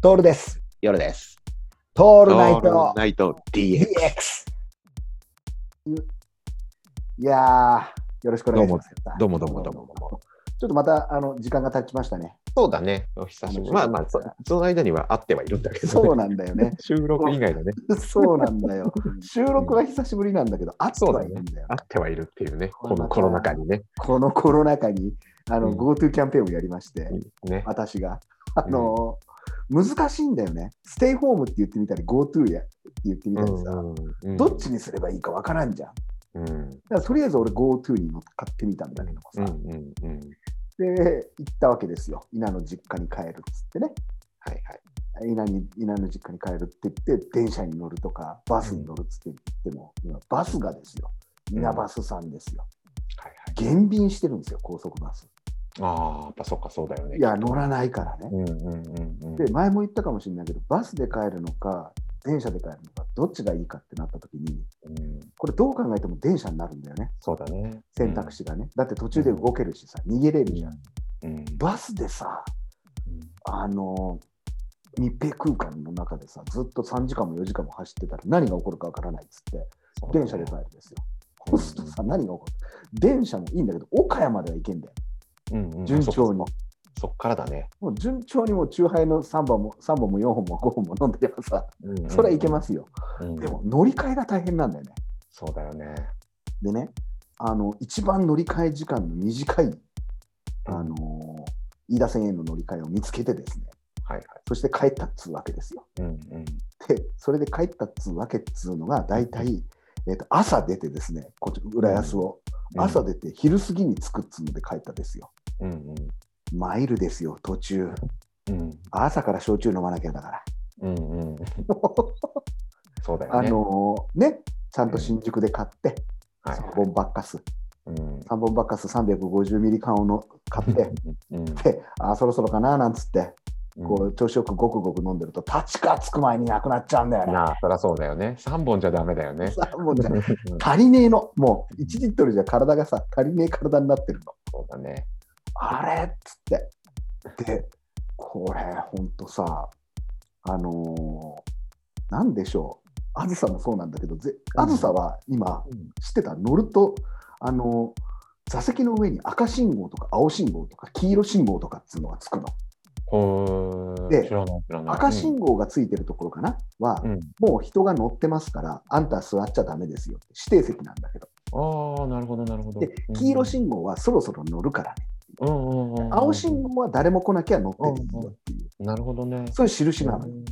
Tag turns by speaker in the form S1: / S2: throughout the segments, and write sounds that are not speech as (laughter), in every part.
S1: トールです。
S2: 夜です。
S1: ト
S2: オ
S1: ールナイト
S2: ナイト DX。
S1: DX。いやー、よろしくお願いします。
S2: どうもどうもどうも
S1: ちょっとまたあの時間が経ちました
S2: (laughs)
S1: ね。
S2: そうだね。お久しぶり。まあまあ、そその間には会ってはいるんだけど、ね、。
S1: そうなんだよね
S2: 収録以外だね。
S1: そうなんだよ。収録は久しぶりなんだけど、あってはいるんだよ。
S2: 会ってはいるっていうね、
S1: この
S2: このコロナ禍にね。
S1: このコロナ禍にあの、
S2: うん
S1: GoTo キャンペーンをやりまして、
S2: ね
S1: 私が。あの難しいんだよね。ステイホームって言ってみたり、GoTo やって言ってみたりさ、
S2: うん
S1: どっちにすればいいかわからんじゃん。
S2: うんうん
S1: だからとりあえず俺 GoTo に乗っかってみたんだけども
S2: う
S1: さ、
S2: んうんうん。
S1: で行ったわけですよ稲の実家に帰るっつってね
S2: はいはい。
S1: 稲に稲の実家に帰るって言って電車に乗るとかバスに乗るっつって言っても、今バスがですよ稲バスさんですよ、
S2: はいはい、
S1: 減便してるんですよ高速バス
S2: ああ、やっぱそっかそうだよね。
S1: いや乗らないからね、
S2: うんうんうんうん。
S1: で前も言ったかもしれないけどバスで帰るのか電車で帰るのかどっちがいいかってなった時に
S2: うん、
S1: これどう考えても電車になるんだよね
S2: そうだね。
S1: 選択肢がね、だって途中で動けるしさ逃げれるじゃん、
S2: うん。うん
S1: バスでさあの密閉空間の中でさずっと3時間も4時間も走ってたら何が起こるかわからないっつって電車で帰るんですよ。そうするとさ何が起こる電車もいいんだけど岡山までは行けんだよ
S2: うんうん
S1: 順調に。
S2: そっからだね。
S1: もう順調にもうチューハイの3本も3本も4本も5本も飲んでればさそれはいけ
S2: ま
S1: ますよ。
S2: す。うん
S1: でも乗り換えが大変なんだよね。
S2: そうだよね。
S1: でねあの一番乗り換え時間の短いあのー飯田線への乗り換えを見つけてですね
S2: はいはい。
S1: そして帰ったっつうわけですよ。
S2: うんうん。
S1: で、それで帰ったっつうわけっつうのが、大体、えー、と朝出てですね、こっち浦安を、朝出て昼過ぎに着くっつうので帰ったですよ。
S2: うんうん
S1: マイルですよ、途中。
S2: うん
S1: 朝から焼酎飲まなきゃだから。
S2: うんうん (laughs) そうだよ
S1: あ
S2: ね。
S1: のーね、ちゃんと新宿で買って、
S2: はい
S1: 3本バッカス、
S2: うん
S1: 3本バッカス350ミリ缶をの買って、
S2: うん
S1: で、あー、そろそろかななんつって、
S2: うん
S1: こう、調子よくごくごく飲んでると、立ちがつく前になくなっちゃうんだよね。
S2: なあ、そりゃそうだよね。三本じゃダメだよね。
S1: (laughs) さあもうじゃあ
S2: うん
S1: 足りねえの、もう1リットルじゃ体がさ、足りねえ体になってるの。
S2: そうだね。
S1: あれっつって。で、これ、ほんとさ、あのーなんでしょう、あずさもそうなんだけど、ぜあずさは今、知ってた、乗ると、あのー座席の上に赤信号とか青信号とか黄色信号とかっつうのがつくの。
S2: ほー
S1: で
S2: 知らない知らない。
S1: 赤信号がついてるところかなは、
S2: うん
S1: もう人が乗ってますから、あんた座っちゃダメですよって。指定席なんだけど。
S2: ああ、なるほどなるほど。
S1: で、黄色信号はそろそろ乗るからね。
S2: うんうんうんうん
S1: 青信号は誰も来なきゃ乗ってていいよっていう、
S2: なるほどね。
S1: そういう印なのよ。
S2: うん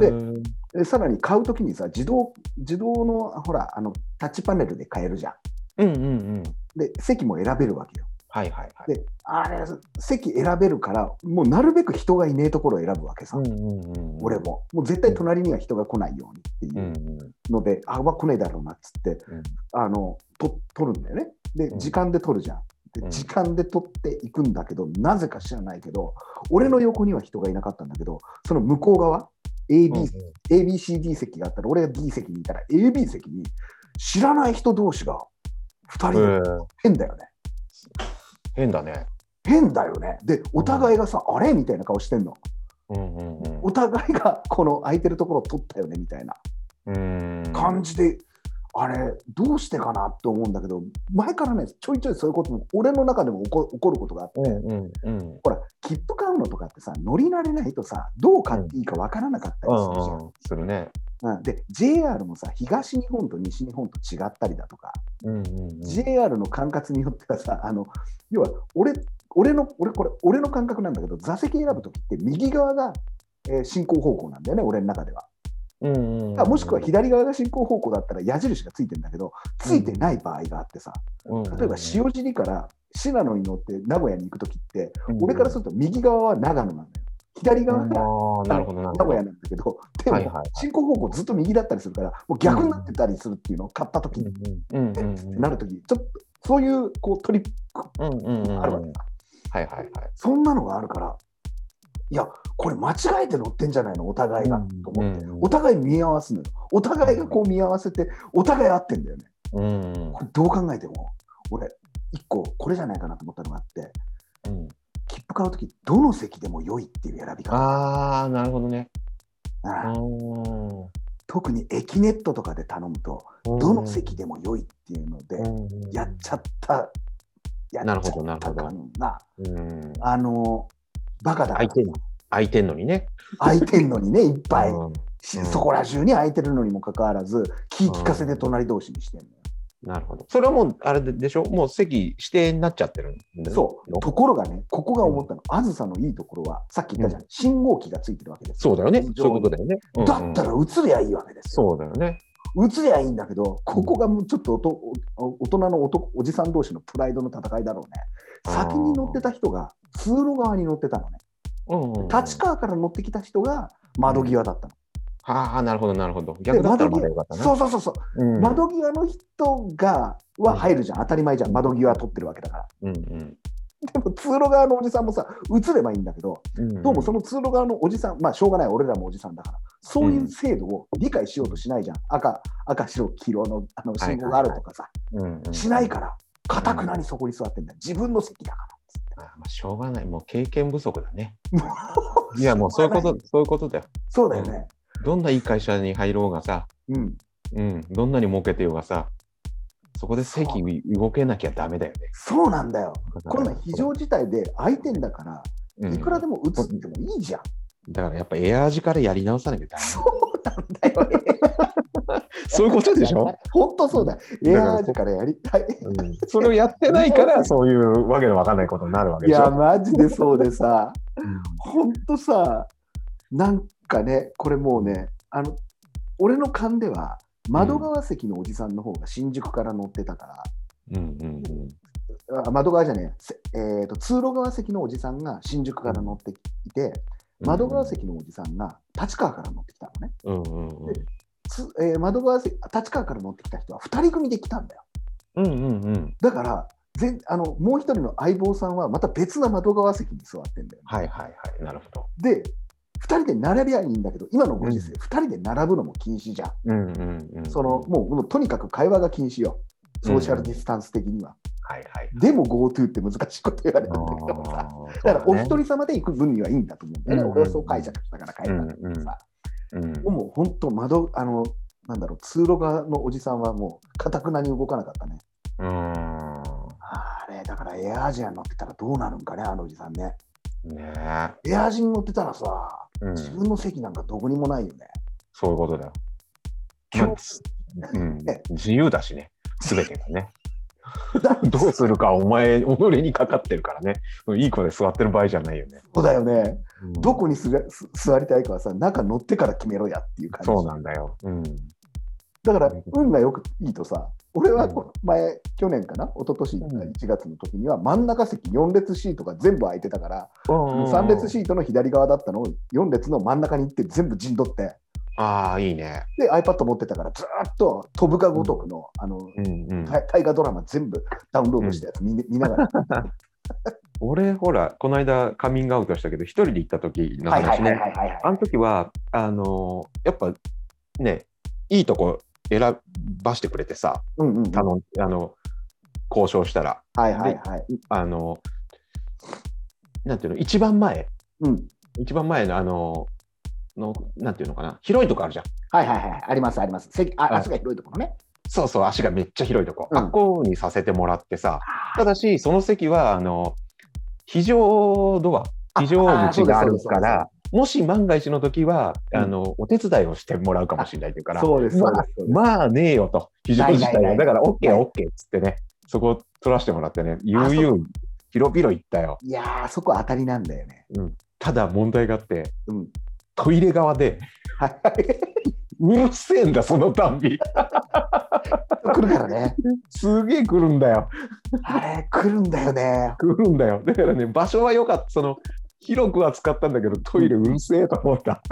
S1: で
S2: うん
S1: でさらに買うときにさ、自動、自動の、ほら、あの、タッチパネルで買えるじゃん。
S2: うんうん。
S1: で、席も選べるわけよ。
S2: はいはいはい。
S1: で、あれ、席選べるから、もうなるべく人がいねえところを選ぶわけさ。
S2: うんうんうん。
S1: 俺。も。もう絶対隣には人が来ないようにって
S2: う
S1: い
S2: ん
S1: うので、あ、まあ来ねえだろうなっつって、
S2: うん
S1: あの、と、取るんだよね。で
S2: う、ん
S1: 時間で取るじゃん。
S2: う
S1: で、
S2: ん
S1: 時間で取っていくんだけど、なぜか知らないけど、俺の横には人がいなかったんだけど、その向こう側、AB
S2: うん。
S1: ABCD 席があったら、俺が D 席にいたら AB 席に知らない人同士が2人
S2: う
S1: で
S2: んうん
S1: 変だよね。
S2: 変だね。
S1: 変だよね。で、お互いがさ、あれみたいな顔してんの。
S2: うんうんうん
S1: お互いがこの空いてるところを取ったよねみたいな
S2: うん。
S1: 感じで、あれ、どうしてかなって思うんだけど、前からね、ちょいちょいそういうことも、俺の中でも起こ起こることがあって、
S2: うんうんうん。
S1: ほら、切符買うのとかってさ、乗り慣れないとさ、どう買っていいかわからなかったりするじゃん。
S2: うんうん、するね。
S1: うん、で、JR もさ、東日本と西日本と違ったりだとか、
S2: うんうんうん、
S1: JR の管轄によってはさ、あの要は俺俺の俺これ俺の感覚なんだけど、座席選ぶときって右側が、えー進行方向なんだよね、俺の中では。
S2: うんうんうん
S1: あもしくは左側が進行方向だったら矢印がついてるんだけど、ついてない場合があってさ、例えば塩尻から信濃に乗って名古屋に行くときって、俺からす
S2: る
S1: ると右側は長野なんだよ。左側が
S2: ああ、なるほど、な
S1: 名
S2: るほ
S1: 古
S2: ど
S1: 屋。なんだけど、でも、
S2: はいはいはい
S1: 進行方向ずっと右だったりするから、もう逆になってたりするっていうのを買ったときに
S2: うんうんうん
S1: なるとき、ちょっとそういうこうトリック
S2: うんうんうん。
S1: あるわけ
S2: はいはいはい。
S1: そんなのがあるから、いや、これ間違えて乗ってんじゃないの、お互いが、
S2: うん
S1: と思って、
S2: うん
S1: お互い見合わすのよ。お互いがこう見合わせて、お互い合ってんだよね。
S2: うんうん
S1: これどう考えても、俺、一個、これじゃないかなと思ったのがあって、
S2: うん
S1: 切符買うとき、どの席でも良いっていう選び方。
S2: ああ、なるほどね。
S1: うん
S2: ど
S1: 特にエキネットとかで頼むと、どの席でも良いっていうので、やっちゃった、やっちゃ
S2: なる
S1: っ
S2: ほどなる
S1: た
S2: ほど
S1: 感が、
S2: うん
S1: あの、バカだから
S2: 空いてん空いてんのにね。
S1: 空いてんのにね、いっぱい、
S2: うん
S1: しそこら中に空いてるのにもかかわらず、気利かせて隣同士にしてんのよ。
S2: なるほど。それはもう、あれでしょもう席指定になっちゃってるんだよね
S1: そう。ところがね、ここが思ったの、あずさのいいところは、さっき言ったじゃん、信号機がついてるわけです
S2: そうだよね。
S1: 非常
S2: そう
S1: に
S2: いうことだよね。うんうん
S1: だったら映りゃいいわけですよ。
S2: そうだよね。
S1: 映りゃいいんだけど、ここがもうちょっとおとお大人のおとおじさん同士のプライドの戦いだろうね。先に乗ってた人が通路側に乗ってたのね。立
S2: 立
S1: 川から乗ってきた人が窓際だったの。
S2: はあ、なるほど、なるほど。逆だったらまだよかったな。
S1: そうそうそうそう。
S2: うん
S1: 窓際の人がは入るじゃん。当たり前じゃん。窓際取ってるわけだから。
S2: うんうん
S1: でも通路側のおじさんもさ、映ればいいんだけど、
S2: うん
S1: どうもその通路側のおじさん、まあしょうがない、俺らもおじさんだから、そういう制度を理解しようとしないじゃん。赤、赤、白、黄色のあの信号があるとかさ、
S2: うんうん
S1: しないから、かたくなにそこに座ってんだよ。自分の席だから。
S2: あまあしょうがない。もう経験不足だね。いや、もうそういうこと、そういうことだよ。
S1: そうだよね。
S2: どんないい会社に入ろうがさ、
S1: うん。
S2: うん、どんなに儲けてようがさ、そこで席動けなきゃダメだよね。
S1: そうなんだよ。こんなん非常事態で空いてんだから、
S2: うん
S1: いくらでも映ってもいいじ
S2: (laughs)
S1: ゃん。
S2: だからやっぱエアージからやり直さなきゃダメ。
S1: そうなんだよね。
S2: (laughs) そういうことでしょ、
S1: 本当そうだよ。エアージからやりたい。
S2: うんそれをやってないから、そういうわけのわかんないことになるわけ
S1: い
S2: でしょ。
S1: や、マジでそうでさ。
S2: うん
S1: ほんとさ、なんかね、これもうね、あの俺の勘では、窓側席のおじさんの方が新宿から乗ってたか
S2: うんうんうん
S1: ら、あ窓側じゃねえせえーと、通路側席のおじさんが新宿から乗ってきて、窓側席のおじさんが立川から乗ってきたのね。
S2: うんうんうん
S1: つえー窓側席立川から乗ってきた人は2人組で来たんだよ。
S2: うんうんうん。
S1: だから、全あのもう一人の相棒さんはまた別な窓側席に座ってんだよ、ね。
S2: はいはいはい。なるほど。
S1: で、2人で並びゃいいんだけど、今のご時世、2人で並ぶのも禁止じゃん。
S2: うんうんうん。
S1: そのもうもうとにかく会話が禁止よ、ソーシャルディスタンス的には。
S2: はいはい。
S1: でも GoTo って難しいこと言われ
S2: あ
S1: たんだけどさ。
S2: ー
S1: だからお一
S2: そう
S1: 人様で行く分にはいいんだと思うんだよね。
S2: うんうん
S1: 俺はそう解釈したから帰ったんだけどさ。
S2: だね
S1: もう本当窓、あの、なんだろう、通路側のおじさんはもう、かたくなに動かなかったね。
S2: うん。う
S1: あれ、だからエアアジアに乗ってたらどうなるんかね、あのおじさんね。
S2: ーんねえ。
S1: エアアジに乗ってたらさ、
S2: うん
S1: 自分の席なんかどこにもないよね。
S2: そういうことだよ。
S1: 今
S2: まあ
S1: 日
S2: うん
S1: ね、
S2: 自由だしね、すべてが (laughs) ね
S1: だ。
S2: どうするか、お前、俺にかかってるからね。いい子で座ってる場合じゃないよね。
S1: そうだよね。
S2: うん
S1: どこにすがす座りたいかはさ、中乗ってから決めろやっていう感じ。
S2: そうなんだよ。うん。
S1: だから
S2: うん
S1: 運がよくいいとさ、俺はこ前、去年かな、一昨年
S2: うん
S1: 1月の時には、真ん中席4列シートが全部空いてたから、3列
S2: ー
S1: シートの左側だったのを4列の真ん中に行って全部陣取って、
S2: ああ、いいね。
S1: で、iPad 持ってたから、ずーっと飛ぶかごとくの、あの、
S2: うんうん。
S1: た大河ドラマ全部ダウンロードしたやつ見,、見ながら、
S2: 俺、ほら、この間、カミングアウトしたけど、一人で行った時の
S1: はいはい
S2: 話
S1: はい
S2: ね。
S1: はいはい、
S2: あの時は、あのーやっぱね、いいとこ選ばしてくれてさ、
S1: うんうんうん、はい
S2: 頼んあの交渉したら、
S1: はいはい、
S2: あのなんていうの、一番前、
S1: うん、
S2: 一番前の、あののなんていうのかな、広いとこあるじゃん。
S1: はいはいはい、ありますあります、席あ
S2: はい
S1: 足が広いところね、
S2: そうそう、足がめっちゃ広いとこ。
S1: うん
S2: あっこにさせてもらってさ、ただし、その席は、あの、非常ドア、
S1: あ
S2: 非常口があるか
S1: あ
S2: ら、もし万が一の時は、
S1: うん
S2: あの、お手伝いをしてもらうかもしれないというから、
S1: そうです、そうです、そうです
S2: まあねえよと、非常事態
S1: な
S2: はい
S1: ないな
S2: だ
S1: い
S2: から、オッケー
S1: ない
S2: オッケーっつってね、そこ取らせてもらってね、悠々、広々行ったよ。
S1: いやー、そこ当たりなんだよ (laughs) ね。
S2: ただ問題があって、
S1: うん
S2: トイレ側で、
S1: はいはい。
S2: うるせえんだ、そのたんび。
S1: 来るからね。
S2: すげえ来るんだよ。
S1: あれ、来るんだよね。
S2: 来るんだよ。だからね、場所は良かった。その、広くは使ったんだけど、トイレうるせえと思った。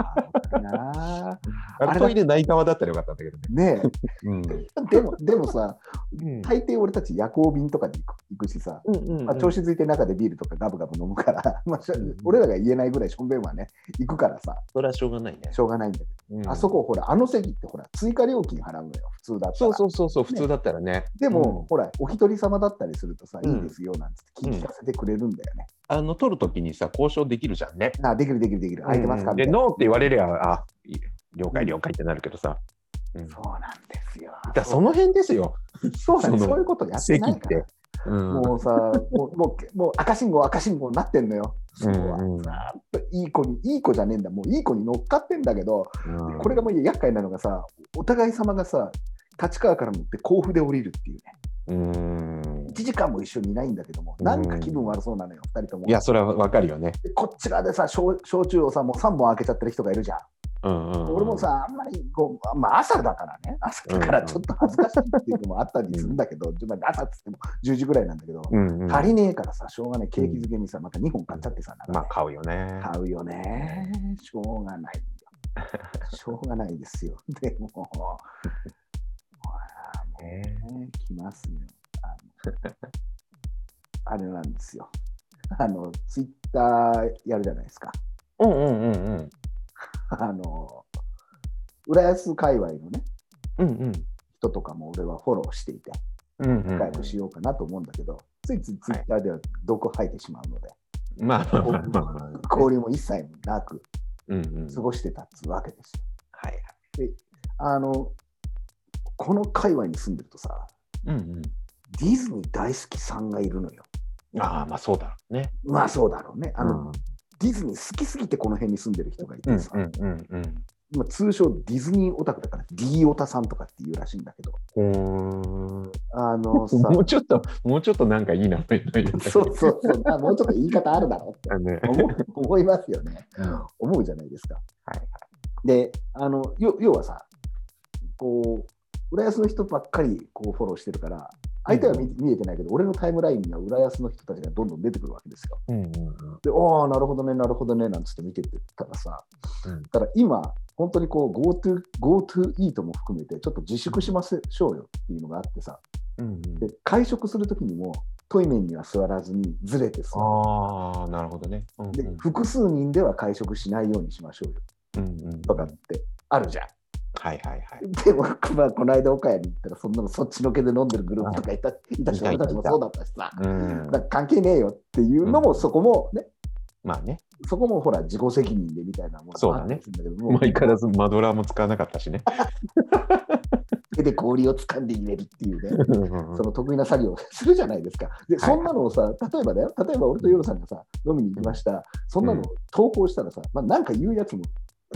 S1: なあ
S2: あ
S1: あれ
S2: れ
S1: だ
S2: トイレない側だったらよかったんだけどね。
S1: ね
S2: うん。
S1: え、でも、でもさ、
S2: うん
S1: 大抵俺たち夜行便とかに行く行くしさ、
S2: うんうん
S1: まあ、調子づいて中でビールとかガブガブ飲むから、まあしょ (laughs)
S2: うん
S1: 俺らが言えないぐらいしょんべんはね、行くからさ、
S2: それはしょうがないね
S1: しょうがないんだけど
S2: うん
S1: あそこ、ほら、あの席ってほら、追加料金払うのよ、普通だった
S2: そう
S1: ら。
S2: そうそうそう、普通だったらね。
S1: でも、
S2: うん
S1: ほら、お一人様だったりするとさ、
S2: うん
S1: いいですよなんつって聞かせてくれるんだよね。
S2: あの取るときにさ、交渉できるじゃんね。
S1: あ、できるできるできる、空いてますか
S2: うん
S1: みた
S2: で、
S1: いな。
S2: ノーって言われりゃ、あい了解、了解ってなるけどさ。うんだか
S1: そうなんですよ。
S2: らその辺ですよ、
S1: そうなんです
S2: その
S1: そういうことやって
S2: 席
S1: ない
S2: っ
S1: から
S2: て。。うん
S1: もうさ、もう、もう、もう赤信号、赤信号になってんのよ。そこは。
S2: うんうん
S1: ずーっといい子に、いい子じゃねえんだ、もういい子に乗っかってんだけど、
S2: うん
S1: これがもう厄介なのがさ、お互い様がさ、立川から乗って甲府で降りるっていうね、
S2: うん
S1: 1時間も一緒にいないんだけども、
S2: うん
S1: なんか気分悪そうなのよ、2人とも。
S2: いや、それはわかるよね。
S1: でこっちらでさ、焼焼酎をさ、もう3本開けちゃってる人がいるじゃん。
S2: うんうんうん
S1: 俺もさ、あんまりこう、まあ、朝だからね、朝だか
S2: う
S1: ら
S2: ん
S1: ちょっと恥ずかしいっていうのもあったりするんだけど、まあ朝っつっても10時ぐらいなんだけど、
S2: うんうん
S1: 足りねえからさ、しょうがない、ケーキ漬けにさ、また2本買っちゃってさ、なんか
S2: まあ、買うよね。
S1: 買うよね。しょうがないよ。しょうがないですよ。でも、ほらも
S2: ね
S1: うね、来ますよ。あのあれなんですよ。あの、ツイッターやるじゃないですか。
S2: うんうんうんうん。
S1: あの、浦安界隈のね、
S2: うんうん。
S1: 人とかも俺はフォローしていて、
S2: うんうん
S1: 仲良くしようかなと思うんだけど、ついついツイッターでは毒吐いてしまうので、
S2: ま (laughs) あまあまあまあまあ。
S1: 交流も一切なく
S2: うんうん
S1: 過ごしてたっつうわけですよ。
S2: はい。
S1: あの、この界隈に住んでるとさ、
S2: うんうん。
S1: ディズニー大好きさんがいるのよ。
S2: ああ、まあそうだろうね。
S1: まあそうだろうね。あの、
S2: うん
S1: ディズニー好きすぎてこの辺に住んでる人がいてさ、
S2: うんうんうん
S1: まあ、通称ディズニーオタクだから D オタさんとかっていうらしいんだけど、
S2: うん。う
S1: あのさ
S2: ーん、もうちょっと、もうちょっとなんかいい名前ないよね
S1: そうそうそう、あもうちょっと言い方あるだろうって
S2: あのね。
S1: 思う思いますよね。
S2: うん
S1: 思うじゃないですか。
S2: はい
S1: で、あの、よ要はさ、こう、浦安の人ばっかりこうフォローしてるから、相手は見,、見えてないけど、俺のタイムラインには浦安の人たちがどんどん出てくるわけですよ。
S2: うんうんうん
S1: で、ああ、なるほどね、なるほどね、なんつって見ててたらさ、
S2: うん
S1: だから今、本当にこう GoTo、GoTo イートも含めて、ちょっと自粛しましょうよっていうのがあってさ、
S2: うんうん
S1: で会食するときにも、トイメンには座らずにずれてさ、
S2: ああ、なるほどね。うんうん
S1: で複数人では会食しないようにしましょうよ
S2: うんうん
S1: とかってあるじゃん。
S2: はいはいはい。
S1: でも、まあ、この (laughs) 間岡谷に行ったら、そんなのそっちのけで飲んでるグループとかいた,、い、たし、
S2: いたい
S1: 俺
S2: た
S1: たちもそうだったしさ、
S2: うん
S1: だから関係ねえよっていうのも、
S2: うん
S1: そこもね、
S2: まあね、
S1: そこもほら、自己責任でみたいなもの
S2: そう
S1: があ
S2: だ
S1: った
S2: ね
S1: りするんだけども、
S2: 相変わらずマドラーも使わなかったしね。
S1: 手で氷を掴んで入れるっていうね、
S2: うんうんうん
S1: その得意な作業を (laughs) するじゃないですか。で、
S2: はい
S1: そんなのをさ、例えばだよ、例えば俺とヨロさんがさ、飲みに行きました、そんなのを投稿したらさ、まあ、なんか言うやつも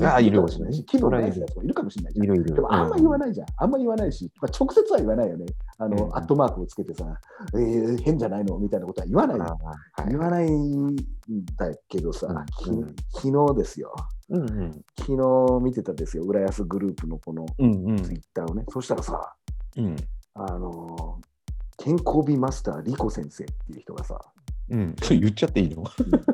S2: ああいる
S1: かもしれないし、気分のないやつもいるかもしれないじゃん
S2: い。ろいろ。
S1: でもあんま言わ
S2: ない。
S1: ないじゃん、あんま言わないし、まあ、直接は言わないよね、あの
S2: うん
S1: アットマークをつけてさ、えー変じゃないのみたいなことは言わない、
S2: はい
S1: 言わないんだけどさ、
S2: う
S1: き
S2: ん
S1: 昨日ですよ、
S2: うんうん
S1: 昨日見てたんですよ、浦安グループのこの
S2: うんう
S1: ツイ
S2: ん
S1: ッターをね、そしたらさ、
S2: うん
S1: あのー健康美マスター、リコ先生っていう人がさ、
S2: うん。それ言っちゃっていいの？
S1: も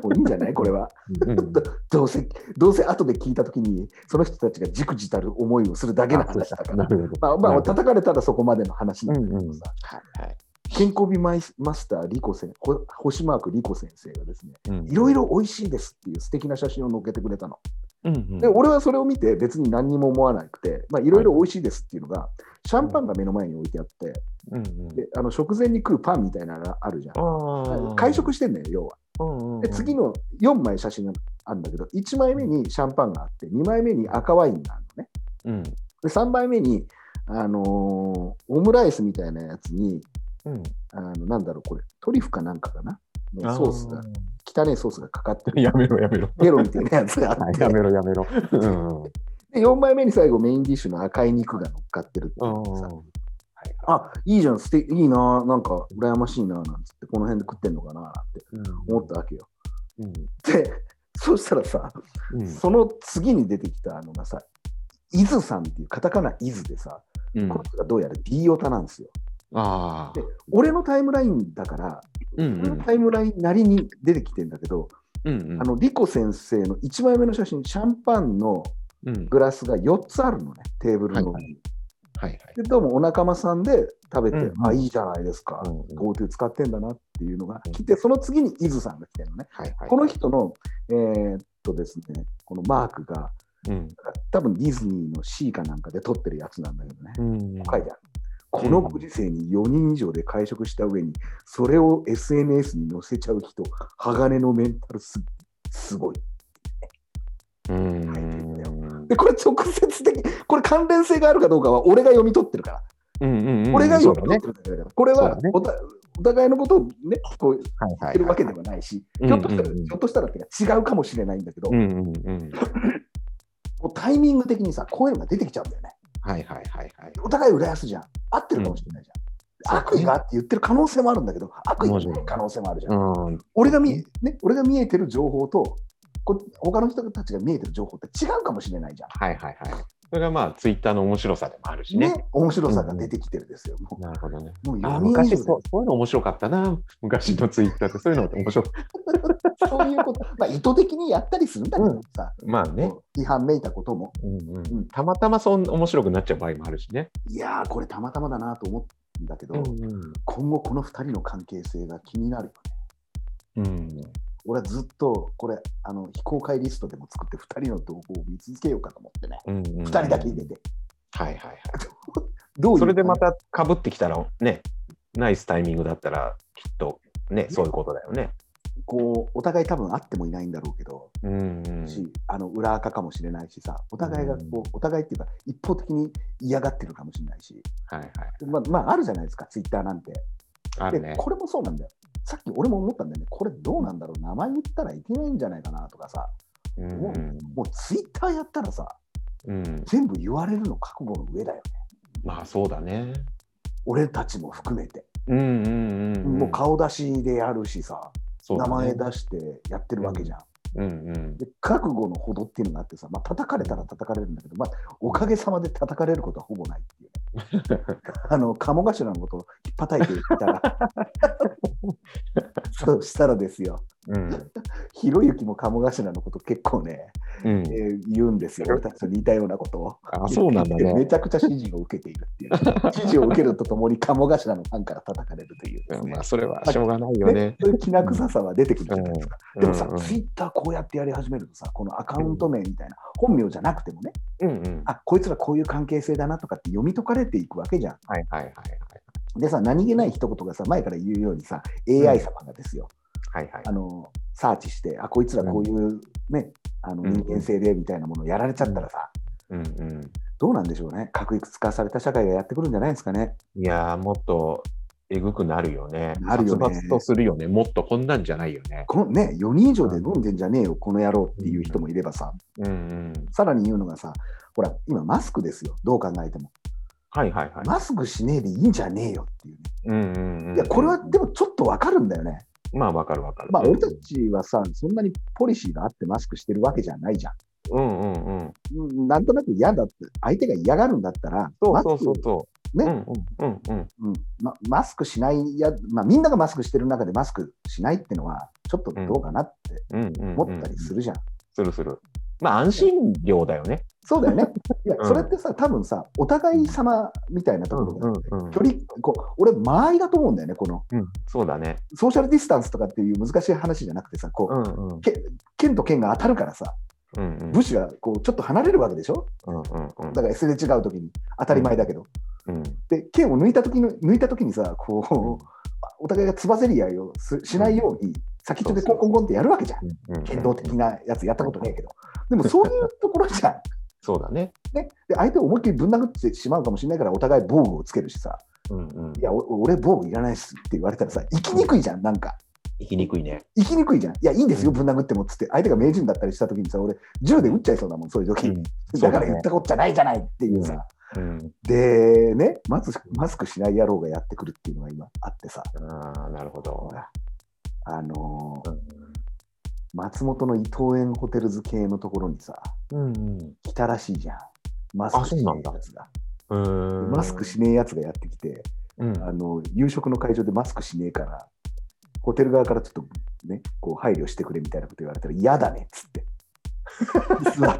S1: ういいんじゃない、これは。
S2: うん
S1: (laughs) どうせ、どうせ後で聞いたときに、その人たちがじくじたる思いをするだけの話だから
S2: な。るほど。
S1: まあ、ま
S2: な
S1: あ、
S2: るほど
S1: 叩かれたらそこまでの話なんだけ
S2: うんう
S1: ど
S2: ん
S1: さ、はい
S2: はい。
S1: 健康美マイスマスターリコ先ほ星マークリコ先生がですね
S2: うん
S1: いろい。ろ美味しいですっていう素敵な写真を載っけてくれたの。
S2: うんうん
S1: で俺はそれを見て別に何にも思わなくてまあいろいろ美味しいですっていうのがシャンパンが目の前に置いてあって
S2: うんうん
S1: であの食前に食うパンみたいなのがあるじゃん。
S2: ああ。
S1: 会食してんのよ要は。
S2: うんうん
S1: で次の4枚写真があるんだけど1枚目にシャンパンがあって2枚目に赤ワインがあるのね。
S2: うん
S1: で3枚目にあのーオムライスみたいなやつに
S2: うん。
S1: あのなんだろうこれトリュフかなんかかなの
S2: あ
S1: ソースが汚いソースがかかってる
S2: やめろやめろ。
S1: ペロみたいなやつがあ
S2: (laughs) は
S1: っ
S2: い
S1: て、
S2: やめろやめろ。うんうん
S1: で4枚目に最後メインディッシュの赤い肉が乗っかってるって
S2: う
S1: い
S2: ん
S1: うさ
S2: うん。
S1: あいいじゃんすていいななんか羨ましいななんつってこの辺で食ってんのかななんて思ったわけよ
S2: うん
S1: で (laughs) そしたらさ、
S2: うん
S1: その次に出てきたのがさ伊豆さんっていうカタカナ伊豆でさ、
S2: うん
S1: この人がどうやら D オタなんですよ
S2: ああ
S1: で。俺のタイムラインだから、
S2: うんう
S1: 俺の
S2: ん
S1: タイムラインなりに出てきてんだけど、
S2: うんうん
S1: あのリコ先生の1枚目の写真シャンパンの
S2: うん
S1: グラスが4つあるのね、テーブルの上に。
S2: はいはいはい。
S1: で、どうもお仲間さんで食べて、
S2: うん
S1: あ、いいじゃないですか、
S2: うんうん
S1: GoTo 使ってんだなっていうのが
S2: うん
S1: 来て、その次に伊豆さんが来てるのね。
S2: はいはい。
S1: この人の、えーっとですね、このマークが、
S2: うん。
S1: 多分ディズニーの C かなんかで撮ってるやつなんだけどね。
S2: うん。
S1: 書いてある。このご時世に4人以上で会食した上に、それを SNS に載せちゃう人、鋼のメンタルすすごい。
S2: うん。
S1: で、これ直接的、これ関連性があるかどうかは俺が読み取ってるから。
S2: うん。
S1: 俺が
S2: よ
S1: 読み取ってるだけだから。これは
S2: そうだね
S1: おたお互いのことをね、こう言
S2: はいは
S1: って
S2: いは
S1: る
S2: い。
S1: わけではないし、
S2: うん
S1: ひょっとしたら、
S2: うんうん
S1: ひょっとしたらっていうか違うかもしれないんだけど、
S2: うんうんうん。
S1: もうタイミング的にさ、こういうのが出てきちゃうんだよね。
S2: はいはいはいはい。
S1: お互い浦安じゃん。合ってるかもしれないじゃん。
S2: うん
S1: 悪意があって言ってる可能性もあるんだけど、悪意がない可能性もあるじゃん。
S2: うん。
S1: 俺が見,、ね、俺が見えてる情報とこ他の人たちが見えてる情報って違うかもしれないじゃん。
S2: はいはいはい。それがまあ、ツイッターの面白さでもあるしね。
S1: ね、面白さが出てきてるですよ。も
S2: なるほどね。
S1: うもう4
S2: あ
S1: 人以上
S2: 昔
S1: で
S2: そうそういうの面白かったな。昔のツイッターってそういうの面白かっ
S1: (laughs) そういうこと、まあ、意図的にやったりするんだけどさ、
S2: た。まあね。
S1: こう違反めいたことも、
S2: うんうん、たまたまそん面白くなっちゃう場合もあるしね。
S1: いやー、これたまたまだなと思うんだけど、今後この2人の関係性が気になるよね。
S2: うん、
S1: 俺はずっとこれあの非公開リストでも作って2人の動向を見続けようかと思ってね、
S2: うんうん、
S1: 2人だけ入れて。
S2: はいはいはい。
S1: どういう
S2: それでまたかぶってきたらね、ナイスタイミングだったらきっとね、そういうことだよね。
S1: こうお互い多分会ってもいないんだろうけど、
S2: うんうん、
S1: し、あの裏垢かもしれないしさ、お互いが
S2: うん
S1: こう、お互いっていうか、一方的に嫌がってるかもしれないし、
S2: はいはい。
S1: まあ、まあ、あるじゃないですか、ツイッターなんて。
S2: あ
S1: で
S2: る、ね。
S1: これもそうなんだよ。さっき俺も思ったんだよね、これどうなんだろう、名前言ったらいけないんじゃないかなとかさ、
S2: う
S1: 思うんだよ
S2: ん
S1: もうツイッターやったらさ、
S2: うん、
S1: 全部言われるの覚悟の上だよね、
S2: まあそうだね。
S1: 俺たちも含めて。
S2: うんうんうんうん、
S1: もう顔出しでやるしさ、
S2: そうだ
S1: 名
S2: ね
S1: 前出してやってるわけじゃん。
S2: うんうん、
S1: で覚悟のほどっていうのがあってさ、まあ叩かれたら叩かれるんだけど、まあ、おかげさまで叩かれることはほぼないっていう、
S2: (laughs)
S1: ね、あの鴨頭のことをひっぱたいていたらそうしたらですよ
S2: うん
S1: ひろゆきも鴨頭のこと結構ね、
S2: うん
S1: え、ー言うん (laughs) ですよ俺たちと似たようなことを
S2: あそうなんだ
S1: め
S2: ね。
S1: ちゃくちゃ支持を受けているってい
S2: (laughs)
S1: う支持を受けるとともに鴨頭のファンから叩かれるというです
S2: うん
S1: ね、
S2: まあそれはしょうがないよね。
S1: そういうきな臭さは出てくるじゃないですか
S2: うん
S1: でもさ
S2: う、ん
S1: ツイッターこうやってやり始めるとさ、このアカウント名みたいな、本名じゃなくてもね、
S2: うんうん、
S1: あこいつらこういう関係性だなとかって読み解かれていくわけじゃ
S2: はいはいはい
S1: ん。でさ、何気ない一言がさ、前から言うようにさ、
S2: ん
S1: AI 様がですよ、
S2: はい。はいはい
S1: あのサーチして、あこいつらこういうね、あの人間性でみたいなものをやられちゃったらさ、
S2: うんうん
S1: どうなんでしょうね、確率化された社会がやってくるんじゃないですかね。
S2: いやー、もっとえぐくなるよね。
S1: なるよね
S2: 殺伐とするよね。もっとこんなんじゃないよね。
S1: このね、4人以上で飲んでんじゃねえよ、この野郎っていう人もいればさ、
S2: うんうん。
S1: さらに言うのがさ、ほら、今マスクですよ、どう考えても。
S2: はいはいはい。
S1: マスクしねえでいいんじゃねえよっていうね。
S2: うんうんうん、
S1: いや、これはでもちょっとわかるんだよね。
S2: まあわかるわかる。
S1: まあ、俺たちはさ、そんなにポリシーがあってマスクしてるわけじゃないじゃん。
S2: うんうんうん。
S1: うんなんとなく嫌だって、相手が嫌がるんだったら、
S2: そう
S1: マス
S2: そう
S1: ク
S2: そうそう。
S1: ね
S2: うんうんうんうん。
S1: うんまマスクしないや、まあ、みんながマスクしてる中でマスクしないってのは、ちょっとどうかなって
S2: うんうんうん、
S1: 思ったりするじゃん。
S2: するする。まあ安心量だよね。
S1: そうだよ
S2: (laughs)
S1: ね。いや
S2: う、ん
S1: それってさ、多分さ、お互い様みたいなところが、
S2: うん
S1: 距離、こう俺、間合いだと思うんだよね、この、
S2: うん、そうだね。
S1: ソーシャルディスタンスとかっていう難しい話じゃなくてさ、こう、
S2: うんうん
S1: け剣と剣が当たるからさ、
S2: うんうん
S1: 武士がこうちょっと離れるわけでしょ
S2: うんうんうん
S1: だからすれ違うときに当たり前だけど、
S2: うん
S1: で剣を抜いた時の抜いた時にさこうお互いがつばぜり合いをすしないように先っちょでコンコンコンってやるわけじゃん
S2: うん
S1: 剣道的なやつやったことねえけどでもそういうところじゃん、
S2: そうだね。
S1: ね、で相手を思いっきりぶん殴ってしまうかもしれないからお互い防具をつけるしさ
S2: うんうん
S1: 「い。やお俺防具いらないっす」って言われたらさ生きにくいじゃんなんか
S2: 生きにくいね。
S1: 生きにくいじゃんいやいいんですよぶん殴ってもっつって相手が名人だったりした時にさ俺銃で撃っちゃい (laughs) そうだもんそういう時、だから言ったことじゃないじゃないっていうさ、
S2: うんうん。
S1: でねマスク、マスクしない野郎がやってくるっていうのが今あってさ、
S2: ああ、なるほど。
S1: あのー松本の伊藤園ホテルズ系のところにさ、
S2: うんうん。
S1: 来たらしいじゃん。マスクし
S2: あそうな
S1: ね
S2: ん
S1: え
S2: だ
S1: やつが。マ
S2: マ
S1: スクしねえやつがやってきて、
S2: うん、
S1: あの夕食の会場でマスクしねえから、ホテル側からちょっとね、こう配慮してくれみたいなこと言われたら、嫌だねっ
S2: (laughs)
S1: つって。座っ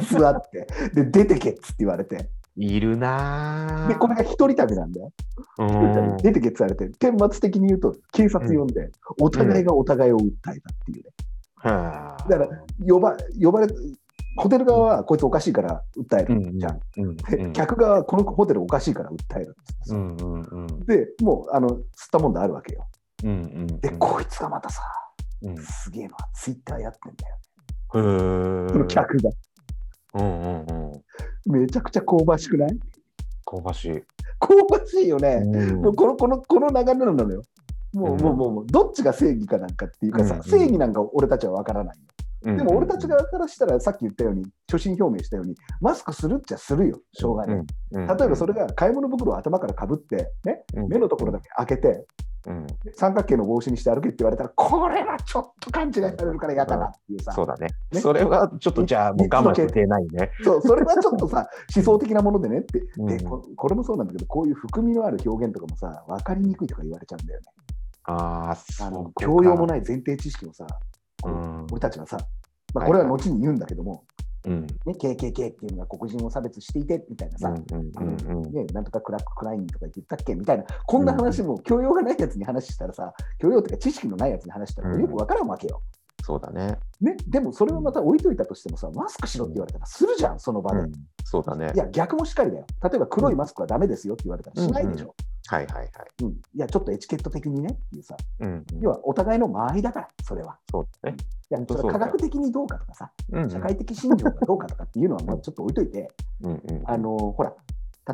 S1: て、座って、で、出てけっつって言われて、
S2: いるなぁ
S1: で、これが一人旅なんだよ。
S2: うん
S1: 出てけって言われて、天末的に言うと、警察呼んで、お互いがお互いを訴えたっていうね。
S2: はあ
S1: だから呼ば呼ばれ、ホテル側はこいつおかしいから訴え
S2: う
S1: る。
S2: んうん
S1: じゃあ
S2: うん
S1: で客側はこのホテルおかしいから訴えるんです
S2: う
S1: よ。
S2: んうんうん
S1: で、もう、あの、吸ったもんであるわけよ。
S2: うんうん
S1: で、こいつがまたさ、
S2: うんへ
S1: すげえのはツイッターやってんだよ。
S2: ー
S1: その客が。
S2: うんうんうん
S1: めちゃくちゃ香ばしくない
S2: 香ばしい
S1: 香ばしいよね。
S2: うん
S1: このこのこの流れなのよ。もう,、
S2: うん
S1: もうもうもうどっちが正義かなんかっていうかさ、
S2: うんうん
S1: 正義なんか俺たちは分からないよ。
S2: うん
S1: でも俺たち側からしたらさっき言ったように所信表明したようにマスクするっちゃするよ障害、
S2: うんうん
S1: 例えばそれが買い物袋を頭からかぶって、ね、
S2: うん
S1: 目のところだけ開けて
S2: うん
S1: 三角形の帽子にして歩けって言われたらこれはちょっと勘違いされるから嫌だなっていうさ、
S2: そうだね
S1: ね
S2: それはちょっとじゃあもう我慢して手ないね
S1: そうそれはちょっと
S2: (laughs)
S1: さ思想的なものでねって
S2: うん
S1: でここれもそうなんだけどこういう含みのある表現とかもさ分かりにくいとか言われちゃうんだよね。
S2: ああ
S1: あ
S2: そ
S1: の
S2: うか
S1: 教養もない前提知識をさ、
S2: うん
S1: 俺たちはさ、まあ、
S2: はい
S1: こ
S2: は
S1: れ
S2: い
S1: は後に言うんだけども、
S2: うん
S1: ね、KKK っていうのが黒人を差別していてみたいな
S2: う
S1: さ、
S2: んうん
S1: あの
S2: うんうん
S1: ね、なんとかクラック・クラインとか言ったっけみたいな、こんな話も教養がないやつに話したらさ、教養というか知識のないやつに話したら
S2: うん
S1: よくわからんわけよ。
S2: そうだね
S1: ね、でもそれをまた置いといたとしてもさ、マスクしろって言われたらするじゃん、その場で。
S2: うんそうだね
S1: いや、逆もしかりだよ。例えば黒いマスクはダメですよって言われたらしないでしょ。
S2: はいはいはい
S1: うんいや、ちょっとエチケット的にねっていうさ、
S2: うん
S1: 要はお互いの間合いだから、それは。
S2: そうだね
S1: いや
S2: 当
S1: そ
S2: そ
S1: れ
S2: うだ
S1: 科
S2: よ
S1: 学的にどうかとかさ、
S2: うんうん
S1: 社会的信条がどうかとかっていうのはまあちょっと置いといて、
S2: うんうん
S1: あのほら、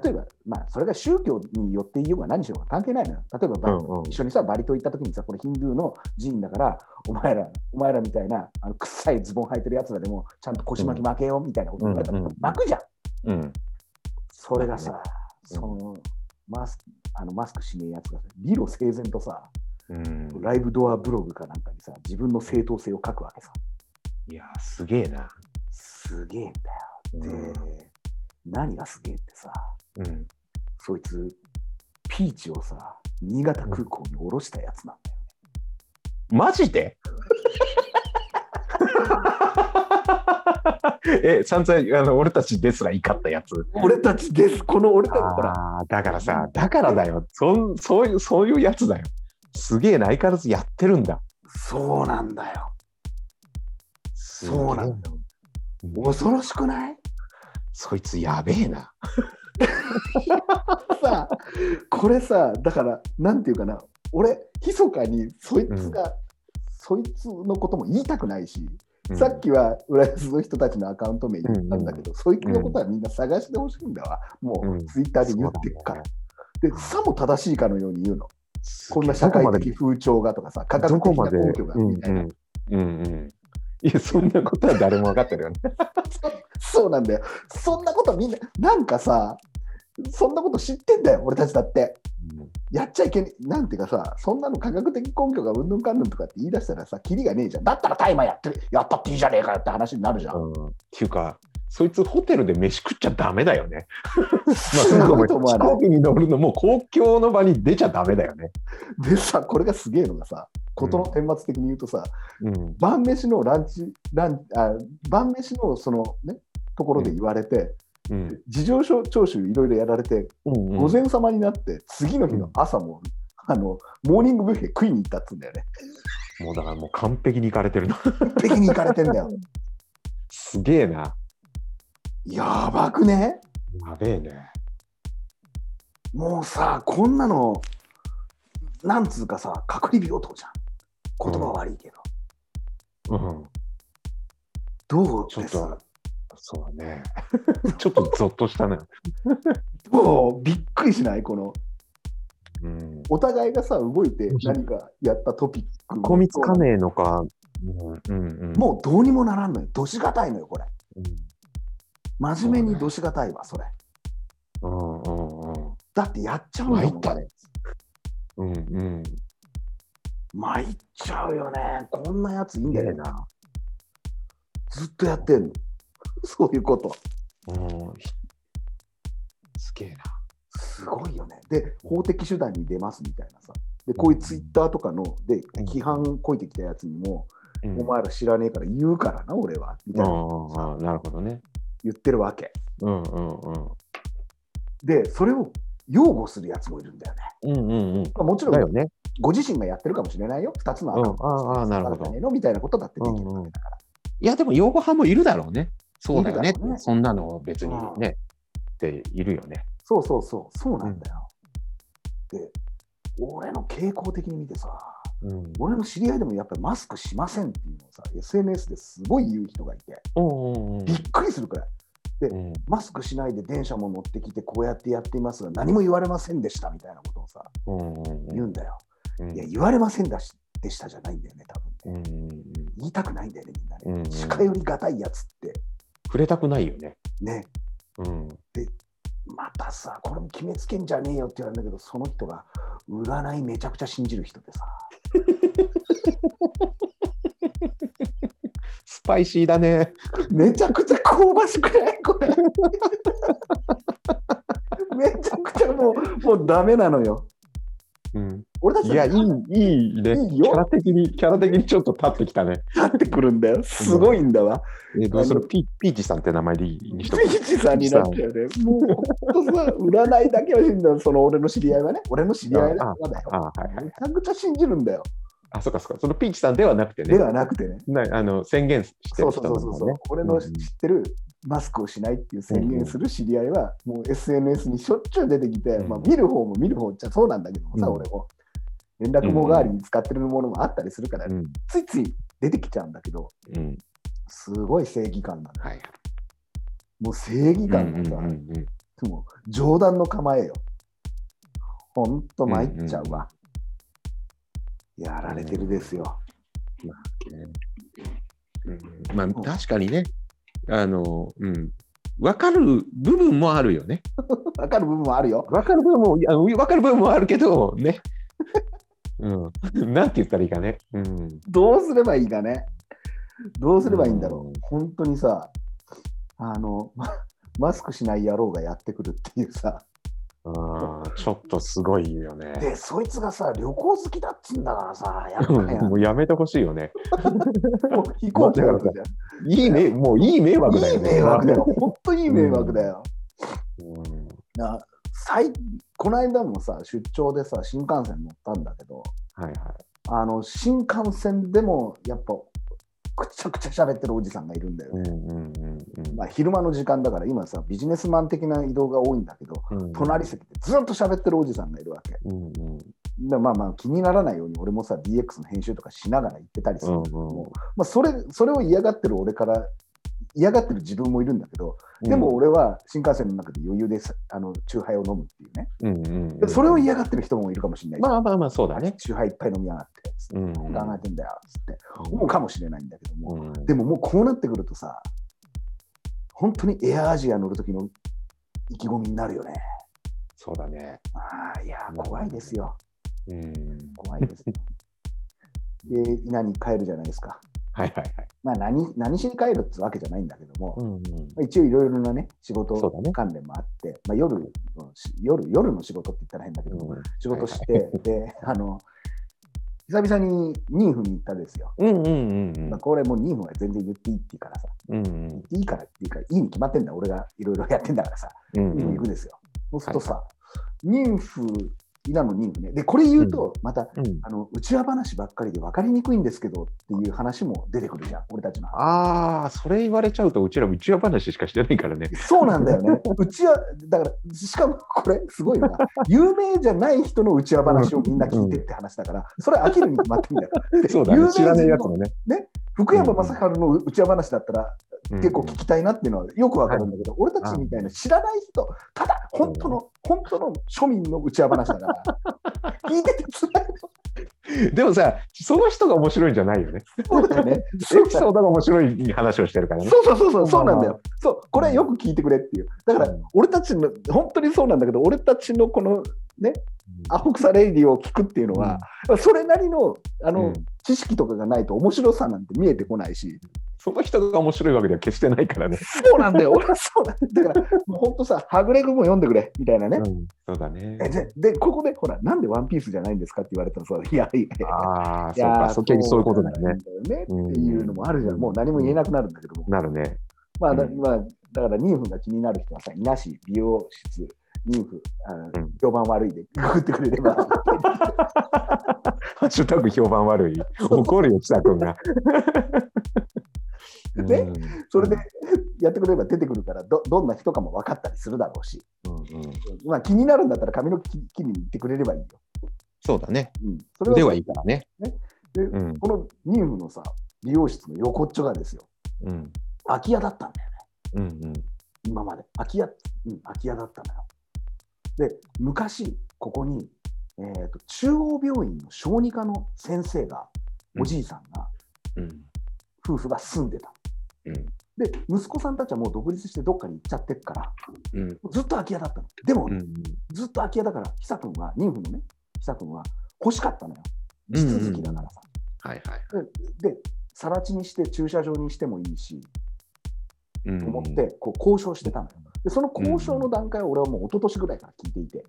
S1: 例えば、まあ、それが宗教によっていようが何しようが関係ないのよ。例えばバリ、
S2: うんうん
S1: 一緒にさ、バリ島行った時にさ、これヒンドゥーの寺院だから、お前ら、お前らみたいな、あの臭いズボン履いてるやつらでも、ちゃんと腰巻き負けよみたいなこと言われたら、
S2: うんうんうん
S1: 巻くじゃん。
S2: うん
S1: それがさ、
S2: そう
S1: そ
S2: だね
S1: の、マスク、あのマスクしねえやつがさ、理路整然とさ、
S2: うん
S1: ライブドアブログかなんかにさ、自分の正当性を書くわけさ。
S2: いやすげえな
S1: すげえんだよ。で、
S2: うん
S1: 何がすげえってさ、
S2: うん
S1: そいつ、ピーチをさ、新潟空港に降ろしたやつなんだよ。
S2: マジで (laughs) え散々あの俺たちですら怒ったやつ
S1: 俺たちです、この俺たち、ほら、
S2: あーだからさだからだよそんそういうそういうやつだよすげえな相変わらずやってるんだ
S1: そうなんだよ。そうなんだよ。
S2: うん
S1: 恐ろしくない
S2: そいつやべえな
S1: さあ、これさ、だから、なんていうかな、俺、密かにそいつが、そいつのことも言いたくないし、さっきは浦安の人たちのアカウント名言ったんだけど、そいつのことはみんな探してほしいんだわ、も
S2: う
S1: うんツイッターで言ってるから。で、さも正しいかのように言うの。こんな社
S2: そ
S1: 会
S2: こまで
S1: 的風潮がとかさ、科学
S2: どこ
S1: 的
S2: ま
S1: な
S2: で
S1: 根拠がみたいな。
S2: うんうんうんうんいやそんなことは誰も分かってるよね
S1: そうなんだよ。そんなことみんな、なんかさ、そんなこと知ってんだよ、俺たちだって。やっちゃいけない。なんていうかさ、そんなの科学的根拠がうんぬんかんぬんとかって言い出したらさ、キリがねえじゃん。だったら大麻やってる、やったっていいじゃねえかよって話になるじゃん。
S2: うんっていうかそいつホテルで飯食っちゃダメだよね。
S1: (laughs)
S2: (laughs)
S1: すごいと思わ
S2: 飛
S1: ない
S2: 行。機に乗るのも公共の場に出ちゃダメだよね。
S1: でさ、これがすげえのがさ、ことの顛末的に言うとさ、
S2: うん
S1: 晩飯のランチ、ランあ晩飯のそのね、ところで言われて、
S2: うん
S1: 事情聴取いろいろやられて、
S2: うん
S1: 午前様になって、次の日の朝も、あのモーニングブッフェ食いに行ったっつうん (laughs) だよね。
S2: もうだからもう完璧にいかれてるな。
S1: 北京に行かれてんだよ。
S2: すげえな。
S1: やばくね
S2: やべえね。
S1: もうさ、こんなの、なんつうかさ、隔離病棟じゃん。言葉悪いけど。
S2: うん。
S1: どうです
S2: ちょっそうだ (laughs) ね。ちょっとゾッとしたね。
S1: どうびっくりしないこの、
S2: うん。
S1: お互いがさ、動いて何かやったトピック。
S2: 込みつかねえのか。うんうんうん。
S1: もうどうにもならんのよ。どしがたいのよ、これ。
S2: うん
S1: 真面目にどしがたいわ、それ。
S2: うんうんうん。
S1: だってやっちゃうんだもん、
S2: 参った
S1: これ
S2: うんうん。
S1: 参っちゃうよね。こんなやついいんだ
S2: ええ
S1: よな。
S2: な。
S1: ずっとやってんの。そういうこと。
S2: うん。ひすげえな。
S1: すごいよね。で、法的手段に出ますみたいなさ。で、こういうツイッターとかの、で、
S2: うん
S1: 批判こいてきたやつにも、
S2: うん
S1: お前ら知らねえから言うからな、俺は。みたいな
S2: ああ、なるほどね。
S1: 言ってるわけ。
S2: うんうんうん。
S1: で、それを擁護するやつもいるんだよね。
S2: うんうんうん。
S1: まあ、もちろ
S2: だよ
S1: ん、
S2: ね。
S1: ご自身がやってるかもしれないよ。2つのアカウント
S2: うんああああなるほど
S1: 使われたねのみたいなことだってできるわけだから。
S2: いや、でも、擁護派もいるだろうね。そうだよね
S1: いるだろうね
S2: そんなの別に
S1: うん
S2: ね、っているよね。
S1: そうそうそう、そうなんだよ。で、俺の傾向的に見てさ、
S2: うん、
S1: 俺の知り合いでもやっぱりマスクしませんっていうのをさ、SNS ですごい言う人がいて、
S2: おうおうおう
S1: びっくりするくらい、
S2: うん
S1: マスクしないで電車も乗ってきて、こうやってやっていますが、何も言われませんでしたみたいなことをさ、
S2: うんうん
S1: 言うんだよ。
S2: うん
S1: いや、言われませんだしでしたじゃないんだよね、多分ね。
S2: うんうん
S1: 言いたくないんだよね、みんなね。
S2: うんうん
S1: 近寄りがたいやつって、
S2: 触れたくないよね。
S1: ね、
S2: うん、
S1: またさ、これも決めつけんじゃねえよって言われるんだけど、その人が占いめちゃくちゃ信じる人でさ、
S2: スパイシーだね。
S1: めちゃくちゃ香ばしくないこれ。めちゃくちゃもう、もうダメなのよ。
S2: うん、
S1: 俺たち
S2: いや、いい、いいね。
S1: いい
S2: キ
S1: よ
S2: ャラ的に、キャラ的にちょっと立ってきたね。
S1: 立ってくるんだよ。すごいんだわ。
S2: えどうするピピーチさんって名前でいいにしと
S1: ピーチさんになっちゃうね。もうほんとさ、占いだけは信じるその俺の知り合いはね。俺の知り合いはだよ。
S2: あはいはい。
S1: めちゃくちゃ信じるんだよ。
S2: あ、そっかそっか。そのピーチさんではなくてね。
S1: ではなくてね。
S2: ないあの宣言して
S1: そ
S2: る
S1: うそ
S2: 人
S1: うそうそうそう、
S2: なんだね
S1: 俺の知ってるマスクをしないっていう宣言する知り合いは、もう SNS にしょっちゅう出てきて、
S2: うん
S1: まあ、見る方も見る方じゃそうなんだけどもさ、
S2: うん
S1: 俺も。連絡網代わりに使ってるものもあったりするから、
S2: うん
S1: ついつい出てきちゃうんだけど、
S2: うん
S1: すごい正義感なの。
S2: はい。
S1: もう正義感がさ、
S2: うんうんうんうん
S1: もう冗談の構えよ。ほんと参っちゃうわ。やられてるですよ。
S2: まあ確かにね、あの、うん、分かる部分もあるよね。
S1: わかる部分もあるよ。
S2: 分かる部分もいや分かる部分もあるけどね。 (laughs) うん、なんて言ったらいいかね。うん、
S1: どうすればいいかね。どうすればいいんだろう。本当にさ、あの、まマスクしない野郎がやってくるっていうさ、
S2: あーちょっとすごいよね。
S1: で、そいつがさ、旅行好きだっつうんだからさ、やっぱり、
S2: (laughs) もうやめてほしいよね。
S1: もう飛行機だからじゃん
S2: いいね、もういい迷惑だ
S1: いい
S2: よね。
S1: 迷惑だよ。本当にいい迷惑だよ。
S2: うん。
S1: な最この間もさ、出張でさ、新幹線乗ったんだけど、
S2: はいはい。
S1: あの、新幹線でもやっぱ、くちゃくちゃ喋ってるおじさんがいるんだよ
S2: う
S1: ね。
S2: んうんうんうん
S1: まあ、昼間の時間だから、今さ、ビジネスマン的な移動が多いんだけど、
S2: うん。
S1: 隣席でずっと喋ってるおじさんがいるわけ。
S2: うんうん
S1: でまあまあ気にならないように俺もさ DX の編集とかしながら行ってたりす
S2: う
S1: るん
S2: ん
S1: だけども、
S2: うん
S1: まあ、それそれを嫌がってる俺から嫌がってる自分もいるんだけどでも俺は新幹線の中で余裕でさあのチューハイを飲むっていうね
S2: うんうんう
S1: で
S2: ん、
S1: それを嫌がってる人もいるかもしれない、
S2: まあまあまあ、そうだね。
S1: チューハイいっぱい飲みやがってつって
S2: うんうん
S1: 考えてんだよっつって思うかもしれないんだけども、
S2: うん
S1: でももうこうなってくるとさ本当にエアアジア乗る時の意気込みになるよね
S2: そうだね。
S1: ああいやー怖いですよ
S2: うん。
S1: 怖いです
S2: (laughs)
S1: よ。で、何に帰るじゃないですか。
S2: はいはいはい。
S1: まあ何、何しに帰るってわけじゃないんだけども、
S2: ん
S1: ま
S2: うん
S1: あ一応いろいろなね、仕
S2: そう
S1: 事
S2: だね
S1: 関連もあって、まあ、夜のし夜、夜の仕事って言ったら変だけども、仕事して、で、あの、久々にニーフに行ったんですよ。
S2: うんうんうん
S1: まあ、これもうニーフは全然言っていいっていうからさ、
S2: うんうん
S1: いいからっていうか、いいに決まってんだ、俺がいろいろやってんだからさ、
S2: う
S1: ニーフ
S2: ん
S1: 行くですよ。そうするとさ、ニーフ、稲のニーフね。で、これ言うと、また、
S2: うん。
S1: あのうちわ話ばっかりで分かりにくいんですけどっていう話も出てくるじゃん、俺たちの。
S2: ああ、それ言われちゃうと、うちらも一夜話しかしてないからね。
S1: そうなんだよ
S2: (laughs)
S1: ね。うちわ、だから、しかもこれ、すごいのが、有名じゃない人のうちわ話をみんな聞いてって話だから、それは飽きるに決まってんだよ。で
S2: そうだ
S1: 有
S2: ね
S1: 名。人
S2: 知
S1: の
S2: らねえやつもね。
S1: 福山雅治のうちわ話だったら、結構聞きたいなっていうのはよく分かるんだけど、俺たちみたいな知らない人、ただ、本当の、本当の庶民のうちわ話だから、 (laughs) 聞いててつらい
S2: うんでもさ、その人が面白いんじゃないよね。
S1: そうだよね。
S2: エピソードが面白い話をしてるからね。
S1: そうそうそうそうそうなんだ
S2: まあ
S1: よ。そうこれはよく聞いてくれっていう。だから
S2: うん
S1: 俺たちの本当にそうなんだけど俺たちのこのアホ草レイディを聞くっていうのは、それなりのあ
S2: う
S1: の、
S2: ん
S1: 知識とかがないと面白さなんて見えてこないし。
S2: その人が面白いわけでは決してないからね。
S1: そうなんだよ。俺はそうなんだよ。だからもう本当さはぐれ雲読んでくれみたいなね。
S2: うんそうだね。
S1: えででここでほらなんでワンピースじゃないんですかって言われたらさいやいやいや。
S2: ああ、
S1: い
S2: (laughs) そう
S1: や
S2: か、そう結局そういうことだよね。
S1: そうなんだよねっていうのもあるじゃ。
S2: うんん
S1: もう何も言えなくなるんだけども。
S2: なるね。
S1: まあ、だ
S2: うん
S1: まあ、だから、妊婦が気になる人はさ、なし、美容室、妊婦、あの
S2: うん
S1: 評判悪いで、ググってくれれば、
S2: ハッシュタグ評判悪い。怒るよ、千田君が。
S1: ね
S2: うん
S1: それでやってくれれば出てくるからどどんな人かも分かったりするだろうし、
S2: うんうん
S1: まあ、気になるんだったら髪の毛切切りに行ってくれればいいよ。
S2: そうだね。
S1: うん、そ
S2: 腕はいいからね。
S1: で
S2: うん
S1: この妊婦のさ美容室の横っちょがですよ
S2: うん
S1: 空き家だったんだよね
S2: うんうん
S1: 今まで空き家、うん、空き家だったのよ。で昔ここに、えー、と中央病院の小児科の先生が
S2: うん
S1: おじいさんが、
S2: うん
S1: 夫婦が住んでた。
S2: うん
S1: で息子さんたちはもう独立してどっかに行っちゃってっから
S2: うん
S1: ずっと空き家だったの。でも、
S2: うん
S1: ずっと空き家だから久くんは妊婦のね久くんは欲しかったのよ
S2: うん
S1: 地続きだからさ。
S2: はいはい。
S1: で更地にして駐車場にしてもいいし
S2: うん
S1: と思ってこう交渉してたのよ。でその交渉の段階を俺はもう一昨年ぐらいから聞いていて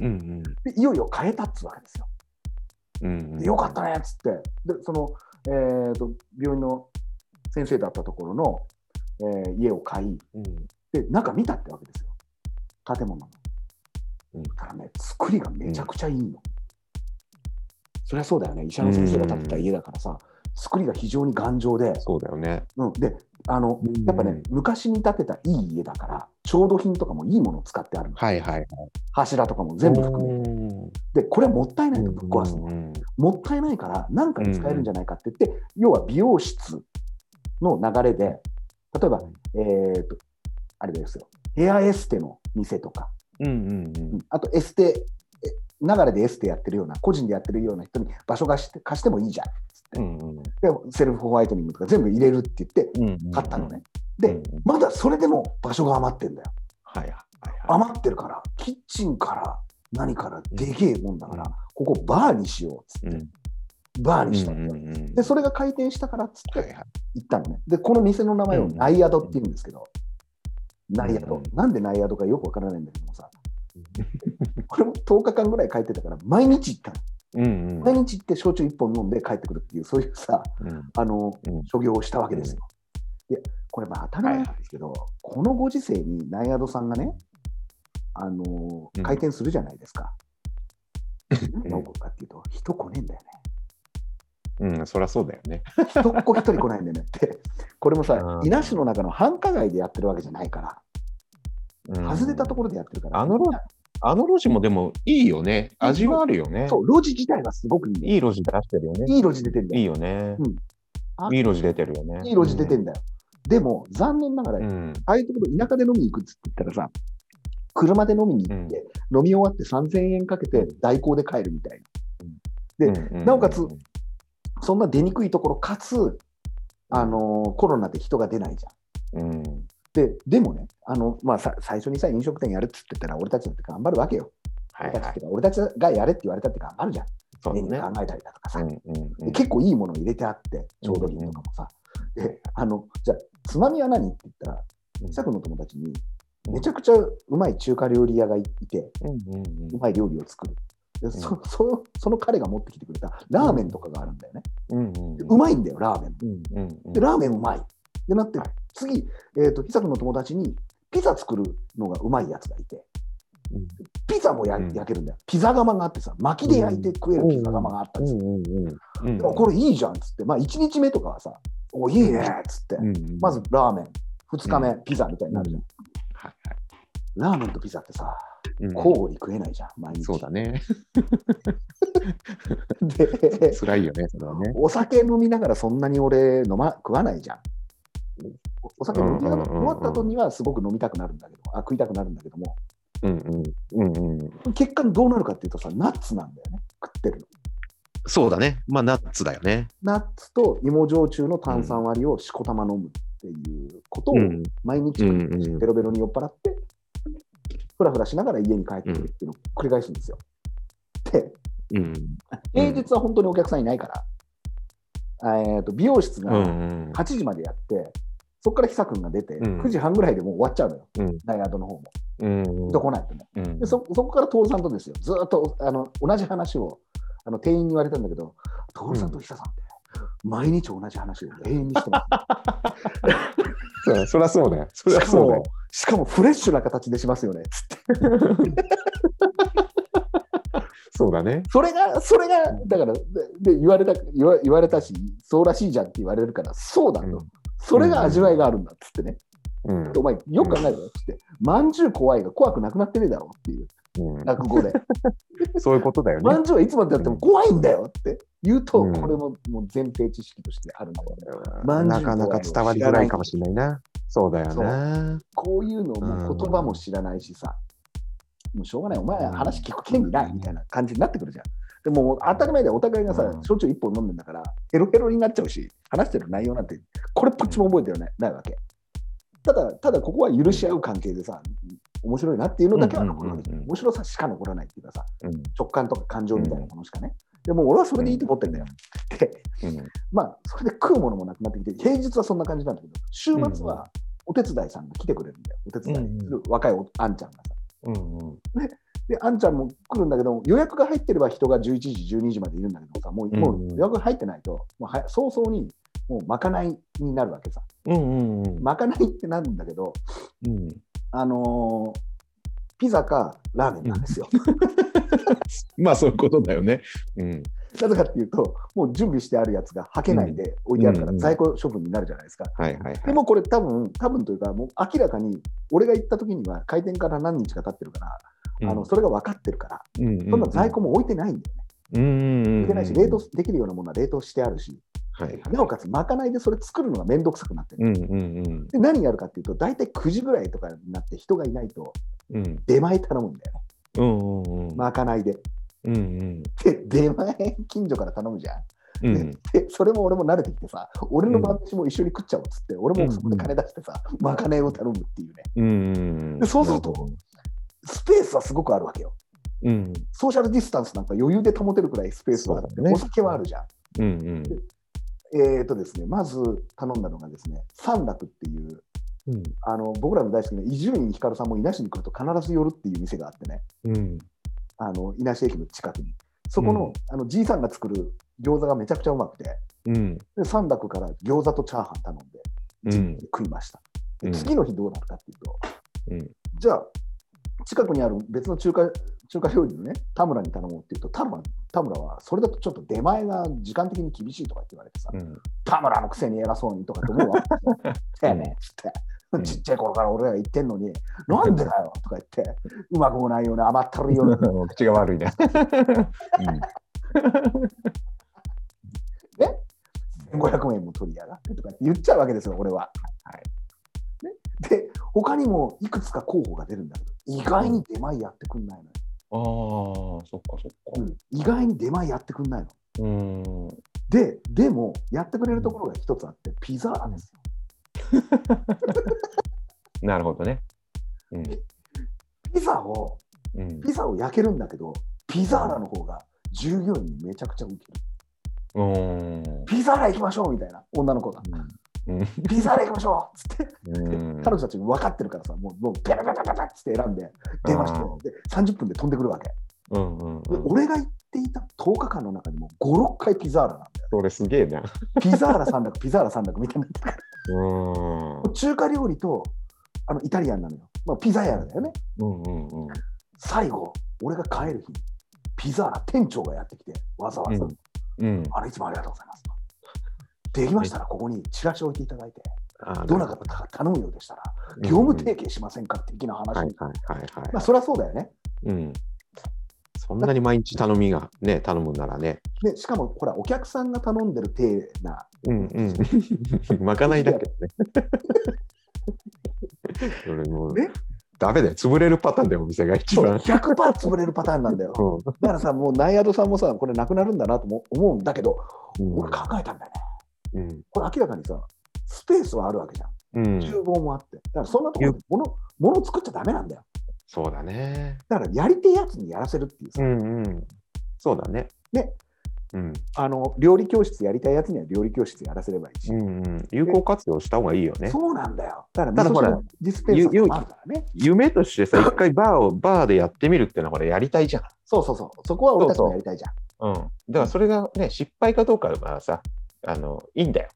S2: うん
S1: でいよいよ変えたっつうわけですよ。
S2: うんうんうん
S1: でよかったねっつってでその、えー、と病院の先生だったところの、えー家を買い
S2: うん
S1: で中見たってわけですよ建物の。
S2: うん
S1: だからね作りがめちゃくちゃいいの。そりゃそうだよね医者の先生が建てた家だからさ作りが非常に頑丈で。
S2: そうだよね。
S1: うん、であの
S2: うん
S1: やっぱね、昔に建てたいい家だから調度品とかもいいものを使ってあるの
S2: はいはい。
S1: 柱とかも全部含め
S2: め
S1: でこれはもったいないとぶっ壊すの、もったいないから何かに使えるんじゃないかって言って、要は美容室の流れで例えば、えー、とあれですよヘアエステの店とか、
S2: うんうんう
S1: うんんあとエステえ流れでエステやってるような個人でやってるような人に場所貸して貸してもいいじゃん
S2: うんうん
S1: でセルフホワイトニングとか全部入れるって言って
S2: うんうん
S1: 買ったのね、
S2: う
S1: で
S2: んうん
S1: まだそれでも場所が余ってんだよ
S2: はいはいはい。
S1: 余ってるからキッチンから何からでけえもんだから、
S2: うん
S1: ここバーにしようっつって、バーにしたい、でそ
S2: れ
S1: れが開店したからっつっ
S2: はい
S1: て
S2: はい。
S1: 行ったのねでこの店の名前を
S2: うん
S1: ナイアドって言うんですけど、ナイア
S2: う
S1: ド
S2: ん
S1: なんでナイアドかよくわからないんだけども
S2: (laughs)
S1: さこれも10日間ぐらい帰ってたから毎日行ったの
S2: うんうん
S1: 毎日行って焼酎1本飲んで帰ってくるっていうそういうさ
S2: うん
S1: あの、
S2: うん
S1: 所業をしたわけですよ。で、これまあ当たり前なんですけど、このご時世にナイアドさんがね、あの
S2: うん
S1: ー、回転するじゃないです
S2: (laughs)
S1: か。
S2: ん
S1: 何が起こるかっていうと、人来ねえんだよね。
S2: うん、そりゃそうだよね。
S1: 人っ子一人来ないんだよね (laughs) って。これもさ
S2: う、ん
S1: 伊那市の中の繁華街でやってるわけじゃないから、
S2: うん
S1: 外れたところでやってるから、
S2: あの路あの路地もでもいいよね。
S1: うん
S2: 味があるよね。
S1: そう路地自体がすごくいいね。
S2: いい路地出してるよね。
S1: いい路地出てんだ
S2: い
S1: よ。
S2: いよね
S1: うんあ。
S2: いい路地出てるよね。
S1: いい路地出てんだよ。でも、残念ながら
S2: う、ん。
S1: ああいうところ、田舎で飲みに行くっつって言ったらさ、車で飲みに行って、飲み終わって3000円かけて代行で帰るみたいで
S2: うん
S1: なおかつな、そんな出にくいところ、かつ、あのーコロナで人が出ないじゃん。
S2: うん。
S1: ででもね、あのまあ、さ最初にさ、飲食店やるっつってたら、俺たちだって頑張るわけよ。
S2: はい
S1: 俺た
S2: は
S1: ちって
S2: い。
S1: か俺たちがやれって言われたって頑張るじゃん。
S2: そう
S1: メニュ
S2: だ
S1: ー
S2: ね。
S1: 考えたりだとかさ、
S2: うん
S1: で
S2: うんうん
S1: 結構いいものを入れてあって、調度品とかもさ。であのじゃあ、つまみは何って言ったら、さくの友達に、めちゃくちゃうまい中華料理屋がいて、
S2: うんうんうん
S1: うまい料理を作る。でそ (laughs) そその彼が持ってきてくれたラーメンとかがあるんだよね。
S2: うんうん
S1: でうまいんだよ、ラーメンも。
S2: うんうんうん
S1: で、ラーメンうまい。でなって
S2: はい、
S1: 次、えっと、ヒサ君の友達にピザ作るのがうまいやつがいて
S2: うん、
S1: ピザもや
S2: うん
S1: 焼けるんだよ。ピザ窯があってさ、薪で焼いて食えるピザ窯があった
S2: うん
S1: りする。
S2: うんうんうん
S1: であこれいいじゃんっつって、まあ、1日目とかはさ、おいいねっつって
S2: う、んうん
S1: まずラーメン、2日目、ピザみたいになるじゃん。
S2: はい
S1: ラーメンとピザってさ、
S2: はい
S1: 交互に食えないじゃん、毎日。
S2: そうだね。 (laughs)
S1: で
S2: 辛いよね、それはね。
S1: お酒飲みながらそんなに俺飲、ま、食わないじゃん。おお酒飲みながら
S2: うんうんうんうん
S1: 終わった後にはすごく飲みたくなるんだけど、あ食いたくなるんだけども、
S2: うんうんうんうん。
S1: 結果どうなるかっていうとさ、ナッツなんだよね、食ってるの。
S2: そうだね。まあ、ナッツだよね。
S1: ナッツと芋焼酎の炭酸割りをしこたま飲むっていうことを
S2: うん
S1: 毎日
S2: う
S1: ベ
S2: んうん
S1: ロベロに酔っ払って、ふらふらしながら家に帰ってくるっていうのを繰り返すんですよ。で、
S2: うん
S1: 平日は本当にお客さんいないから、えー、と美容室
S2: う
S1: が
S2: ん
S1: 8時までやって、そこから久くんが出て、
S2: うん
S1: 9時半ぐらいでもう終わっちゃうのよ、
S2: うん
S1: ダイヤードの方も。
S2: うん
S1: どこないとね。
S2: うん
S1: でそそこから徹さんとですよ、ずーっとあの同じ話をあの店員に言われたんだけど、徹さんと久さんって、毎日同じ話を永遠にしてま
S2: そうそりゃそうだよ。 (laughs) そりゃ
S1: す。しか
S2: そうだよ
S1: も。、しかもフレッシュな形でしますよね。つって
S2: そうだね。
S1: それが、それが、だから、でで言われた言わ言われたし、そうらしいじゃんって言われるから、そうだと、
S2: うん
S1: それが味わいがあるんだっつってね、
S2: うん
S1: お前よく考えろよっつって、まんじゅう怖いが怖くなくなってねえだろっていう
S2: うん
S1: 落語で、
S2: そういうことだよ
S1: ま
S2: ね
S1: ん。じゅうはいつまでやっても怖いんだよって言うと、
S2: うん
S1: これももう前提知識としてあるんだよね。まんじゅ
S2: な
S1: う
S2: かなか伝わりづらいかもしれないな。そうだよね。
S1: こういうのをもう言葉も知らないしさ、もうしょうがない、お前は話聞く権利ないみたいな感じになってくるじゃん。でも当たり前でお互いがさ、
S2: うん
S1: 焼酎一本飲んでんだから、ヘロヘロになっちゃうし、話してる内容なんて、これっぽっちも覚えてるね、ないわけ。ただ、ただここは許し合う関係でさ、面白いなっていうのだけは残るわけ
S2: うんうんうんうん
S1: 面白さしか残らないっていうかさ、
S2: うん
S1: 直感とか感情みたいなものしかね。でも俺はそれでいいと思ってんだよ。で、
S2: うん
S1: まあ、それで食うものもなくなってきて、平日はそんな感じなんだけど、週末はお手伝いさんが来てくれるんだよ、お手伝いする若いおあんちゃんがさ。
S2: うんうん
S1: で、あんちゃんも来るんだけど、予約が入ってれば人が11時、12時までいるんだけどさ、もう,、
S2: うん
S1: もう予約が入ってないと、もうは早々にもうまかないになるわけさ。
S2: うんうん
S1: まかないってなるんだけど、
S2: うん
S1: あのーピザかラーメンなんですよ。
S2: まあそういうことだよね。うん
S1: (laughs) なぜかっていうと、もう準備してあるやつがはけないで置いてあるか
S2: うん
S1: ら、
S2: うん
S1: 在庫処分になるじゃないですか。
S2: はいはいはい
S1: で。もこれ多分、多分というか、もう明らかに、俺が行った時には開店から何日か経ってるから、あのそれが分かってるから、そんな在庫も置いてないんだよね。
S2: うん
S1: 置いてないし、冷凍できるようなものは冷凍してあるし、
S2: はいはい。
S1: なおかつ、まかないでそれ作るのがめんどくさくなってる。
S2: うんうん
S1: で、何やるかっていうと、大体9時ぐらいとかになって人がいないと、
S2: うんうん
S1: 出前頼むんだよね。
S2: うんうんうん
S1: まかないで。
S2: うんうん
S1: で、出前近所から頼むじゃん。
S2: う
S1: で
S2: ん
S1: でそれも俺も慣れてきてさ、俺の晩飯も一緒に食っちゃおうっつって、俺もそこで金出してさ、まかないを頼むっていうね。
S2: うん
S1: でそうすると、スペースはすごくあるわけよ。
S2: うん
S1: ソーシャルディスタンスなんか余裕で保てるくらいスペースはあっ
S2: そ
S1: て、
S2: うだね
S1: お酒はあるじゃん。
S2: うんうん
S1: えーとですね、まず頼んだのがですね、三楽っていう、
S2: うん
S1: あの僕らの大好きな伊集院光さんも伊那市に来ると必ず寄るっていう店があってね、
S2: うん
S1: あの伊那市駅の近くに。そこ
S2: うん
S1: の,、あのじいさんが作る餃子がめちゃくちゃうまくて、
S2: うん
S1: で三楽から餃子とチャーハン頼んで
S2: うん
S1: 食いました。
S2: う
S1: で
S2: ん
S1: 次の日どうなるかっていうと、
S2: うん
S1: じゃあ、近くにある別の中華中華料理のね、田村に頼もうっていうと、田村田村はそれだとちょっと出前が時間的に厳しいとかって言われてさ、
S2: うん
S1: 田村のくせに偉そうにとかって思うわけです
S2: (laughs)
S1: よ。だよねつって。
S2: うん
S1: ちっちゃい頃から俺らが言ってんのに、なんでだよとか言って、うまくもないような甘ったるいよ
S2: (laughs)
S1: うな、
S2: 口が悪いね。
S1: 500円も取りやがってとか言っちゃうわけですよ、俺は。
S2: はい
S1: ねで、他にもいくつか候補が出るんだけど、意外に出前やってくんないのよ。
S2: ああ、そっかそっ
S1: う
S2: か。
S1: ん意外に出前やってくんないの。
S2: うん。
S1: で、でも、やってくれるところが一つあって、ピザーですよ。
S2: なるほどね。うん。
S1: ピザを、
S2: うん。
S1: ピザを焼けるんだけど、ピザーラの方が従業員にめちゃくちゃ受ける。
S2: うん。
S1: ピザーラ行きましょうみたいな、女の子が。ピザーラ行きましょうっつって、
S2: うん。
S1: 彼女たち分かってるからさ、もう、もう、ペラペラペラペラっつって選んで、出ましたよ。で、30分で飛んでくるわけ。
S2: うんうん
S1: で
S2: うん。
S1: 俺が行っていた10日間の中にも5、6回ピザーラなんだよ。
S2: それすげえな。
S1: ピザーラ三択、ピザーラ三択みたいになってくる。
S2: うん。
S1: 中華料理と、あの、イタリアンなのよ。まあ、ピザ屋だよね。
S2: うんうんうん。
S1: 最後、俺が帰る日、ピザーラ店長がやってきて、わざわざ、
S2: うんうん。
S1: あれいつもありがとうございますと。できましたら、ここにチラシ置いていただいて、どなたか頼むようでしたら、業務提携しませんか的な話、
S2: はいはいはいはい。
S1: まあ、そりゃそうだよね。
S2: うん。そんなに毎日頼みがね、頼むならね。
S1: でしかも、ほら、お客さんが頼んでる体な、
S2: うんうん。まかないだけどね。それもう
S1: ね
S2: ダメだよ。潰れるパターンだよ、お店が一番。
S1: 100%潰れるパターンなんだよ。
S2: う
S1: だからさ、もうナイアドさんもさ、これなくなるんだなとも思うんだけど、
S2: ん
S1: 俺考えたんだよね。
S2: うん。
S1: これ明らかにさ、スペースはあるわけじゃん。
S2: うん。
S1: 厨房もあって。だからそんなところで物、物作っちゃダメなんだよ。
S2: そうだね。
S1: だからやりてえやつにやらせるっていうさ、
S2: んうん。そうだね。
S1: ね。
S2: うん。
S1: あの料理教室やりたいやつには料理教室やらせればいいし、
S2: うんうん。有効活用した方がいいよね。
S1: そうなんだよだから
S2: た
S1: 味
S2: だ
S1: 噌
S2: ほら
S1: 汁のディスペンサーもあるからね
S2: 夢としてさ、一回バ (laughs) ーを、バーでやってみるっていうのは、これやりたいじゃん。
S1: そうそうそうそこは俺たちもやりたいじゃん
S2: うん。だからそれがね、失敗かどうかはさ、あの、いいんだよ。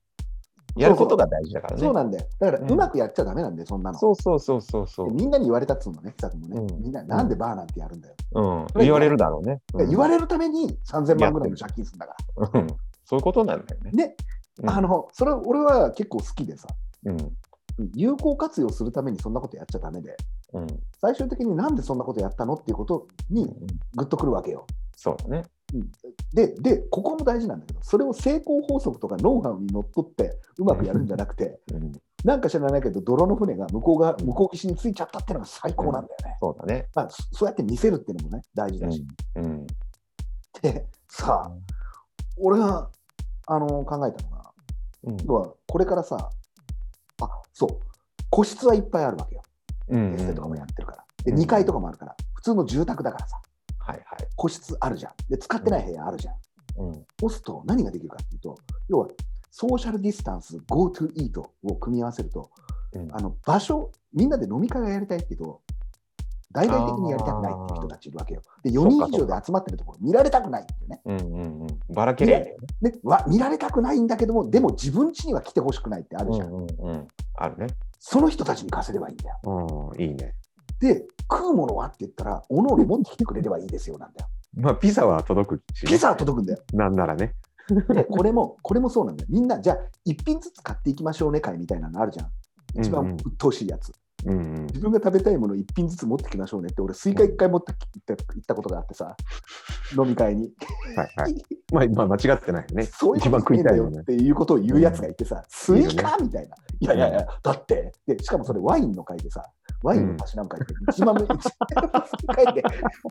S2: やることが大事だからね。
S1: そうなんだよだから
S2: うん
S1: うまくやっちゃダメなんだよそんなの、
S2: そうそうそうそうそう。
S1: みんなに言われたっつうのね、さっきもね、
S2: うん
S1: みんな、なんでバーなんてやるんだよ。
S2: うん、言われるだろうね。
S1: 言わ
S2: れ
S1: れるために3000万ぐらいの借金するんだから。
S2: そういうことなんだよね。
S1: ね、
S2: うん
S1: あのそれ俺は結構好きでさ
S2: うん
S1: 有効活用するためにそんなことやっちゃダメで
S2: うん
S1: 最終的になんでそんなことやったのっていうことにグッとくるわけよ。
S2: そうだね。
S1: ででここも大事なんだけどそれを成功法則とかノウハウにのっとってうまくやるんじゃなくて
S2: うん、
S1: なんか知らないけど泥の船が向こうが向こう岸に着いちゃったってのが最高なんだよね。
S2: そうだね。
S1: まあ、そそうやって見せるっていうのもね大事だし。
S2: うん。
S1: でさあ俺があの考えたのが
S2: うん。
S1: 要はこれからさあそう個室はいっぱいあるわけよ。
S2: うん
S1: エステとかもやってるから。で、
S2: うん
S1: 2階とかもあるから、普通の住宅だからさ、
S2: はいはい。
S1: 個室あるじゃん。で、使ってない部屋あるじゃん。
S2: うん。
S1: 押すと何ができるかっていうと、要は、ソーシャルディスタンス、Go to Eat を組み合わせると、
S2: うん
S1: あの場所、みんなで飲み会がやりたいけど、大々的にやりたくないっていう人たちいるわけよ。で、4人以上で集まってるところ、見られたくないっていうね。
S2: うんうんうん。ばらけりゃいいんだよね。
S1: ねわ見られたくないんだけども、でも自分家には来てほしくないってあるじゃん。
S2: うんうんうん。あるね。
S1: その人たちに貸せればいいんだよ。
S2: うん。いいね。
S1: で、食うものはって言ったら、おのおの持ってきてくれればいいですよなんだよ。
S2: まあ、ピザは届くし、ね。
S1: ピザは届くんだよ。
S2: なんならね。
S1: でこれも、これもそうなんだよ。みんな、じゃあ、一品ずつ買っていきましょうね会みたいなのあるじゃん。一
S2: う
S1: 番
S2: ん
S1: 鬱陶しいやつ。
S2: うんうん。
S1: 自分が食べたいもの一品ずつ持ってきましょうねって、俺、スイカ一回持ってき行った行ったことがあってさ、飲み会に。
S2: はいはい。まあ、まあ、間違ってないよね。
S1: (laughs) そういう
S2: 一
S1: こ
S2: 番
S1: と
S2: 食い
S1: んだ
S2: たい
S1: よ
S2: よね
S1: っ。ていうことを言うやつがいてさ、スイ
S2: いいよ
S1: カみたいな。いやいやいや、だって、でしかもそれワインの会でさ、ワインのたしなむ会で一番目、一番目の会で、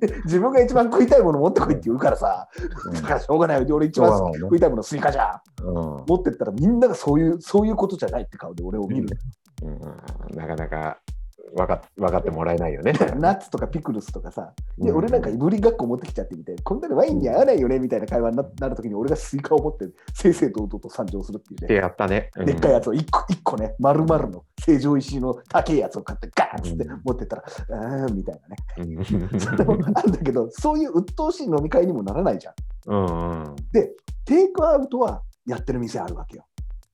S1: で自分が一番食いたいもの持ってこいって言うからさ、だからしょうがないよ。で俺一番
S2: し
S1: 食いたいものスイカじゃん。
S2: うん
S1: 持ってったらみんながそういうそういうことじゃないって顔で俺を見る、 (laughs)
S2: うんなかなか分か分かってもらえないよね。
S1: ナッツとかピクルスとかさ、
S2: うん
S1: で俺なんかいぶりがっこ持ってきちゃってみてこんなのワインに合わないよねみたいな会話にななるときに俺がスイカを持って正々堂々と参上するっていう
S2: って
S1: ね
S2: やったね。うん
S1: でっかいやつを1個一個ね丸々の成城石井の高いやつを買ってガーッつって
S2: うん
S1: 持ってったら、あーみたいなね
S2: うん
S1: それもあるんだけどそういう鬱陶しい飲み会にもならないじゃん
S2: うんうん
S1: テイクアウトはやってる店あるわけよ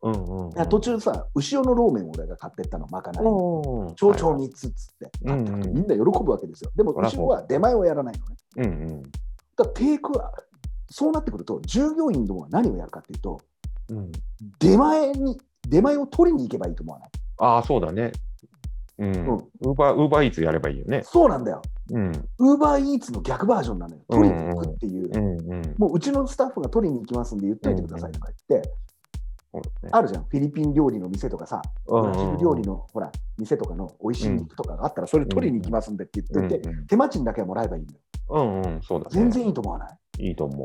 S2: うんうん
S1: だから途中さ後ろのローメンを俺が買ってったのまかないに
S2: おー
S1: 丁々につつって、
S2: はいはい
S1: あ
S2: うんうん
S1: みんな喜ぶわけですよ。でも
S2: そら
S1: 後
S2: そう
S1: ろは出前をやらないのね。
S2: うんうん
S1: だからテイクはそうなってくると従業員どもは何をやるかっていうと
S2: うん
S1: 出前に出前を取りに行けばいいと思わない。
S2: ああ、そうだね。うん。ウ
S1: うん
S2: ーバー、ウーバーイーツやればいいよね。
S1: そうなんだよ。
S2: うん。
S1: ウーバーイーツの逆バージョンなのよ。取りに行くっていう。
S2: うんうん。
S1: もううちのスタッフが取りに行きますんで言っといてくださいとか言って、
S2: そうだね
S1: あるじゃん、フィリピン料理の店とかさ、
S2: う
S1: ブ
S2: ん
S1: ラジル料理のほら、店とかの美味しい肉とかがあったら、それ取りに行きますんでって
S2: う
S1: 言っ
S2: ん
S1: といて、手間賃だけはもらえばいいんだよ。
S2: うんうん、そうだね。
S1: 全然いいと思わない。
S2: いいと思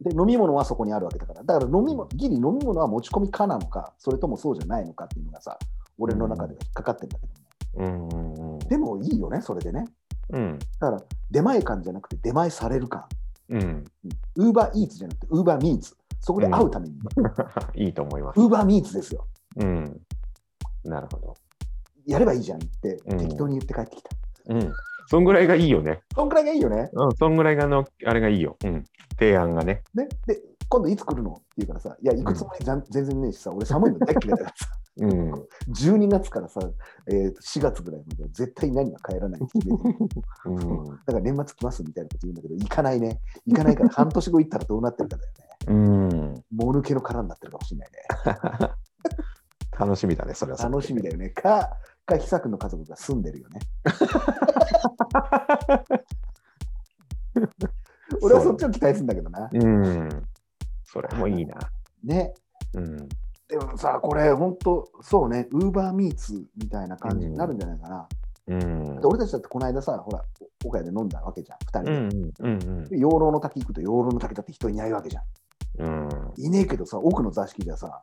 S1: で飲み物はそこにあるわけだから、だから飲み物ギリ飲み物は持ち込みかなのか、それともそうじゃないのかっていうのがさ、俺の中では引っかかってんだけどね、
S2: う。うんうんうん。
S1: でもいいよね、それでね。
S2: うん
S1: だから出前感じゃなくて出前される感、
S2: うん。 (laughs)
S1: ウーバーイーツじゃなくてウーバーミーツ、そこで会うために、
S2: いいと思います。
S1: ウーバーミーツですよ、
S2: うん。なるほど。
S1: やればいいじゃんって
S2: うん
S1: 適当に言って帰ってきた。
S2: うん。そんぐらいがいいよね。
S1: そんくらいがいいよね。
S2: うん、そんぐらいがの、あれがいいよ。うん。提案がね。
S1: ねで、今度いつ来るのって言うからさ、いや、行くつもり全全然ねえしさ、俺寒いの大っ嫌いだか
S2: (laughs)
S1: らさ、
S2: うん。
S1: 12月からさ、えーと4月ぐらいまでは絶対何は帰らないって決めて
S2: うん
S1: だから年末来ますみたいなこと言うんだけど、行かないね。行かない
S2: (laughs)
S1: から半年後行ったらどうなってるかだよね。
S2: うん。
S1: もぬけの殻になってるかもしれないね。
S2: 楽しみだね、それはそれで。
S1: 楽しみだよね。か、か、久くんの家族が住んでる
S2: (laughs)
S1: よね。俺はそっちを期待するんだけどな。
S2: うん。それもいいな。
S1: ね。
S2: うん。
S1: でもさ、これ本当そうね、ウーバーミーツみたいな感じになるんじゃないかな。
S2: うん。
S1: だって俺たちだってこの間さ、ほら、お岡谷で飲んだわけじゃん、二人
S2: う
S1: で。
S2: んうんうん
S1: で養老の滝行くと養老の滝だって人いないわけじゃん。
S2: うん。うん。
S1: いねえけどさ、奥の座敷じゃさ、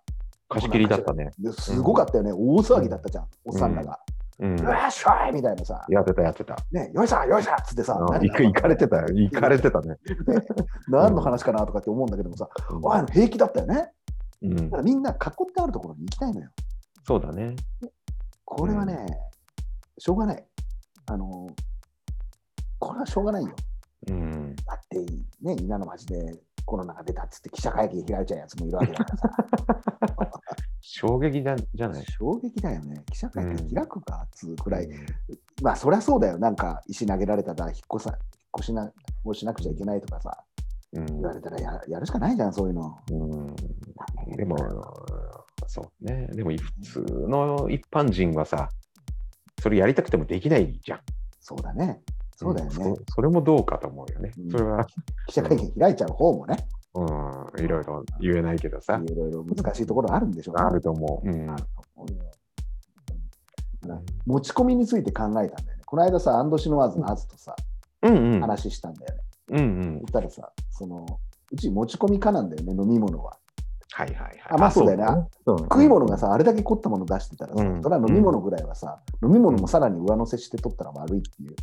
S2: 貸し切りだったね。
S1: ですごかったよね、大騒ぎだったじゃん、おっさんらが。
S2: うん。
S1: よっしゃいみたいなさ、
S2: やってた、やってた。
S1: ね、よいしょよいしょっつってさ、
S2: うん
S1: 何
S2: いく行かれてたよ。行かれてたね。
S1: 何の話かなとかって思うんだけどもさ、おい平気だったよね。だ
S2: うん
S1: からみんな囲ってあるところに行きたいのよ。
S2: そうだね。
S1: これはね、しょうがない。あの、これはしょうがないよ。
S2: うん。
S1: だって、ね、稲の町でコロナが出たっつって記者会見開いちゃうやつもいるわけだから
S2: (laughs)
S1: さ、
S2: 衝撃だじゃない
S1: 衝撃だよね。記者会見開くかっつうく
S2: ぐ
S1: らい。まあ、そりゃそうだよ。なんか石投げられたら引っ越さ、引っ越しなをしなくちゃいけないとかさ、
S2: うん
S1: 言われたらややるしかないじゃん、そういうの。
S2: うん。
S1: 大変
S2: でも、そうね。でも、普通の一般人はさ、それやりたくてもできないじゃん。
S1: そうだね。そうだよね。
S2: そそれもどうかと思うよね。
S1: うん
S2: それは、
S1: 記者会見開いちゃう方もね、
S2: うん、いろいろ言えないけどさ、
S1: いろいろ難しいところあるんでしょうね
S2: あると思う。うん。
S1: あると思うよだから持ち込みについて考えたんだよね。この間さ、アンドシノワーズのアズとさ、
S2: うんうん。
S1: 話したんだよね。
S2: うんうん
S1: 言。ったらさ、その、うち持ち込みかなんだよね、飲み物は。
S2: はいはいはい。
S1: あまあそうだよね
S2: そうね。
S1: 食い物がさ、あれだけ凝ったもの出してたらさ、
S2: うん
S1: それは飲み物ぐらいはさ、飲み物もさらに上乗せして取ったら悪いっていう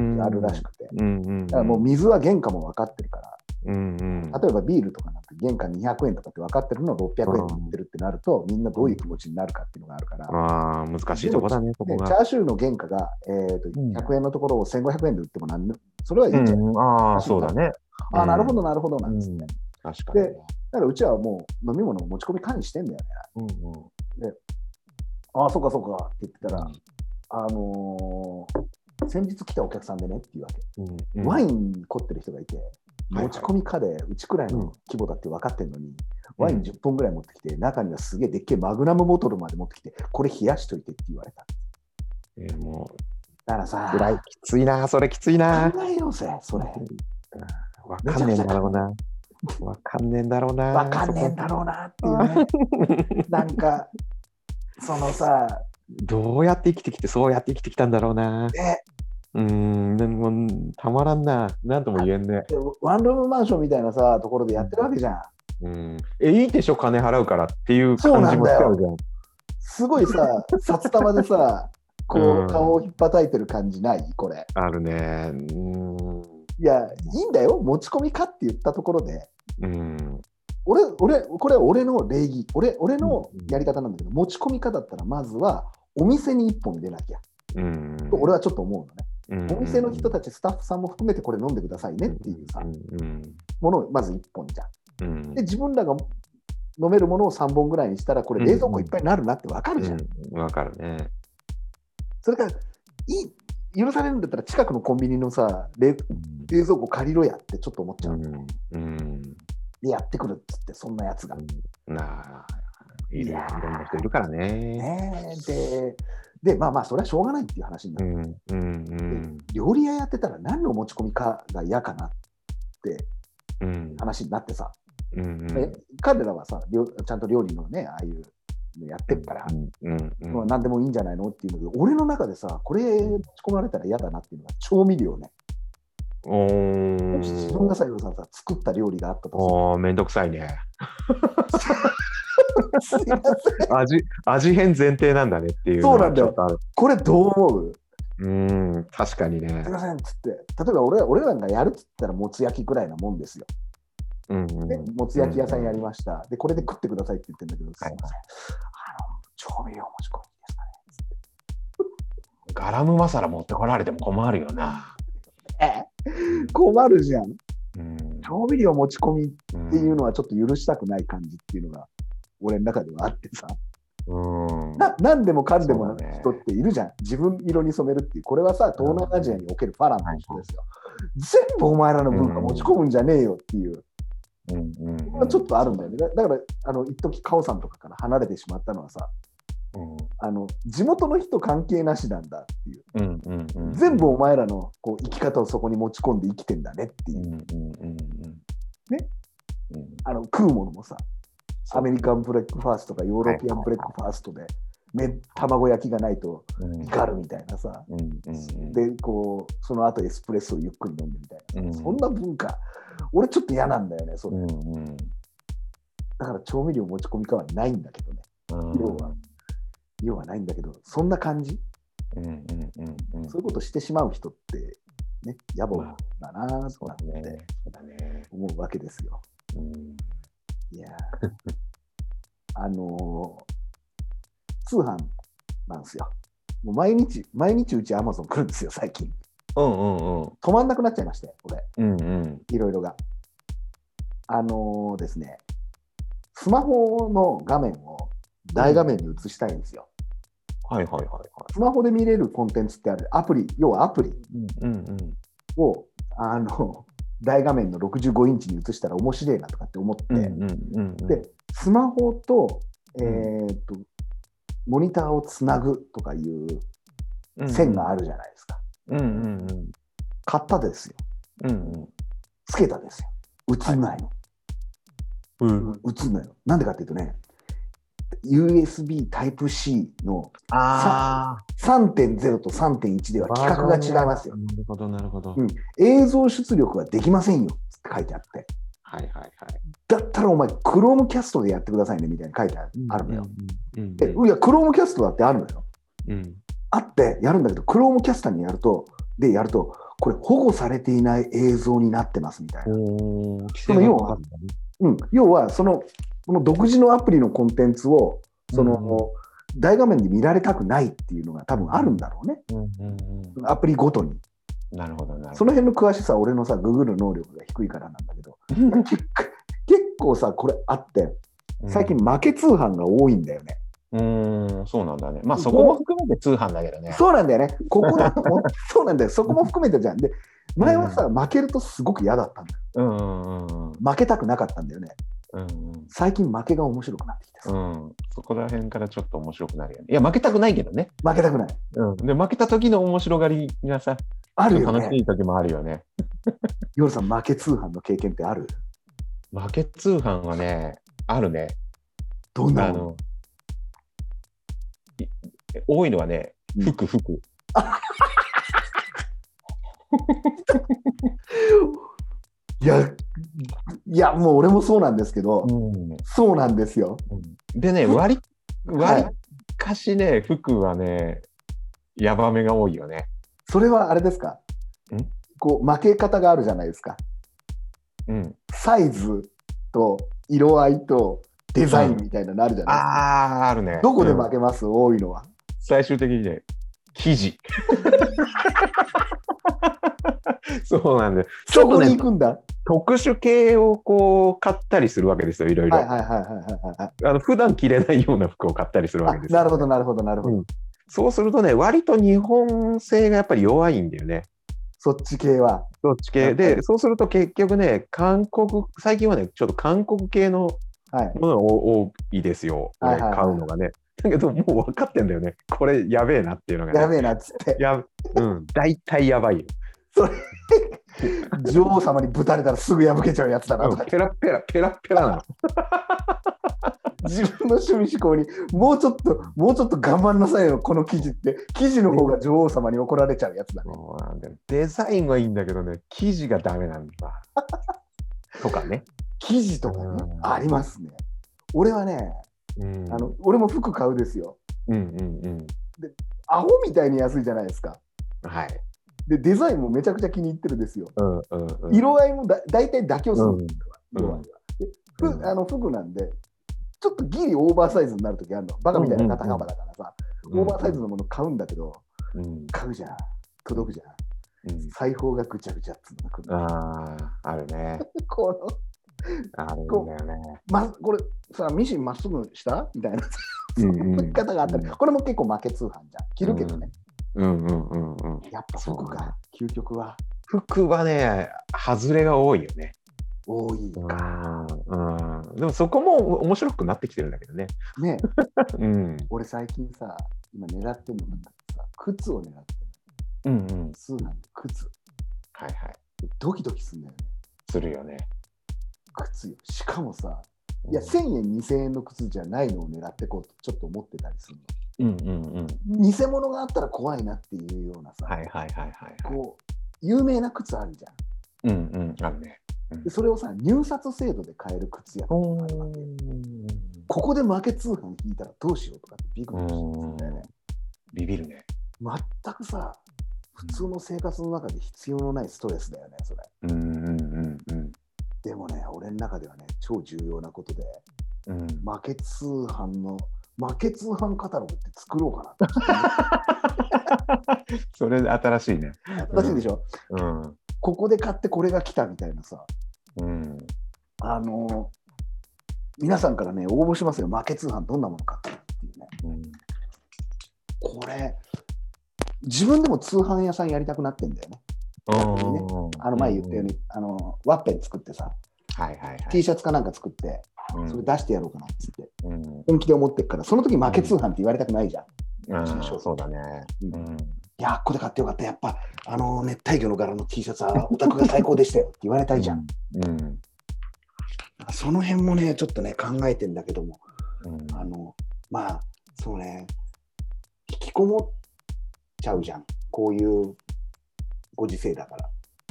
S2: うん
S1: あるらしくて。
S2: うんうん。
S1: だからもう水は原価も分かってるから、
S2: うんうん。
S1: 例えばビールとかなんて原価200円とかって分かってるのを600円で売ってるってなると、みんなどういう気持ちになるかっていうのがあるから、
S2: ああ、難しいとこだね、そこ
S1: でチ
S2: が。
S1: ャーシューの原価が、えー、と
S2: うん
S1: 100円のところを1500円で売ってもなんでそれはいい
S2: うん
S1: じゃない、
S2: ん、ああ、そうだね。
S1: ああ、なるほ
S2: ど。
S1: ど、なるほど、なんですね。
S2: うん
S1: だ
S2: 確かにね。
S1: からうちはもう飲み物を持ち込み管理してんだよね。
S2: うんうん
S1: ああ、そうか、そうかって言ってたら、あのー先日来たお客さんでねっていうわけ。
S2: うんうん
S1: ワインに凝ってる人がいて、
S2: はい
S1: 持ち込み家でうちくらいの規模だって分かってるのに、ワイン10本ぐらい持ってきて、中にはすげえでっけえマグナムボトルまで持ってきて、これ冷やしといてって言われた。
S2: えーも
S1: だからさ
S2: う、、辛い、きついな、それきついな。
S1: 考えようぜ、それ。
S2: わかんねえんだろうな。わかんねえんだろうな。
S1: わかんねえんだろうなっていう
S2: (laughs)
S1: ね。なんか、そのさ、
S2: そこどうやって生きてきて、そうやって生きてきたんだろうな。
S1: ね
S2: うーん、でもたまらんな。なんとも言えんね。
S1: でワンルームマンションみたいなさ、ところでやってるわけじゃん。
S2: うん、え、いいでしょ、金払うからっていう感じもしちゃうじゃん。
S1: すごいさ、札束でさ、こ
S2: うん
S1: う、顔をひっぱたいてる感じないこれ。
S2: あるね。うん。
S1: いや、いいんだよ。持ち込みかって言ったところで。
S2: うん。
S1: 俺、俺、これは俺の礼儀。俺、俺のやり方なんだけど、持ち込みかだったら、まずは、お店に一本出なきゃ。
S2: うん。
S1: と俺はちょっと思うのね。
S2: うん、
S1: お店の人たち、スタッフさんも含めてこれ飲んでくださいねっていうさ
S2: う、ん。
S1: ものをまず一本じゃん。
S2: うん。
S1: で自分らが飲めるものを3本ぐらいにしたらこれ冷蔵庫いっぱいになるなってわかるじゃん、
S2: うん、わかるね。
S1: それからいい許されるんだったら近くのコンビニのさ冷冷蔵庫借りろやってちょっと思っちゃう、
S2: うん。うん。
S1: でやってくるっつってそんなやつが、
S2: なあ、いる
S1: い
S2: い
S1: やー
S2: ろんな人いるからね。
S1: ねえででまあまあそれはしょうがないっていう話にな
S2: う
S1: る、
S2: んうん
S1: 料理屋やってたら何の持ち込みかが嫌かなって
S2: うんうん
S1: 話になってさ、
S2: うん
S1: え彼らはさ料ちゃんと料理のねああいうのやってるから、
S2: うんうんうん
S1: まあ何でもいいんじゃないのっていうので、俺の中でさ、これ持ち込まれたら嫌だなっていうのが調味料ね。
S2: お
S1: もし自分が
S2: ー
S1: さ、よさんさ、作った料理があったと
S2: おーめんどくさいね。
S1: さ、 (laughs) すいません
S2: 味味変前提なんだねっていうの
S1: そうな
S2: は
S1: んだ
S2: ち
S1: よ
S2: ょっとある。
S1: これどう思う
S2: うん、確かにね
S1: すい。ませんっつって、例えば俺俺らがやるっつったら、もつ焼きぐらいなもんですよ。
S2: うん
S1: で、もつ焼き屋さんやりました。で、これで食ってくださいって言ってんだけど、すいません。あの、調味料持ち込みですかね
S2: ガラムマサラ持ってこられても困るよな。。
S1: え困るじゃん。
S2: うん
S1: 調味料持ち込みっ
S2: って
S1: いうのはちょっと許したくない感じっていうのが、俺の中ではあってさ。
S2: うん。
S1: な何でもかんでも
S2: そうだね
S1: 人っているじゃん、自分色に染めるっていう、これはさ、東南アジアにおけるファランの人ですよ。全部お前らの文化持ち込むんじゃねえよっていう、
S2: うん
S1: こ
S2: う
S1: れ
S2: ん
S1: はちょっとあるんだよね。だだから、あの一時カオさんとかから離れてしまったのはさ、
S2: うん
S1: あの地元の人関係なしなんだっていう、
S2: うんうんうん
S1: 全部お前らのこう生き方をそこに持ち込んで生きてんだねっていうう、
S2: んうんうんうん。
S1: ね
S2: うん。
S1: あの食うものもさ、アメリカンブレックファーストとかヨーロピアン
S2: はい
S1: ブレックファーストで、め卵焼きがないと
S2: うん
S1: 怒るみたいなさ。
S2: うんうんうん
S1: でこうその後エスプレッソをゆっくり飲んでみたいな、
S2: うん
S1: そんな文化俺ちょっと嫌なんだよねそれ、
S2: うんうん
S1: だから調味料持ち込みかはないんだけどね
S2: うん
S1: 要は要はないんだけどそんな感じ
S2: うんうんうんうん
S1: そういうことしてしまう人ってね野暮だなとか
S2: ね
S1: って
S2: そうだね。
S1: 思うわけですよ
S2: うん
S1: いやーあのー通販なんですよもう毎日毎日うちアマゾン来るんですよ最近
S2: うんうんうん
S1: 止まんなくなっちゃいまして俺
S2: うんうん
S1: いろいろが。あのーですね、スマホの画面を大画面に映したいんですよ。
S2: はいはいはいは
S1: スマホで見れるコンテンツってある、アプリ、要はアプリ
S2: い。うんうん
S1: を、あの、大画面の65インチに映したら面白いなとかって思って、でスマホと,、えーっとモニターをつなぐとかいう線があるじゃないですか。
S2: うんうんうん
S1: 買ったですよ。
S2: うん
S1: つけたですよ。映んないの。
S2: うんうん
S1: 映んないの。なんでかっていうとね、USB Type-C の
S2: あ
S1: 3.0と3.1では
S2: あ
S1: 規格が違いますよ。
S2: なるほどなるほど、
S1: うん映像出力はできませんよって書いてあって。
S2: はいはいはい
S1: だったらお前、Chromecast でやってくださいねみたいに書いてあるあるのよ。
S2: うんうん
S1: でいや、Chromecast だってあるのよ。
S2: うん
S1: あってやるんだけど、Chromecast にやると、でやると、これ保護されていない映像になってますみたいな。
S2: おー規
S1: その要はうん、要はその、この独自のアプリのコンテンツを、その、大画面で見られたくないっていうのが多分あるんだろうね。
S2: うんうんう
S1: アプリごとに。
S2: ん、なるほどなる
S1: そ
S2: ほ
S1: の辺の詳しさは俺のさ、ググる能力が低いからなんだけど、結結構さ、これあって、
S2: ど
S1: 最近負け通販が多いんだよね。
S2: うんうんそうなんだねまあそこも含めて通販だけどね
S1: そうなんだよね。ここだそうなんだよ。そこも含めてじゃん。で、前はさ、負けるとすごく嫌だったんだよ。
S2: うんうんうん
S1: 負けたくなかったんだよね。
S2: うんうん
S1: 最近負けが面白くなってきてさ、
S2: うん、そこら辺からちょっと面白くなるよね。いや、負けたくないけどね。
S1: 負けたくない。
S2: うん、で、負けた時の面白がりがさ、
S1: あるよ
S2: 楽し
S1: ね。
S2: い時もあるよね。
S1: 夜さん、負け通販の経験ってある
S2: 負け通販はね、あるね。
S1: どんな
S2: あ
S1: の
S2: の、い多いのはね
S1: う、ん
S2: 服、服。
S1: いや、いや、もう俺もそうなんですけど、
S2: うん
S1: そうなんですよ。
S2: でね、
S1: 服
S2: 割り、
S1: はい
S2: 割りかしね、服はね、ヤバめが多いよね。
S1: それはあれですか
S2: ん
S1: こう負け方があるじゃないですか。
S2: うん。
S1: サイズと色合いとデザインみたいなのあるじゃないですか。
S2: あー、あるね。
S1: どこで
S2: うん
S1: 負けます、多いのは。
S2: 最終的にね、生地。 (laughs) そうなんで、
S1: そこに行くんだ。は
S2: 特殊系をこう買ったりするわけですよ、いろい
S1: い
S2: ろ。
S1: はいはいはいはいはい。
S2: あの普段着れないような服を買ったりするわ
S1: あ
S2: けですよ
S1: なるほどなるほどなるほど。
S2: うんそうするとね、割と日本製がやっぱり弱いんだよね。
S1: そっち系は。
S2: どっち系
S1: やっぱ
S2: で、
S1: り
S2: そうすると結局ね、韓国、最近はね、ちょっと韓国系の
S1: はい。
S2: ものが多いですよ、
S1: はい
S2: 俺
S1: はいはい
S2: 買うのがね。だけど、もう分かってんだよね。これ、やべえなっていうのがね。
S1: やべえなっつって。
S2: やうん、大体やばいよ。
S1: 女王様にぶたれたらすぐ破けちゃうやつだなとか
S2: ペラペラ、ペラペラなの。
S1: 自分の趣味思考にもうちょっともうちょっと頑張んなさいよこの記事って記事の方が女王様に怒られちゃうやつだね
S2: そうなんだよデザインはいいんだけどね、生地がダメなんだ。とかね。
S1: 記事とかね
S2: うん
S1: ありますね俺はね
S2: うん
S1: あの俺も服買うですよ
S2: うんうん
S1: アホみたいに安いじゃないですか
S2: うん。はい。
S1: でデザインもめちゃくちゃ気に入ってるですよ
S2: うんうんうん、
S1: 色合いもだ大体妥協する、
S2: うん
S1: 色合いはでふ
S2: うん
S1: あの服なんでちょっとギリオーバーサイズになるときあるのバカみたいな肩幅だからさ、オーバーサイズのもの買うんだけど
S2: うん
S1: 買うじゃん届くじゃん
S2: うん
S1: 裁縫がぐちゃぐちゃっつうのが来る
S2: ああ、あるね。
S1: この
S2: あるんだよね。
S1: ま、これさミシンまっすぐしたみたいな
S2: うん
S1: 書き方があったり、
S2: うん
S1: これも結構負け通販じゃん着るけどね、
S2: うんうんうんうん。
S1: やっぱ服
S2: そうね
S1: か究極は
S2: 服はね、外れが多いよね。
S1: 多いか、
S2: ん。うん。でもそこも面白くなってきてるんだけどね。
S1: ね
S2: うん。
S1: 俺最近さ今狙ってんのなんかさ靴を狙ってんの
S2: うんうん。
S1: 通販で靴
S2: はいはい。
S1: ドキドキすんだよね
S2: するよね。
S1: 靴よしかもさいや1000円2000円の靴じゃないのを狙ってこうとちょっと思ってたりする
S2: うんうんう
S1: の
S2: ん。
S1: 偽物があったら怖いなっていうようなさ、
S2: はいはいはいはい。
S1: こう有名な靴あるじゃん
S2: うんうん。あるね。
S1: でそれをさ入札制度で買える靴屋とかあるわけここで負け通販引いたらどうしようとかってビクビクしてますんだよね。
S2: ビビるね。
S1: 全くさ、普通の生活の中で必要のないストレスだよね、それ。
S2: うんうんうん
S1: でもね、俺の中ではね、超重要なことで、
S2: うん。うん
S1: 負け通販の、負け通販カタログって作ろうかなって
S2: (laughs) それ新しいね。
S1: (laughs) 思って。新しいでしょ、
S2: うん。
S1: ここで買ってこれが来たみたいなさ、
S2: うん。
S1: あの皆さんからね、応募しますよ、負け通販どんなもの買ったっていうね。
S2: うん
S1: これ、自分でも通販屋さんやりたくなってんだよね。逆にねあの前言ったように、あのワッペン作ってさ、
S2: はいはいはい。
S1: T シャツかなんか作って、
S2: うん
S1: それ出してやろうかなっつって、
S2: うん
S1: 本気で思ってるから、その時負け通販って言われたくないじゃん。
S2: あ
S1: 新
S2: ー
S1: 商品
S2: そうだね。
S1: うん
S2: うん
S1: いや、ここで買ってよかった、やっぱ、あの熱帯魚の柄の T シャツはオタクが最高でしたよって言われたいじゃん。。
S2: うん。
S1: その辺もね、ちょっとね、考えてんだけども、
S2: うん
S1: あの、まあ、そうね、引きこもっちゃうじゃん、こういうご時世だから。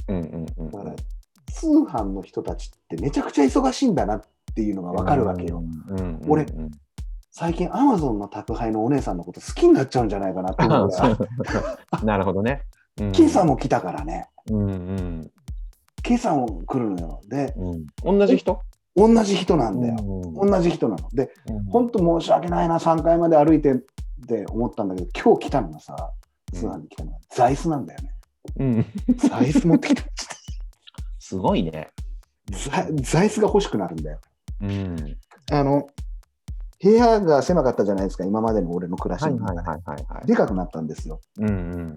S2: うんうんうん。
S1: だから、通販の人たちってめちゃくちゃ忙しいんだなっていうのがわかるわけよ。
S2: うん。うん
S1: 俺
S2: うん
S1: 最近、アマゾンの宅配のお姉さんのこと好きになっちゃうんじゃないかなって思
S2: あ
S1: う
S2: ー
S1: ぐ (laughs)
S2: そ
S1: らい。
S2: う (laughs) なるほどね。うん
S1: 今朝も来たからね、
S2: うんうん
S1: 今朝も来るのよ。で、
S2: うん。同じ人
S1: 同じ人なんだよ。
S2: う
S1: 同じ人なの。で、
S2: んうん
S1: 本当申し訳ないな、3階まで歩いてって思ったんだけど、今日来たのがさ、通販に来たのが、座椅子なんだよね。
S2: うん。
S1: 座椅子持ってきた。
S2: すごいね。
S1: (laughs) 座座椅子が欲しくなるんだよ。
S2: うん。
S1: あの、部屋が狭かったじゃないですか、今までの俺の暮らし
S2: はい
S1: の
S2: はい
S1: 中で。
S2: はいはいはい。
S1: でかくなったんですよ。
S2: うんうん。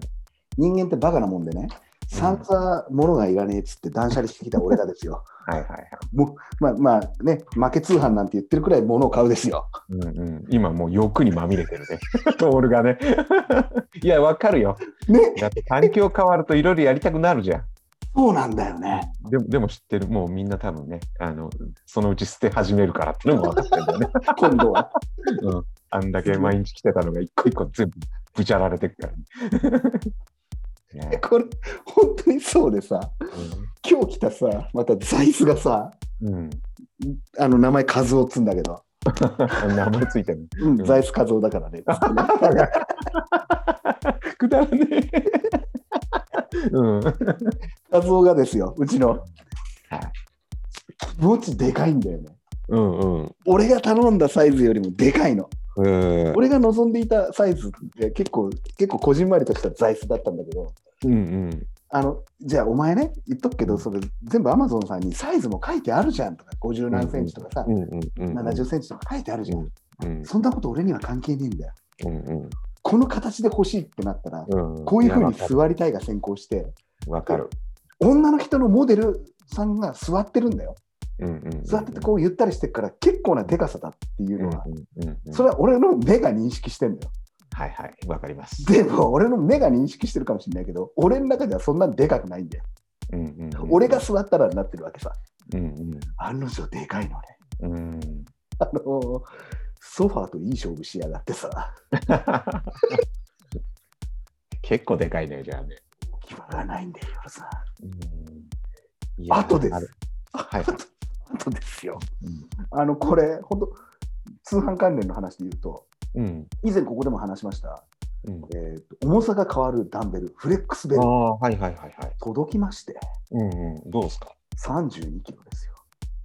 S1: 人間ってバカなもんでね、散々物がいらねえっつって断捨離してきた俺らですよ。 (laughs)
S2: はいはいはい。
S1: もうまあまあね、負け通販なんて言ってるくらい物を買うですよ。
S2: うんうん、今もう欲にまみれてるね、 (laughs) トールがね。いや、わかるよ。
S1: ね、
S2: だって環境変わるといろいろやりたくなるじゃん。
S1: そうなんだよね。
S2: でもでも知ってる、もうみんな多分ね、あのそのうち捨て始めるからってのも分かってるんだよね。
S1: (laughs) 今度は。
S2: うん、あんだけ毎日来てたのが一個一個全部ぶちゃられてるから、ね。 (laughs)
S1: これ、本当にそうでさ、
S2: う
S1: 今日来たさ、また座椅子がさ、
S2: ん、 (laughs) うん、
S1: あの名前、和夫っつうんだけど、
S2: 名前ついてる。
S1: うん、
S2: うん
S1: 座椅子和夫だからね。 (laughs) つってね
S2: くだらねえ。 (laughs) うん。
S1: 和夫がですよ、うちの。
S2: はい
S1: 気持ちでかいんだよね。
S2: うんうん。
S1: 俺が頼んだサイズよりもでかいの。
S2: うん
S1: 俺が望んでいたサイズって結構、結構こじんまりとした座椅子だったんだけど、
S2: うん
S1: あのじゃあお前ね、言っとくけど、それ全部アマゾンさんにサイズも書いてあるじゃんとか、50何センチとかさ、
S2: うんうんうん
S1: 70センチとか書いてあるじゃん。
S2: うん
S1: そんなこと俺には関係ねえんだよ。
S2: うんうん
S1: この形で欲しいってなったら、
S2: うん
S1: こういうふうに
S2: や
S1: 座りたいが先行して、
S2: わかる。
S1: 女の人のモデルさんが座ってるんだよ。
S2: うんうんうん
S1: 座っててこうゆったりしてるから、結構なでかさだっていうのは、
S2: うんうんうん
S1: それは俺の目が認識してんだよ。
S2: はいはい、わかります。
S1: でも俺の目が認識してるかもしれないけど俺の中ではそんなでかくないんだよ、
S2: うんうんうん
S1: 俺が、座ったらになってるわけさ
S2: うん
S1: 案の定でかいのね
S2: うんうん、
S1: あのーソファーといい勝負しやがってさ
S2: 結構でかいね、じゃあね。
S1: 決まらないんだよさ
S2: うんいや
S1: 後です
S2: あるはい
S1: 後後ですよ
S2: うん
S1: あのこれ本当通販関連の話で言うと
S2: うん
S1: 以前ここでも話しました、
S2: うん
S1: えーと重さが変わるダンベルフレックスベ
S2: あ
S1: ル
S2: あ、はいはいはいはい。
S1: 届きまして
S2: うんうん、どうですか
S1: 32キロですよ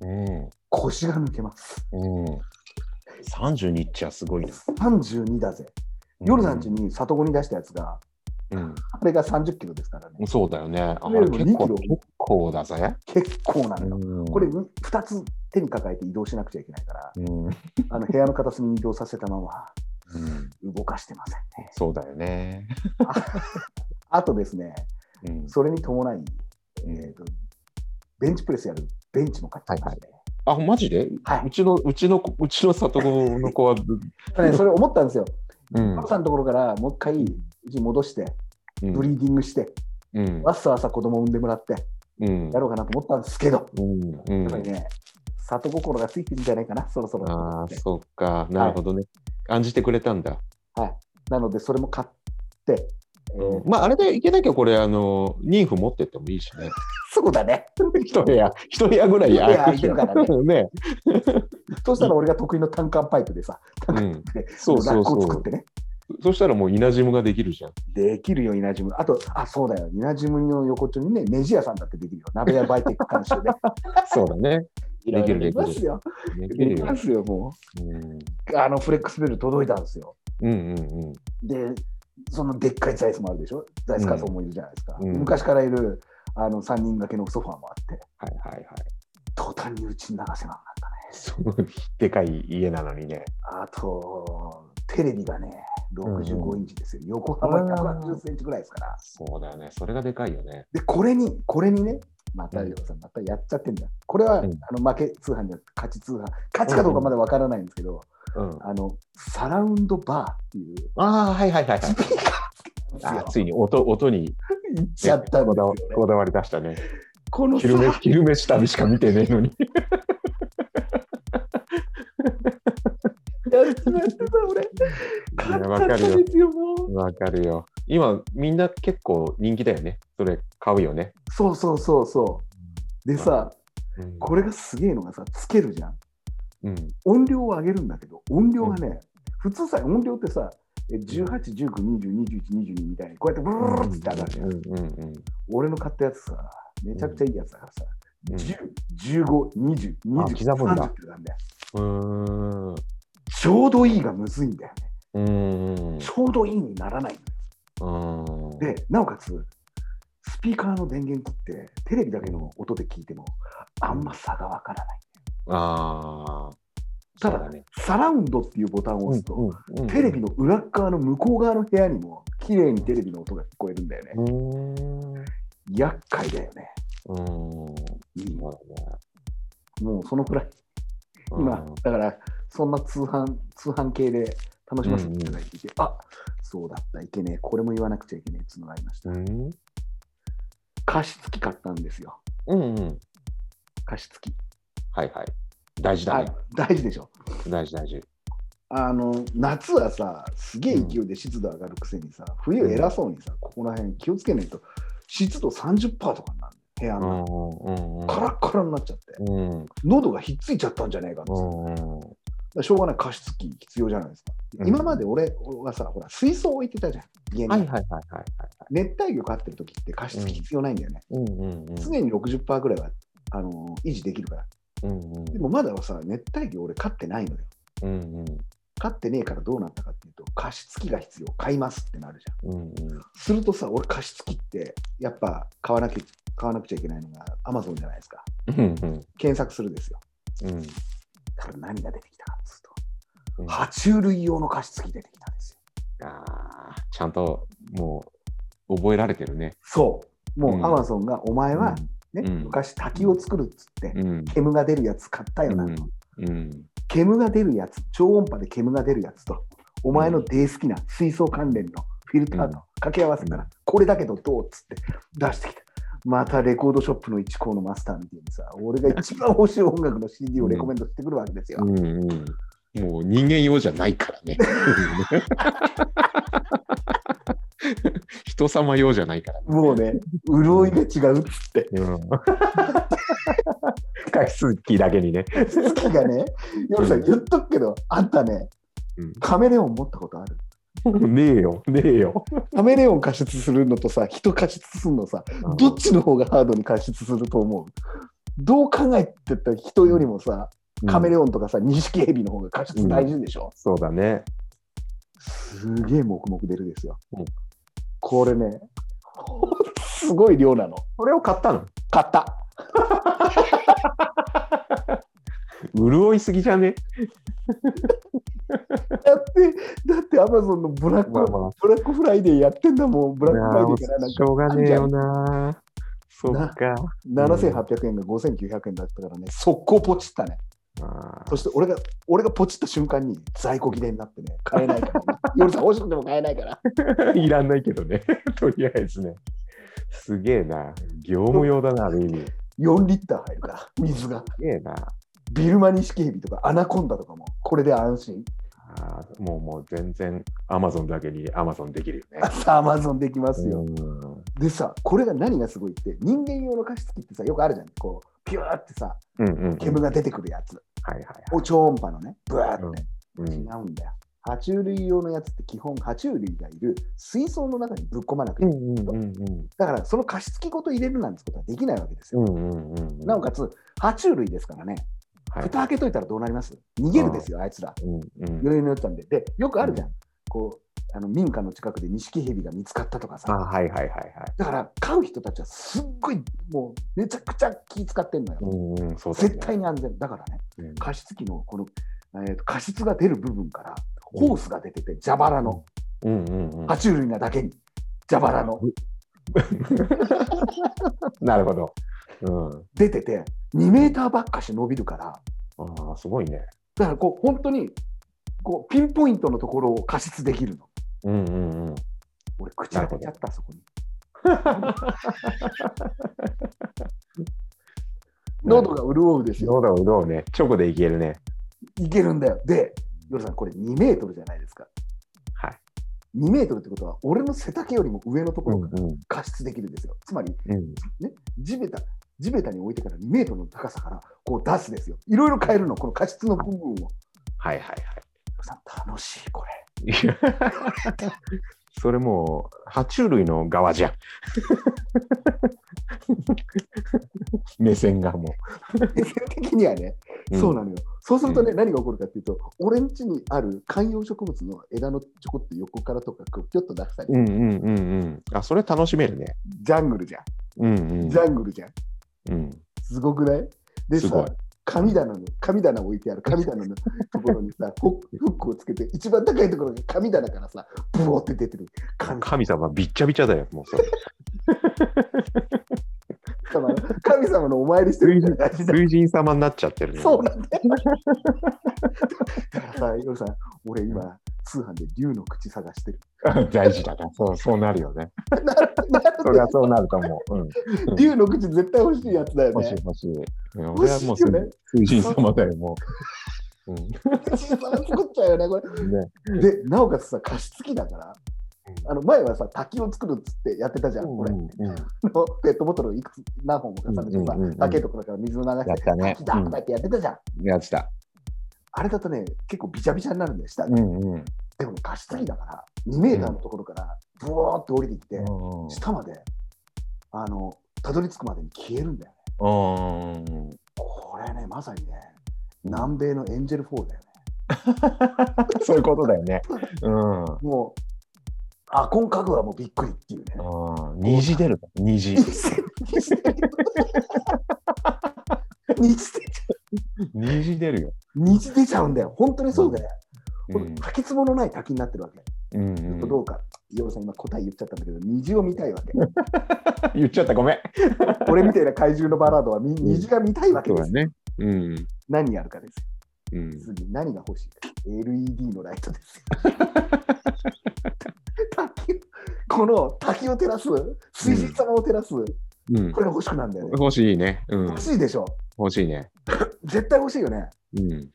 S2: うん
S1: 腰が抜けます
S2: うん。32っちゃすごいな。
S1: 32だぜヨルダンチに里子に出したやつが、
S2: うん
S1: あれが30キロですから
S2: う
S1: ね
S2: ん。、そうだよね。あ
S1: これよりも
S2: 結構、
S1: 2キロ
S2: 結構だぜ。
S1: 結構なのよ。こ
S2: こ
S1: れ、2つ手に抱えて移動しなくちゃいけないから、
S2: うん、うん
S1: あの部屋の片隅に移動させたまま動かしてませんね。
S2: そうだよね。
S1: あとですね、
S2: うん
S1: それに伴い、
S2: う
S1: え
S2: ん
S1: ーとベンチプレスやるベンチも買ってきまして、
S2: あ、マジで、
S1: はいう
S2: ちの、うちの子、うちの里子の
S1: (laughs)
S2: 子は、
S1: ただねそれ思ったんですよ。
S2: うん
S1: パパさんのところからもう一回うちに戻して、
S2: うん
S1: ブリーディングして、
S2: うん
S1: わっさわさ子供産んでもらって
S2: うん
S1: やろうかなと思ったんですけど、
S2: うんう
S1: や
S2: ん
S1: っぱりね、里心がついてるんじゃないかな、そろそろ。
S2: ああ、そっか、なるほどね。感じてくれたんだ。
S1: なので、それも買って、えー
S2: うんまあ、あれでいけなきゃ、これ、あの、妊婦持ってってもいいし
S1: (laughs)
S2: ね。
S1: そうだね。
S2: 一部屋、一部屋ぐら
S1: 一
S2: い
S1: 部屋空いてるからね (laughs)
S2: ね。
S1: そうしたら俺が得意の単管パイプでさ、
S2: うん
S1: で。
S2: そう
S1: ラ
S2: そ
S1: ッ
S2: う
S1: クを
S2: そ
S1: 作っ
S2: う。
S1: てね。
S2: そしたらもう、稲ジムができ
S1: (laughs)
S2: るじゃん。
S1: できるよ、稲ジム。あと、あ、そうだよ、稲ジムの横丁にね、ネジ屋さんだってできるよ。鍋屋バイテック監修で。
S2: そうだね。 (laughs) できる
S1: いろいろできますよ。
S2: でき
S1: で
S2: る
S1: き
S2: よ
S1: ま。すよ、も
S2: うん
S1: う。あの、フレックスベル届いたんですよ。
S2: うんうん
S1: で、そのでっかい座椅子もあるでしょ。座椅子家族もいるじゃないですか。
S2: うん
S1: 昔からいる、あの、3人掛けのソファーもあって、
S2: はいはいはい。
S1: 途端にうちに流せなかったね。
S2: そのでかい家なのにね。
S1: あと、テレビがね、 65インチですよ。横幅180センチぐらいですから。
S2: そうだよね。それがでかいよね。
S1: で、これに、これにね、また、りょうさん、またやっちゃってんだ。これは、
S2: うん
S1: あの負け通販じゃなくて、勝ち通販。勝ちかどうかまだわからないんですけど、
S2: うん。
S1: あの、サラウンドバーっていう、
S2: ああ、はいはいはい、はい。あーついに音音に、ね、
S1: 行っちゃったんで
S2: こ
S1: す
S2: だ
S1: よ
S2: わ
S1: ね、
S2: こだわり出したね。
S1: このさ、
S2: (laughs) 昼飯昼飯旅しか見てねえのに。
S1: やっちまった俺。
S2: や
S1: 買っ
S2: わか
S1: ちゃ
S2: るよ
S1: ったんですよ、もう。
S2: わかるよ。今、みんな結構人気だよね。それ買うよね。
S1: そうそうそうそう。でさ、
S2: うん
S1: これがすげえのがさ、つけるじゃん。
S2: うん。
S1: 音量を上げるんだけど、音量がね、普通さ、音量ってさ、え18、19、20、21、22みたいに、こうやってブルルルルルって上がるじゃん。
S2: うんうんうん。
S1: 俺の買ったやつさ、めちゃくちゃいいやつだからさ、
S2: うん
S1: 10、15、20、
S2: あ
S1: 20、
S2: 刻むんだ
S1: 30ってなんだよ。
S2: うーん。
S1: ちょうどいいがむずいんだよね。
S2: うーん。
S1: ちょうどいいにならないのよ。
S2: うん。
S1: で、なおかつ、スピーカーの電源切って、テレビだけの音で聞いても、あんま差がわからない。
S2: ああ。
S1: ただ
S2: そうね。
S1: サラウンドっていうボタンを押すと、
S2: うんうん
S1: テレビの裏っ側の向こう側の部屋にも、綺麗にテレビの音が聞こえるんだよね。
S2: うーん。う
S1: 厄介だよね。
S2: ーん。
S1: うん
S2: そうだね
S1: もうそのくらい。
S2: うん
S1: 今、だから、そんな通販、通販系で楽しませていただいていて、あそうだった、いけねえ、これも言わなくちゃいけねえっていうのがありました。
S2: うん。
S1: 加湿器買ったんですよ、
S2: うんうん。
S1: 加湿器。
S2: はいはい。大事だ
S1: はい
S2: ね。、
S1: 大事でしょ。
S2: 大事大事。
S1: あの夏はさ、すげえ勢いで湿度上がるくせにさ、冬偉そうにさ、ここら辺気をつけないと、湿度30%とかになる部屋
S2: う
S1: の、
S2: んうんうん。
S1: カラッカラになっちゃって、
S2: うん。
S1: 喉がひっついちゃったんじゃねえかっつって
S2: うん。
S1: だからしょうがない加湿器必要じゃないですか。
S2: うん
S1: 今まで俺はさ、ほら、水槽置いてたじゃん、家に。
S2: はいはいはいはい。
S1: 熱帯魚飼ってる時って加湿器必要ないんだよね。
S2: うんうんうん。
S1: 常に60%ぐらいはあのー維持できるから。
S2: うんうん。
S1: でもまだはさ、熱帯魚俺飼ってないのよ。
S2: うんうん。
S1: 飼ってねえからどうなったかっていうと、加湿器が必要、買いますってなるじゃん。
S2: うんうん。
S1: するとさ、俺加湿器って、やっぱ買わなきゃ買わなくちゃいけないのが Amazon じゃないですか。
S2: うんうん
S1: 検索するんですよ。
S2: うん。
S1: だから何が出てきたかっていううんと、爬虫類用の加湿器出てきたんですよ。
S2: あーちゃんともう覚えられてるね。
S1: そう。もう
S2: うん
S1: Amazon がお前はね、
S2: うん
S1: 昔滝を作るっつって、
S2: うん。
S1: 煙が出るやつ買ったよなと。
S2: うん。
S1: 煙が出るやつ、超音波で煙が出るやつと、お前の大好きな水槽関連のフィルターと掛け合わせた
S2: う
S1: ら、これだけどどうっつって出してきた。またレコードショップの一行のマスターみたいにさ、俺が一番欲しい音楽の CD をレコメンドしてくるわけですよ。
S2: うんうん。もう人間用じゃないから (laughs) ね。人様用じゃないからね。
S1: もうね、潤いが違うっつって、
S2: うん。加湿器だけにね。
S1: 好きがね、夜さん言っとくけど、あんたね
S2: うん、
S1: カメレオン持ったことある
S2: ねえよ、ねえよ。
S1: カメレオン加湿するのとさ、人加湿するのさ、どっちの方がハードに加湿すると思うどう考えてったら人よりもさ、カメレ
S2: オ
S1: オ
S2: ン。
S1: ンとかさ、ニシキヘビの方が加湿大事でしょ、
S2: そうだね。
S1: すげえ黙々出るですよ。
S2: うん
S1: これね、すごい量なの。
S2: これを買ったの
S1: 買った。
S2: 潤いすぎじゃね
S1: だって、だってアマゾンのブラック、
S2: まあまあ
S1: ブラックフライデーやってんだもん、ブラックフライデーからなん
S2: しょうがねえよな。そっ
S1: な
S2: か。
S1: か7800円が5900円だったからね、速攻ポチったね。
S2: あー
S1: そして俺が俺がポチった瞬間に在庫切れになってね、買えないから、ね、 (laughs) 夜さん欲しくても買えないから。
S2: (laughs) いらないけどね、とりあえずね。すげえな。業務用だな、ある意味。す
S1: 4リッター入るから、水が。
S2: げえな。
S1: ビルマニシキヘビとかアナコンダとかも、これで安心。
S2: あーもうもう全然、アマゾンだけにアマゾンできるよね。
S1: さあ、マゾンできますよ。
S2: うん
S1: でさ、これが何がすごいって、人間用の加湿器ってさ、よくあるじゃん。こう、ピューってさ、
S2: うんうん。はい
S1: 煙が出てくるやつ。
S2: はいはい。
S1: お超音波のね、ブワーって。
S2: うん
S1: 違うんだよ。爬虫類用のやつって基本、爬虫類がいる水槽の中にぶっ込まなくて、
S2: うんうんうん
S1: だからその加湿器ごと入れるなんてことはできないわけです
S2: う
S1: よ。
S2: んうんうんうん。
S1: なおかつ、爬虫類ですからね、
S2: はい
S1: 蓋開けといたらどうなります逃げるですよ、あいつら。
S2: うんうん
S1: よりによったんで。で、よくあるじゃん。
S2: う
S1: こう、あの民家の近くで錦蛇が見つかったとか
S2: あ
S1: さ。
S2: はいはいはいはい。
S1: だから、飼う人たちはすっごい、もう、めちゃくちゃ気使ってんのよ。
S2: うんうん、そうだね
S1: 絶対に安全。だからね、
S2: うん
S1: 加湿器のこの、えーと加湿が出る部分から、ホースが出てて、蛇腹の。
S2: うんうんうん
S1: 爬虫類なだけに蛇腹の
S2: なるほど。うん。
S1: 出てて2メーターばっかし伸びるから
S2: ああ、すごいね。
S1: だからこう本当にこうピンポイントのところを加湿できるの
S2: うんうんうん。
S1: 俺口当てちゃったそこに喉が潤うですよ
S2: 喉をどうね。直でいけるね。
S1: いけるんだよで夜さんこれ2メートルじゃないですか
S2: はい。
S1: 2メートルってことは俺の背丈よりも上のところが
S2: ん
S1: 加湿できるんですよつまり
S2: うん。
S1: ね、地べた、地べたに置いてから2メートルの高さからこう出すですよ。いろいろ変えるの、この加湿の部分を。
S2: はいはい
S1: さ楽しい、これ。 (laughs)
S2: はいいや。それもう、爬虫類の側
S1: (laughs)
S2: じゃん。目線がも
S1: 衛生的にはね、
S2: う。
S1: そう
S2: の。
S1: なのよ。そうするとね、
S2: う
S1: 何が起こるかっていうと、俺ん家にある観葉植物の枝のちょこっと横からとか、こう、ぴょっと出したり、
S2: うんうんうんうん。あ、それ楽しめるね。
S1: ジャングルじゃん。
S2: うんうん。
S1: ジャングルじゃん。
S2: うん。
S1: すごくないです
S2: ごい
S1: さ、神棚の、神棚置いてある神棚
S2: (laughs)
S1: のところにさ、ホックフックをつけて、一番高いところに神棚からさ、ブオーって出てる感じ
S2: 神様びっちゃびちゃだよ。もうそ
S1: (laughs)
S2: れ。
S1: 様の神様のお参りしてるみたいな感じだ
S2: 類人様になっちゃってるね。
S1: そうなんだ
S2: (laughs)
S1: よ。だからさ、ヨルさん、俺今、通販で竜の口探して
S2: (laughs)
S1: る。
S2: 大事だな。そう、そうなるよね。
S1: なるなる
S2: そりゃそうなると思う。うん。
S1: 竜の口絶対欲しいやつだよ
S2: 欲しい
S1: ね。
S2: 欲しい。うん
S1: 欲
S2: 俺
S1: し
S2: はいもう
S1: よね。
S2: 水神様だよ、もう。
S1: (laughs) 口様作っちゃうよね、こ
S2: うん。ね。
S1: れ。で、なおかつさ、加湿器だから。あの前はさ、滝を作るっつってやってたじゃん、これ。
S2: うんうん
S1: あのペットボトルをいくつ何本も重ねてさ
S2: うんうんうん、
S1: 竹とかだから水を流
S2: やっ
S1: して、
S2: たね
S1: 滝。だとかってやってたじゃん。
S2: うんやってた。
S1: あれだとね、結構びちゃびちゃになるんだよ、下が
S2: う。んうん。
S1: でもね、加湿器だから、2メーターのところから、ブワーって降りてきて、下まであのたどり着くまでに消えるんだよね。
S2: うん。
S1: これね、まさにね、南米のエンジェルフォーだよね。
S2: (laughs) そういうことだよね。うん。
S1: もう、あ、こんかぐはもうびっくりっていうね。
S2: うん虹出る。 (laughs) 虹。
S1: 虹出ちゃ
S2: 虹出るよ。
S1: う虹出ちゃうんだよ。本当にそうだよ。
S2: う
S1: これ
S2: ん。
S1: 滝壺のない滝になってるわけ。
S2: うんうん
S1: どうか、ヨルさん、今答え言っちゃったんだけど、虹を見たいわけ。 (laughs)
S2: 言っちゃった、ごめん。
S1: 俺みたいな怪獣のバラードはみ虹が見たいわけ
S2: そう
S1: で
S2: だ
S1: す。
S2: ね。うん。
S1: 何やるかです。
S2: うん。
S1: 次何が欲しいか ?LED のライト
S2: (laughs)
S1: ですよ。滝をこの滝を照らす、水神様を照らす、
S2: うん
S1: こ。れが欲しくなんだよね。
S2: 欲しいね。うん
S1: 欲。しいでしょ。
S2: 欲しいね。
S1: 絶対欲しいよね。
S2: うん。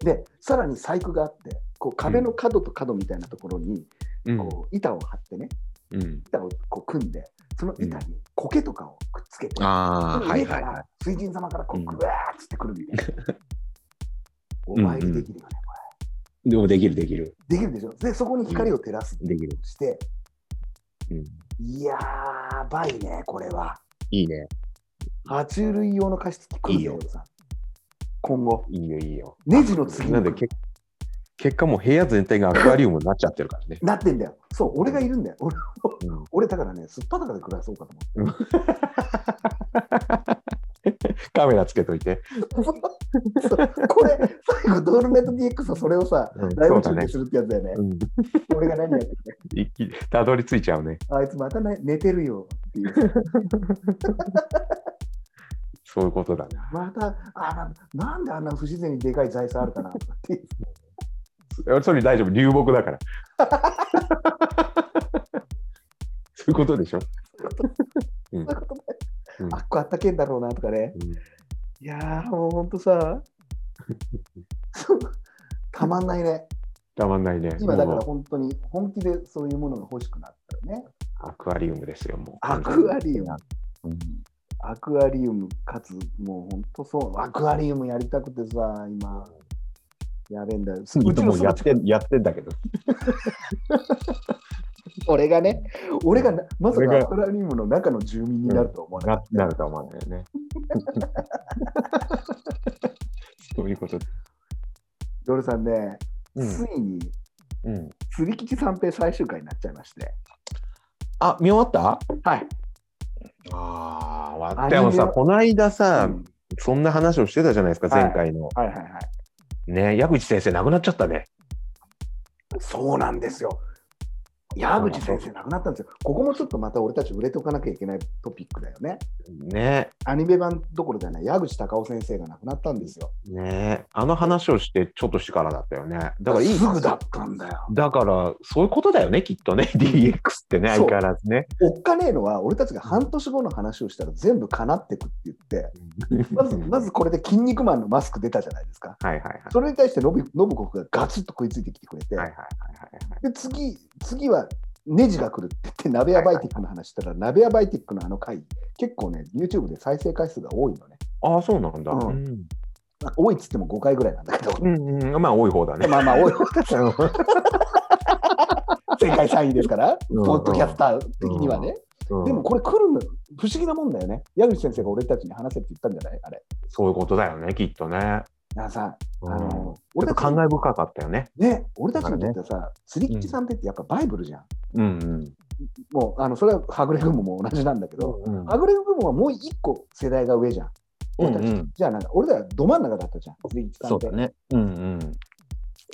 S1: で、さらに細工があって、こう壁の角と角みたいなところに
S2: うん。
S1: こう板を張ってね、
S2: うん。
S1: 板をこう組んで、その板に苔とかをくっつけて、
S2: あ
S1: そ
S2: あ、
S1: の
S2: はい
S1: 上か
S2: はいはい
S1: ら。水神様からこ
S2: う
S1: うんグワーッつってくるみたいな。
S2: (laughs)
S1: お参りできるよね。
S2: でもできるできる。
S1: できるでしょ。で、そこに光を照らす
S2: できる。
S1: して、
S2: うん。
S1: いやー、やばいね、これは。
S2: いいね。
S1: 爬虫類用の加湿器来るんだよ
S2: いい、
S1: さん今後。
S2: いいよいいよ。
S1: ネジの次に
S2: なんでけ結果もう部屋全体がアクアリウムになっちゃってる (laughs) からね。
S1: なってんだよ。そう、俺がいるんだよ。俺、
S2: うん
S1: 俺だからね、すっぱだかで暮らそうかと
S2: カメラつけといて。
S1: 思って。そうこれ、最後、ドールネット DX はそれをさ、
S2: うん
S1: ライ
S2: そ
S1: ブ
S2: うだ
S1: 中
S2: ね
S1: 継するってやつだよね。
S2: うん、
S1: 俺が何やってるか
S2: 一気にたどり着いちゃうね。
S1: あいつまた、ね、寝てるよっていう。
S2: そういうことだな。
S1: また、あな、なんであんな不自然にでかい財産あるかなとかっていう。
S2: それ大丈夫、流木だから。そういうことでしょ。う
S1: そう
S2: ん
S1: いうことね
S2: うん
S1: あっこあったけんだろうなとかね。
S2: うん
S1: いやー、もうほんと
S2: (laughs)
S1: さ、そうたまんないね。
S2: たまんないね。
S1: 今だから
S2: も
S1: 本当に本気でそういうものが欲しくなったよね。
S2: うアクアリウムですよ、もう。
S1: アクアリウム。
S2: うん
S1: アクアリウムかつ、もう本当そう、アクアリウムやりたくてさ、今、やべえんだよ。うち
S2: うち
S1: の
S2: も
S1: そ
S2: や
S1: ば
S2: っ
S1: ち
S2: てやってんだけど。
S1: 俺がね、俺がなまさ
S2: 俺
S1: か
S2: が
S1: アクアリウムの中の住民になるとは思わな
S2: な
S1: かった。
S2: なるとは思わないよね。そういうこと。
S1: ドルさんね、
S2: うん
S1: ついに
S2: うん、
S1: 釣り吉三平最終回になっちゃいまして。
S2: あ、見終わった
S1: はい。
S2: あ
S1: ア
S2: あ、
S1: ニメ
S2: でもさ、この間さ、
S1: うん
S2: そんな話をしてたじゃないですか、
S1: はい
S2: 前回の。
S1: はいはいはい。
S2: ね、矢口先生亡くなっちゃったね。
S1: そうなんですよ。矢口先生亡くなったんですよ。ここもちょっとまた俺たち売れておかなきゃいけないトピックだよね。
S2: ね
S1: アニメ版どころじゃない、矢口隆夫先生が亡くなったんですよ。
S2: ねあの話をしてちょっとしてからだったよね。だからいい
S1: すぐだったんだよ。
S2: だから、そういうことだよね、きっとね、DX ってね、
S1: そ
S2: 相
S1: う
S2: 変わらずね。
S1: おっかねえのは、俺たちが半年後の話をしたら全部叶ってくって言って、まず、まずこれで筋肉マンのマスク出たじゃないですか。
S2: (laughs) はいはいはい。
S1: それに対してノブ、ノブコフがガツッと食いついてきてくれて、
S2: はいはいはいはいはい。
S1: で次、次はネジが来るって言って、鍋屋バイティックの話したら、鍋屋バイティックのあの回、結構ね、YouTube で再生回数が多いのね。
S2: ああ、そうなんだ。
S1: う
S2: うん。
S1: まあ多いっつっても5回ぐらいなんだけ
S2: (laughs)
S1: ど、
S2: うんうん、まあ、多い方だね。
S1: まあまあ
S2: (laughs)
S1: 多い方ですよ。世界3位ですから、
S2: うん
S1: ポッドキャスター的にはね。
S2: うん
S1: でもこれ来るの、不思議なもんだよね。矢口先生が俺たちに話せって言ったんじゃないあれ。
S2: そういうことだよね、きっとね。
S1: なあさ、
S2: う
S1: あ
S2: ん
S1: の、
S2: ちょっ
S1: 俺
S2: と
S1: たち
S2: 感慨深かったよね。
S1: ね、俺たちにとってはさ、釣り吉さんってってやっぱバイブルじゃん。
S2: うんうん。
S1: もう、あの、それははぐれ雲も同じなんだけど、
S2: うん
S1: はぐれ雲はもう一個世代が上じゃん。俺たち、
S2: うんうん
S1: じゃあなんか、俺らはど真ん中だったじゃん、釣り吉さん
S2: そ
S1: っ
S2: う
S1: て
S2: だ。ね。うん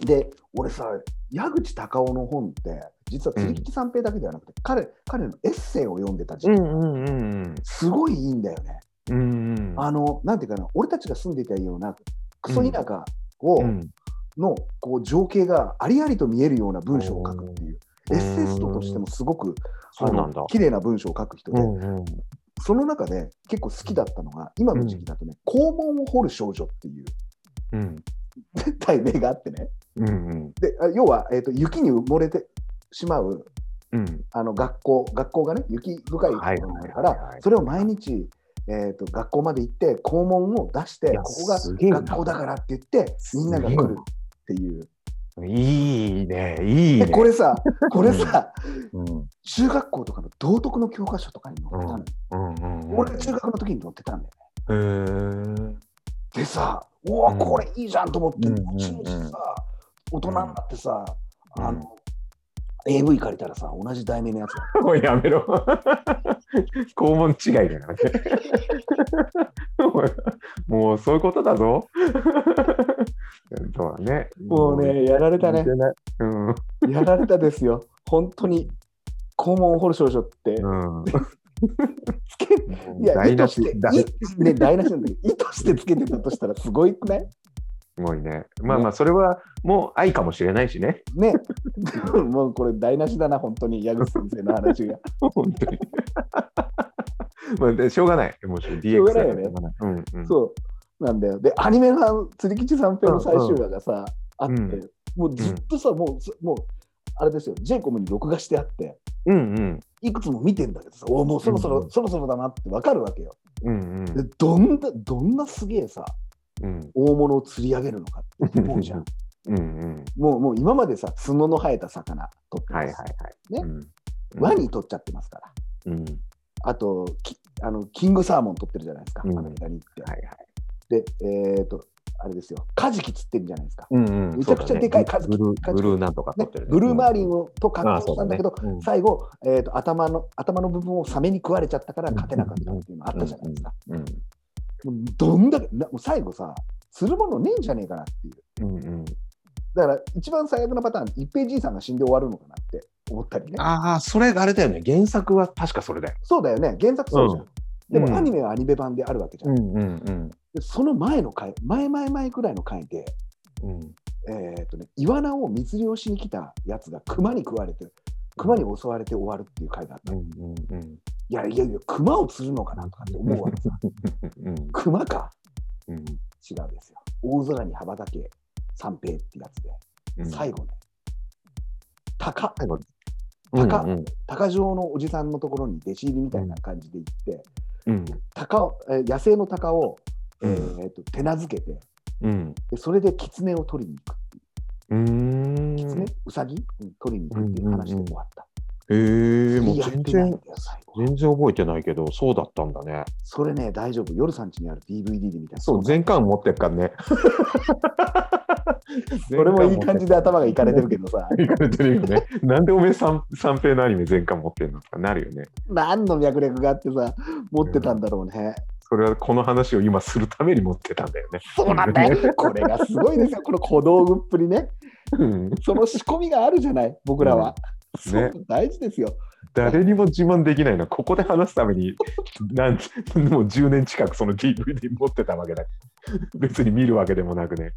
S1: で、俺さ、矢口隆夫の本って、実は釣り吉三平だけではなくて、彼彼のエッセイを読んでた時
S2: うん。う
S1: 期、
S2: んうんうん
S1: すごいいいんだよね。
S2: うん。うんうん。
S1: あの、なんていうかな、俺たちが住んでいたような、クソ田舎を、
S2: うん
S1: のこう情景がありありと見えるような文章を書くっていう、エッセイストとしてもすごく、
S2: そうなん
S1: あ
S2: だ
S1: の。綺麗な文章を書く人
S2: う
S1: で、
S2: んうん。
S1: その中で結構好きだったのが、今の時期だとね、肛門を掘る少女っていう (laughs)
S2: うん
S1: 題名があってね、
S2: うん
S1: であ要は、えー、と雪に埋もれてしまう
S2: うん。
S1: あの学校、学校がね、雪深いところだか
S2: はいはいはい
S1: ら
S2: はい、
S1: それを毎日、えー、と学校まで行って、校門を出して、
S2: い
S1: こ
S2: や
S1: こが
S2: すげえな
S1: 学校だからって言って、みんなが来るっていう。
S2: うん。いいね、いいね。
S1: でこれさ、これさ、
S2: うんうん
S1: 中学校とかの道徳の教科書とかに載ってたの。
S2: うんうん。
S1: 俺が中学の時に載ってたんだよ。
S2: へー (laughs)
S1: でさ、うわ、
S2: うん
S1: これいいじゃんと思って、
S2: うんうんうん
S1: うちのさ、大人になってさ、
S2: うん
S1: あの、AV 借りたらさ、同じ題名のやつが
S2: もうやめろ。 (laughs) 肛門違いだな。 (laughs) もうそういうことだぞ。 (laughs) そうだね。
S1: もうね、やられたね。。
S2: うん。
S1: やられたですよ。本当に、肛門を掘る少女って、 (laughs)
S2: うん。
S1: つけ、いや、
S2: 台
S1: 意図
S2: 無
S1: し、
S2: してだ
S1: いね、台無しなんだけど、意図してつけてたとしたらすごいくない
S2: すごいね。まあまあ、それはもう愛かもしれないしね。 (laughs)
S1: ね。もうこれ台無しだな、本当に、矢口先生の話が。
S2: 本当に。 (laughs) まあで、しょうがない。もう DX
S1: しょうがないよね
S2: だからしょうがないうんうん。
S1: そうなんだよ。で、アニメの釣り吉三平の最終話がさ、あって、
S2: うん
S1: もうずっとさ、もうず、もう、あれですよ、ジェイコムに録画してあって、
S2: うんうん。
S1: いくつも見てんだけどさ、おもうそろそろ、
S2: うん
S1: そろそろだなってわかるわけよ。
S2: うんう
S1: で
S2: ん。、
S1: どんな、どんなすげえさ、
S2: うん
S1: 大物を釣り上げるのかって思うじゃん。
S2: うんうん。
S1: もう、もう今までさ、角の生えた魚取って
S2: はいはい
S1: ま
S2: は
S1: す。
S2: い。
S1: ね
S2: うん。
S1: ワニ取っちゃってますから。
S2: うん。は
S1: あと、きあのキングサーモン取ってるじゃないですか、
S2: うん
S1: アメリカに行って。
S2: いはい。
S1: で、えっ、と、あれですよ、カジキ釣ってるじゃないですか。
S2: うんうん
S1: めちゃくちゃでかい数
S2: ブルー
S1: 数
S2: ブルーなんとか取
S1: ね
S2: ってる、、
S1: ブルーマーリン
S2: を
S1: をと格闘したんだけど、最後、えー、と頭の頭の部分をサメに食われちゃったから勝てなかったっていうのあったじゃないですか。
S2: うん
S1: もうどんだけなもう最後さ、釣るものねえんじゃねえかなっていう。
S2: うんうん、
S1: だから一番最悪なパターン、一平じいさんが死んで終わるのかなって思ったりね。
S2: ああそれあれだよね原作は確かそれだよ、
S1: そうだよね、原作そうじゃん。で
S2: うん
S1: もアニメはアニメ版であるわけじゃん。
S2: んうん
S1: でその前の回、前前前ぐらいの回で、
S2: うん、
S1: えーとね、イワナを密漁しに来たやつが熊に食われて、熊に襲われて終わるっていう回があった。
S2: う
S1: い
S2: んうんうん
S1: やいやいや、熊を釣るのかなとかって思うわけ
S2: (laughs)
S1: さ。
S2: うん
S1: 熊か
S2: うん
S1: 違うですよ。大空に羽ばたけ三平ってやつで、
S2: うん
S1: 最後ね、鷹、
S2: 最後
S1: 鷹
S2: うん
S1: 鷹城のおじさんのところに弟子入りみたいな感じで行って、
S2: うん
S1: 鷹をえー野生の鷹を、え
S2: うん
S1: ーえーと手なずけて、
S2: うん
S1: でそれで狐を取りに行く。
S2: うんうーん
S1: 狐、うさぎ、うん取りに行くっていう話で終わった。
S2: えー、もう
S1: やって
S2: 全
S1: ないんだ
S2: 然
S1: よ、最後。
S2: 全然覚えてないけどそうだったんだね
S1: それね、大丈夫。夜さんちにある DVD で見たら
S2: そう
S1: な
S2: 全巻持ってっか
S1: (laughs)
S2: らね
S1: それもいい感じで頭がいかれてるけどさ、
S2: いかれてるよね。なんでおめえ三三平のアニメ全巻持ってんのとかなるよね。
S1: 何の脈絡があってさ、持ってたんだろうね。
S2: それはこの話を今するために持ってたんだよね。
S1: そうなんだ (laughs) よ。これがすごいですよ、この小道具っぷりね。
S2: うん
S1: その仕込みがあるじゃない、僕らは。そう大事ですよ。
S2: 誰にも自慢できないのはここで話すためになんもう10年近くその DVD 持ってたわけだ別に見るわけでもなくね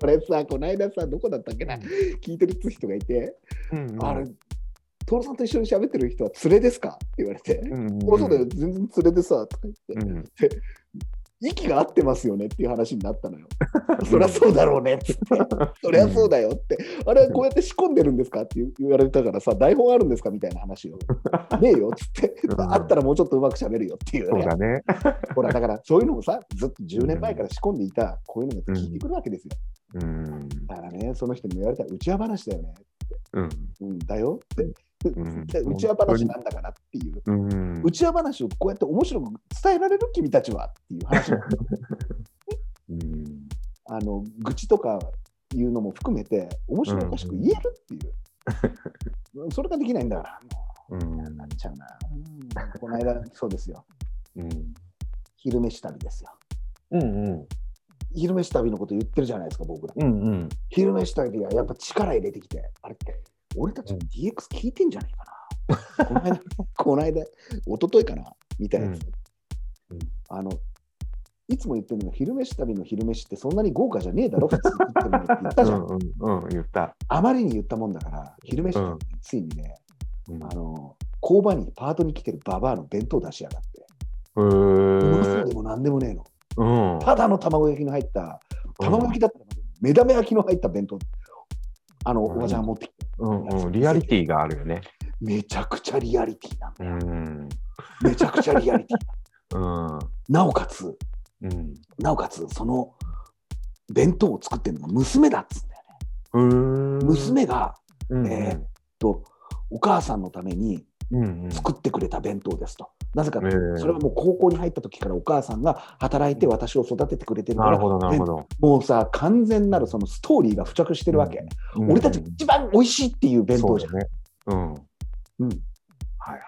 S1: これさ、この間さ、どこだったっけな、聞いてる人がいて、あれ、徹さんと一緒に喋ってる人は連れですかって言われて、俺そうだよ、全然連れでさ、とか言って、
S2: うん
S1: 息が合ってますよねっていう話になったのよ。 (laughs) そりゃそうだろ
S2: (laughs)
S1: うねっつって、そりゃそうだよって、あれ、こうやって仕込んでるんですかって言う言われたからさ、台本あるんですかみたいな話
S2: (laughs)
S1: を、ねえよっつって、
S2: うん
S1: あったらもうちょっとうまく喋るよっていう
S2: そう
S1: ね、
S2: だね
S1: ほら、だからそういうのもさ、ずっと10年前から仕込んでいた、こういうのが聞いてくるわけですよ。
S2: うん
S1: だからね、その人にも言われたら、うちわ話だよね。
S2: うん
S1: うん、だよって、
S2: ん
S1: でうちわ話なんだからっていう、
S2: うん
S1: うちわ話をこうやって面白く伝えられる君たちはっていう話も
S2: うん
S1: あの愚痴とかいうのも含めて面白おかしく言えるっていう、 (laughs) それができないんだから
S2: うん
S1: もうなっちゃうな、うんこの間そうですよ
S2: うん
S1: 昼飯旅ですよ
S2: うん
S1: 昼飯旅のこと言ってるじゃないですか僕ら
S2: うんうん
S1: 昼飯旅はやっぱ力入れてきてあれって俺たちの DX 聞いてんじゃないかな、この間 (laughs) この間一昨日かなみたいなやつ、
S2: うんうん
S1: あのいつも言ってるのが昼飯旅の昼飯ってそんなに豪華じゃねえだろ普通食ってるのって言ったじゃん、
S2: うんうん言った
S1: あまりに言ったもんだから昼飯
S2: う
S1: 旅
S2: ん
S1: ついにね、
S2: うん
S1: あの工場にパートに来てるババアの弁当出しやがって、うまそうでもなんでもねえの
S2: うん
S1: ただの卵焼きの入った卵焼きだったら目玉焼きの入った弁当あのおばちゃんが持ってきて
S2: うんうんリアリティがあるよね
S1: めちゃくちゃリアリティなんだ
S2: うん
S1: めちゃくちゃリア
S2: (laughs)
S1: リティ
S2: うん
S1: なおかつ
S2: うん
S1: なおかつその弁当を作ってるのが娘だっつうんだよね、娘が、
S2: うん
S1: えーっとお母さんのために
S2: うんうん
S1: 作ってくれた弁当ですとなぜか、
S2: えー
S1: それはもう高校に入った時からお母さんが働いて私を育ててくれてるか
S2: なる
S1: ら
S2: ほどなるほ
S1: で
S2: ど
S1: もうさ完全なるそのストーリーが付着してるわけ、俺たちが一番美味しいっていう弁当じゃん、
S2: そうだねうん
S1: うん
S2: はいはい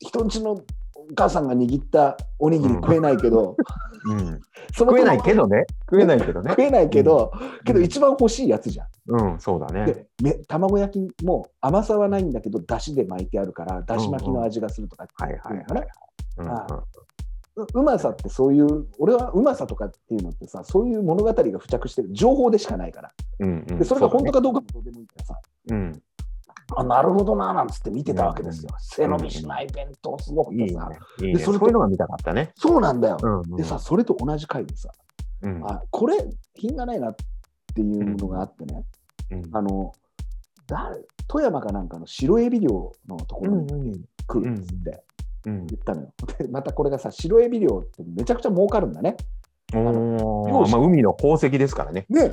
S1: 人んちのお母さんが握ったおにぎり食えないけど、
S2: うん
S1: その
S2: 食
S1: 子
S2: え
S1: 供
S2: ないけどね食えないけどね
S1: 食えないけど、けど一番欲しいやつじゃん。
S2: うんそうだね
S1: で、め卵焼きも甘さはないんだけど、だしで巻いてあるから、だし巻きの味がするとかって
S2: は
S1: い
S2: いは
S1: う
S2: い
S1: のかな、
S2: うん
S1: あううまさってそういう、俺はうまさとかっていうのってさ、そういう物語が付着してる、情報でしかないから、
S2: うんうん
S1: でそれが本当
S2: か
S1: かどうかもどうでもいいからさ、
S2: うん
S1: あなるほどなーなんつって見てたわけですよ。背伸びしない弁当、すごく
S2: いい
S1: て
S2: ね
S1: さ、
S2: いいね
S1: で
S2: そ
S1: それ
S2: う
S1: と
S2: いうのが見たかったね
S1: そうなんだよ。
S2: うんうん
S1: でさ、それと同じ回でさ、
S2: うん
S1: あこれ、品がないなっていうのがあってね。
S2: うん
S1: あの誰富山かなんかの白エビ漁のところに
S2: うん
S1: 来るっつって
S2: うん
S1: 言ったのよ。でまたこれがさ白エビ漁ってめちゃくちゃ儲かるんだね。
S2: おーまあ海の宝石ですから
S1: (laughs)
S2: ね
S1: ね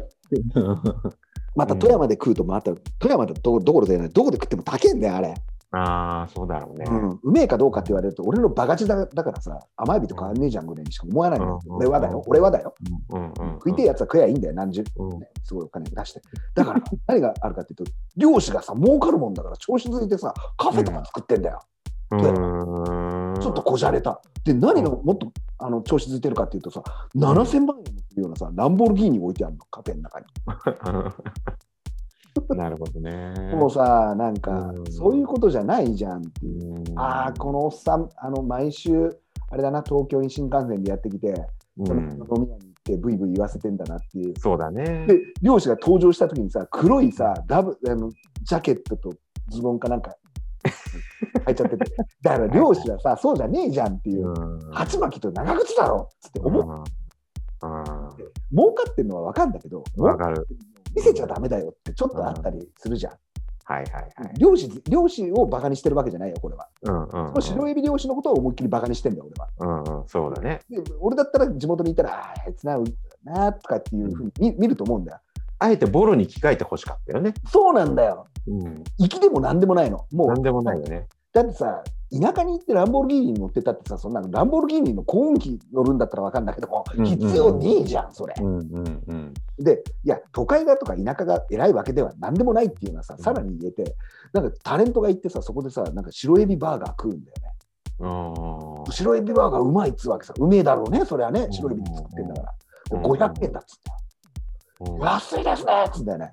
S1: また富山で食うとまた富山だとどどころでないどこで食っても高えんだよあれ、
S2: ああそうだろうね
S1: うん。うめえかどうかって言われると俺のバカチだだからさ甘エビとかあんねえじゃんぐらいにしか思わないの、
S2: うん
S1: 俺はだよ俺はだよ。
S2: うんうんうん
S1: 食いてえやつは食えばいいんだよ何十
S2: うん
S1: ねすごいお金出して。だから何があるかっていうと漁師がさ儲かるもんだから調子づいてさカフェとか作ってんだよ。
S2: うん
S1: ちょっとこじゃれた。で、何がもっとあの調子づいてるかっていうとさ、7000万円もするようなさ、ランボルギーニ置いてあるの、カフェの中に。
S2: (laughs) なるほどね。
S1: もうさ、なんか
S2: う、ん
S1: そういうことじゃないじゃんっていう。
S2: うん
S1: ああ、このおっさん、あの、毎週、あれだな、東京に新幹線でやってきて、その飲
S2: うん
S1: み屋に行って、ブイブイ言わせてんだなっていう。
S2: そうだね。
S1: で、漁師が登場した時にさ、黒いさ、ダブあのジャケットとズボンかなんか、入っちゃってて。だから漁師はさ、そうじゃねえじゃんっていう。
S2: うん
S1: 鉢巻きと長靴だろっつって思っ
S2: うん
S1: 儲かってるのは分かんだけど、
S2: わかる。
S1: 見せちゃダメだよってちょっとあったりするじゃん。
S2: はいはいはい。
S1: 漁師漁師をバカにしてるわけじゃないよ、これは。
S2: うんうん
S1: その白エビ漁師のことを思いっきりバカにしてんだよ、俺は。
S2: うんうんそうだね。
S1: で俺だったら地元にいたら、あーあいつな、うなとかっていうふうに見見ると思うんだよ。
S2: あえてボロに着替えてほしかったよね。
S1: そうなんだよ。
S2: うん。
S1: 粋でもなんでもないの。も
S2: なん
S1: う、
S2: でもないよね。
S1: だってさ、田舎に行ってランボルギーニに乗ってたってさ、そんなのランボルギーニの幸運機乗るんだったら分かんだけども、
S2: うんうんうん
S1: 必要ねえじゃん、それ。
S2: うんうんうん。
S1: で、いや、都会がとか田舎が偉いわけでは何でもないっていうのはさ、
S2: うん
S1: さらに言えて、なんかタレントが行ってさ、そこでさ、なんか白エビバーガー食うんだよね。
S2: ああ。
S1: 白エビバーガーうまいっつうわけさ、うめえだろうね、それはね、白エビで作ってんだから。
S2: うん
S1: 500円だっつって、
S2: うん
S1: 安いですねっつうんだよね。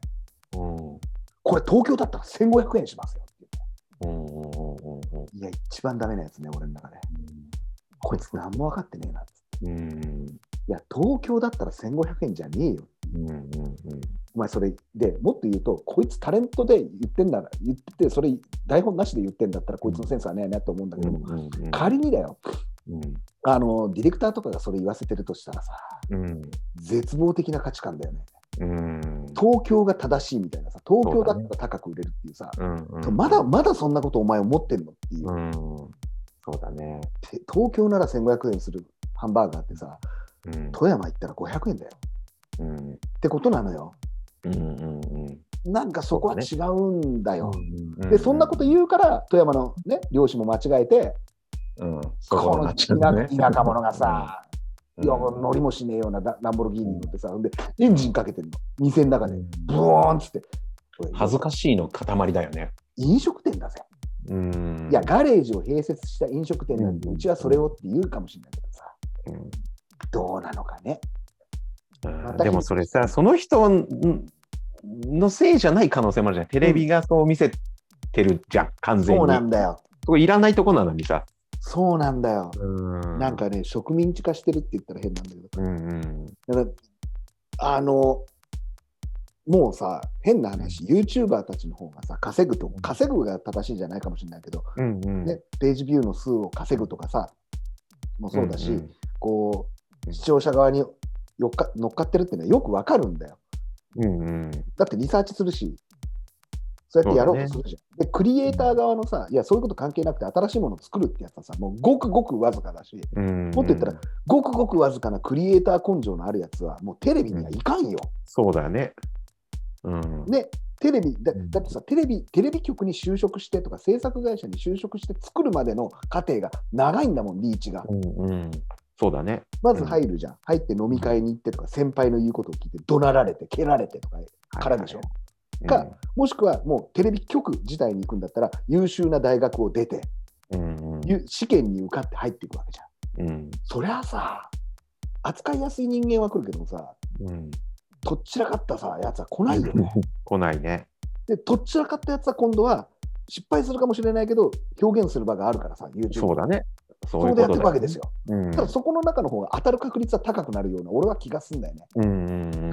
S2: うん
S1: これ東京だったら1500円しますよって
S2: うんうんうんうん
S1: いや、一番ダメなやつね、俺の中で。こいつ何も分かってねえなっつって。
S2: うんうん
S1: いや、東京だったら1500円じゃねえよ。
S2: うんうんうん
S1: お前それでもっと言うと、こいつタレントで言ってんなら、言ってて、それ台本なしで言ってんだったら、こいつのセンスはねえなと思うんだけども、
S2: うん
S1: 仮にだよ、
S2: うん
S1: あの、ディレクターとかがそれ言わせてるとしたらさ、
S2: うん
S1: 絶望的な価値観だよね。
S2: うん
S1: 東京が正しいみたいなさ、東京だったら高く売れるっていうさ、
S2: うんうん
S1: まだまだそんなことお前思ってんのっていう、
S2: うんそうだね
S1: て東京なら1500円するハンバーガーってさ、
S2: うん
S1: 富山行ったら500円だよ
S2: うん
S1: ってことなのよ。
S2: うんうんうん
S1: なんかそこは違うんだよ。
S2: うん
S1: で、そんなこと言うから、富山の、ね、漁師も間違えて、
S2: うん
S1: この
S2: (laughs)
S1: 田田舎者がさ、
S2: うん
S1: いや乗りもしねえようなラランボルギーニに乗ってさ、ほんで、エンジンかけてんの、店の中で、ブオーンっつって。
S2: 恥ずかしいの塊だよね
S1: 飲食店だぜ。
S2: うん
S1: いや、ガレージを併設した飲食店なんて、
S2: うん
S1: うちはそれをって言うかもしれないけどさ、
S2: うん
S1: どうなのかね。
S2: うんでもそれさその人んのせいじゃない可能性もあるじゃんテレビがそう見せてるじゃん完全に
S1: そうなんだよ。
S2: そこいらないとこなのにさ
S1: そうなんだよ。な
S2: な
S1: んかね、植民地化してるって言ったら変なんだけど、
S2: うんうん
S1: だから、あの、もうさ、変な話、YouTuber たちの方がさ、稼ぐと、稼ぐが正しいんじゃないかもしれないけど、
S2: うんうん
S1: ね、ページビューの数を稼ぐとかさ、もそうだし、
S2: ん
S1: こ
S2: う
S1: う、
S2: ん
S1: 視聴者側によっか乗っかってるってのはよくわかるんだよ。
S2: うんうん
S1: だってリサーチするし、そうやってやろうとするじゃん。で、クリエイター側のさ、いや、そういうこと関係なくて、新しいものを作るってやつはさ、もうごくごくわずかだし、
S2: うん
S1: もっと言ったら、ごくごくわずかなクリエイター根性のあるやつは、もうテレビにはいかんよ。
S2: そうだねうん
S1: ね、テレビだ、
S2: うん
S1: だってさ、テレビ、テレビ局に就職してとか、制作会社に就職して作るまでの過程が長いんだもん、リーチが。
S2: うんうんそうだね
S1: まず入るじゃん。入って飲み会に行ってとか、先輩の言うことを聞いて、怒鳴られて、蹴られてとか、からでしょかもしくはもうテレビ局自体に行くんだったら、優秀な大学を出て、
S2: うんうんうん
S1: ゆ試験に受かって入っていくわけじゃん。
S2: うん
S1: そりゃあさ、扱いやすい人間は来るけどもさ、
S2: うん
S1: とっちらかったさ、やつは来ないよね。
S2: 来ないね
S1: で、とっちらかったやつは今度は失敗するかもしれないけど、表現する場があるからさ、YouTube。
S2: そうだねそ
S1: そうれ
S2: いう
S1: で
S2: こ
S1: やって
S2: と
S1: いくわ
S2: だ
S1: け
S2: よ
S1: ですよ。
S2: うん
S1: ただそこの中の方が当たる確率は高くなるような、俺は気がすんだよね。
S2: うんうんうん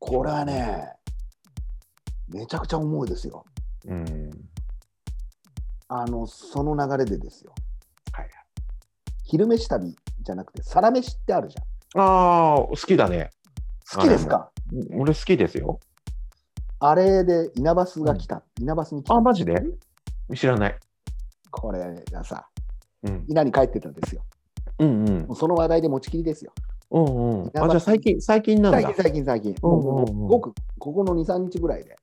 S1: これはね、めちゃくちゃ重いですよ。
S2: うん
S1: あの、その流れでですよ。
S2: はいはい
S1: 昼飯旅じゃなくて、サラ飯ってあるじゃん。
S2: ああ好きだね
S1: 好きですか
S2: 俺好きですよ
S1: あれで稲バスが来た。稲バスに来た。
S2: あマジで知らない
S1: これがさ、
S2: うん
S1: 稲に帰ってたんですよ。
S2: うんうん
S1: もうその話題で持ちきりですよ。
S2: うんうん
S1: 稲葉
S2: あじゃあ最近最近なん
S1: 最
S2: だ
S1: 近、最近、最近。
S2: うんうん
S1: もう
S2: うん
S1: ごく、ここの2、3日ぐらいで、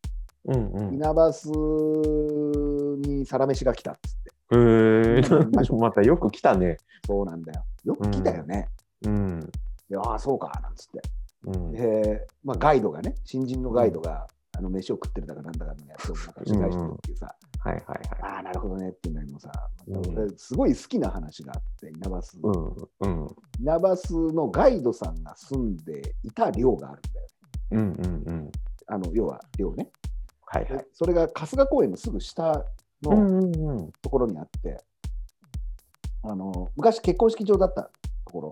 S2: うんうん、へ
S1: 稲バスにサラ飯が来たっつって。
S2: え (laughs) またよく来たね
S1: そうなんだよ。よく来たよね。
S2: うん
S1: でああ、そうか、なんつって。
S2: うん
S1: で、まあ、ガイドがね、新人のガイドが、あの飯を食ってるだかなんだかのやつをなんか取材してるっていうさ、
S2: はいはいはい。
S1: ああ、なるほどねっていうのにもさ、
S2: うん
S1: 俺すごい好きな話があって、稲バス。
S2: うんうん
S1: 稲バスのガイドさんが住んでいた寮があるんだよ。
S2: うんうんうん。
S1: あの要は寮ね。
S2: はいは
S1: で
S2: い。
S1: それが春日公園のすぐ下
S2: う
S1: の
S2: んうんうん。
S1: ところにあって、あの昔結婚式場だったとこ